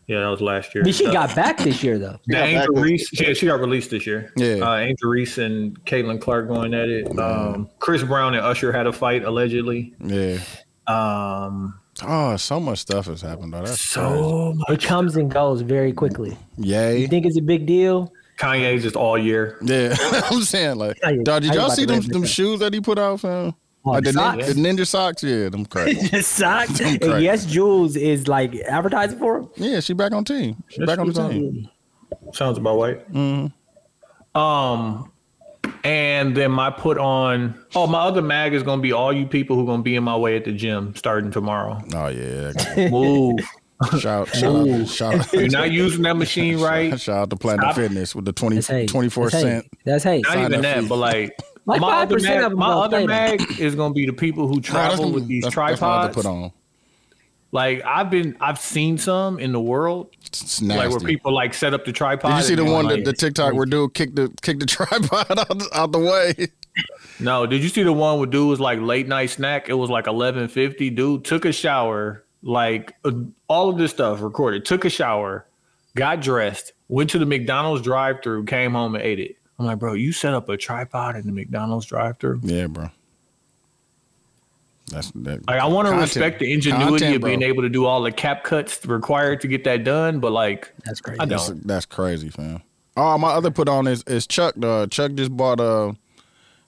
Speaker 1: Yeah, that was last year.
Speaker 2: But she
Speaker 1: Uh,
Speaker 2: got back this year though.
Speaker 1: The
Speaker 4: got
Speaker 1: Angel
Speaker 4: back
Speaker 1: Reese, yeah, she got released this year.
Speaker 3: Yeah.
Speaker 1: uh, Angel Reese and Caitlin Clark going at it. Um, Chris Brown and Usher had a fight allegedly.
Speaker 3: Yeah.
Speaker 1: Um,
Speaker 3: Oh, so much stuff has happened, though. That's
Speaker 1: so
Speaker 2: It comes and goes very quickly.
Speaker 3: Yay.
Speaker 2: You think it's a big deal?
Speaker 1: Kanye just all year.
Speaker 3: Yeah, *laughs* I'm saying like, dog, did y'all see them them shoes that he put out, fam?
Speaker 1: Oh,
Speaker 3: Like the, nin-
Speaker 2: Oh, socks?
Speaker 3: the ninja socks, yeah, them crack.
Speaker 1: *laughs*
Speaker 2: Just *laughs*
Speaker 3: *laughs*
Speaker 2: socks.
Speaker 3: Them
Speaker 2: And
Speaker 3: crack.
Speaker 2: yes, Jules is like advertising for him.
Speaker 3: Yeah, she back on team. She back on the team.
Speaker 1: Sounds about right.
Speaker 3: Mm-hmm.
Speaker 1: Um, and then my put on. Oh, my other mag is gonna be all you people who gonna be in my way at the gym starting tomorrow.
Speaker 3: *laughs* Oh
Speaker 1: *laughs*
Speaker 3: yeah,
Speaker 1: move.
Speaker 3: Shout, shout, out, shout
Speaker 1: *laughs*
Speaker 3: out.
Speaker 1: You're not using that
Speaker 3: *laughs*
Speaker 1: machine right.
Speaker 3: Shout out to Platinum
Speaker 1: Stop.
Speaker 3: Fitness with the 20,
Speaker 1: That's hate.
Speaker 3: 24
Speaker 1: That's hate.
Speaker 3: cent.
Speaker 2: That's hate.
Speaker 1: Not
Speaker 3: Sign
Speaker 1: even
Speaker 3: up
Speaker 1: that,
Speaker 3: fee.
Speaker 1: but like
Speaker 3: Like
Speaker 1: my other
Speaker 3: 5%
Speaker 1: mag,
Speaker 3: of 'em
Speaker 1: my
Speaker 3: gonna
Speaker 1: other
Speaker 3: play that.
Speaker 1: mag is gonna be the people who
Speaker 3: Nah, that's
Speaker 1: travel
Speaker 3: gonna-
Speaker 1: with these
Speaker 3: that's- that's what I had
Speaker 1: tripods.
Speaker 3: to put on.
Speaker 1: Like I've been, I've seen some in the world, like where
Speaker 3: nasty.
Speaker 1: people like set up the tripod.
Speaker 3: Did you see
Speaker 1: and
Speaker 3: the
Speaker 1: then,
Speaker 3: one
Speaker 1: like-
Speaker 3: that the TikTok where dude kicked the kicked the *laughs* tripod out, out the way?
Speaker 1: No, did you see the one where dude was like late night snack? It was like eleven fifty. Dude took a shower, like uh, all of this stuff recorded. Took a shower, got dressed, went to the McDonald's drive through, came home and ate it. I'm like, bro, you set up a tripod in the McDonald's drive through.
Speaker 3: Yeah, bro. That's that.
Speaker 1: Like, I want to
Speaker 3: Content.
Speaker 1: respect the ingenuity
Speaker 3: Content,
Speaker 1: of being
Speaker 3: bro.
Speaker 1: able to do all the cap cuts required to get that done, but like,
Speaker 2: that's crazy.
Speaker 1: I
Speaker 3: That's,
Speaker 1: don't.
Speaker 3: that's crazy, fam. Oh, my other put on is is Chuck. Dog. Chuck just bought a.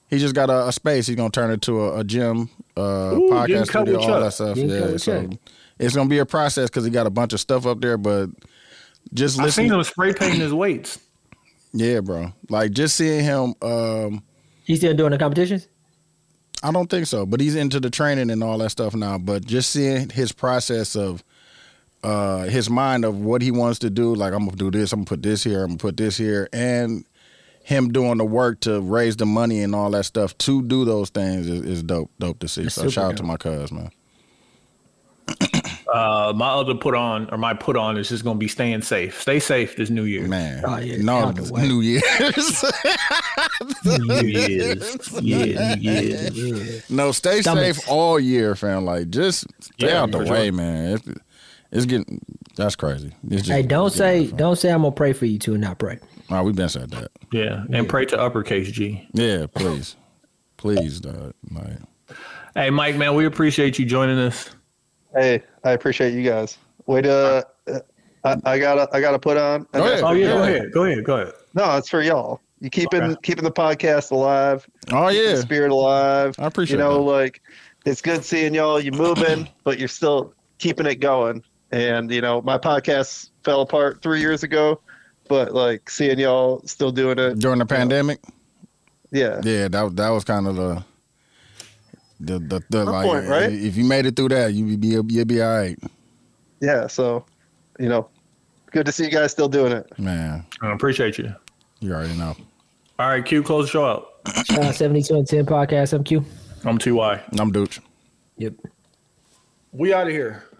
Speaker 3: He just got a, a space. He's gonna turn it to a, a gym, uh,
Speaker 1: Ooh, didn't cut
Speaker 3: podcast studio,
Speaker 1: with
Speaker 3: all
Speaker 1: Chuck.
Speaker 3: that stuff.
Speaker 1: Didn't cut
Speaker 3: yeah,
Speaker 1: with
Speaker 3: so
Speaker 1: Chuck.
Speaker 3: it's gonna be a process because he got a bunch of stuff up there. But just
Speaker 1: I've
Speaker 3: listen,
Speaker 1: seen him spray painting his weights.
Speaker 3: yeah, bro. Like just seeing him. um
Speaker 2: He's still doing the competitions.
Speaker 3: I don't think so, but he's into the training and all that stuff now. But just seeing his process of uh his mind of what he wants to do, like I'm gonna do this, I'm gonna put this here, I'm gonna put this here, and him doing the work to raise the money and all that stuff to do those things is, is dope, dope to see.
Speaker 1: That's
Speaker 3: so
Speaker 1: super
Speaker 3: shout out to
Speaker 1: dope.
Speaker 3: my cuz, man.
Speaker 1: Uh, my other put on or my put on is just gonna be staying safe. Stay safe this New Year,
Speaker 3: man.
Speaker 1: Oh, yeah.
Speaker 3: No, New Year's. *laughs*
Speaker 1: *laughs* Year's. Yeah, yeah,
Speaker 3: No, stay
Speaker 1: Stomachs.
Speaker 3: safe all year, fam. Like just stay
Speaker 1: Yeah,
Speaker 3: out the
Speaker 1: for sure.
Speaker 3: way, man. It's, it's getting that's crazy. It's just,
Speaker 2: hey, don't say don't say I'm gonna pray for you two and not pray.
Speaker 3: Nah, we've been said that.
Speaker 1: yeah, and pray to uppercase G.
Speaker 3: Yeah, please, please, dog. Like,
Speaker 1: Hey, Mike, man, we appreciate you joining us.
Speaker 4: Hey, I appreciate you guys. Way to, uh, I, I gotta, I gotta put on. and that's
Speaker 1: Oh
Speaker 4: for
Speaker 1: yeah, go
Speaker 4: y'all.
Speaker 1: ahead, go ahead, go ahead.
Speaker 4: No, it's for y'all. You keeping keeping the podcast alive.
Speaker 3: Oh
Speaker 4: yeah, the spirit alive. I
Speaker 3: appreciate
Speaker 4: You know,
Speaker 3: that.
Speaker 4: like it's good seeing y'all. You're moving, but you're still keeping it going. And you know, my podcast fell apart three years ago, but like seeing y'all still doing it
Speaker 3: during the pandemic.
Speaker 4: Yeah,
Speaker 3: yeah. That that was kind of the the the, the
Speaker 4: Good
Speaker 3: like.
Speaker 4: point, right?
Speaker 3: If you made it through that, you be you'll be all right,
Speaker 4: Yeah, so you know, good to see you guys still doing it.
Speaker 3: man.
Speaker 1: I appreciate you.
Speaker 3: You already know.
Speaker 1: All right, Q, close the show out.
Speaker 2: Shout out 72 Uh, and 10 podcast. I'm Q.
Speaker 1: I'm Ty.
Speaker 3: I'm Dooch.
Speaker 2: Yep.
Speaker 1: We out of here.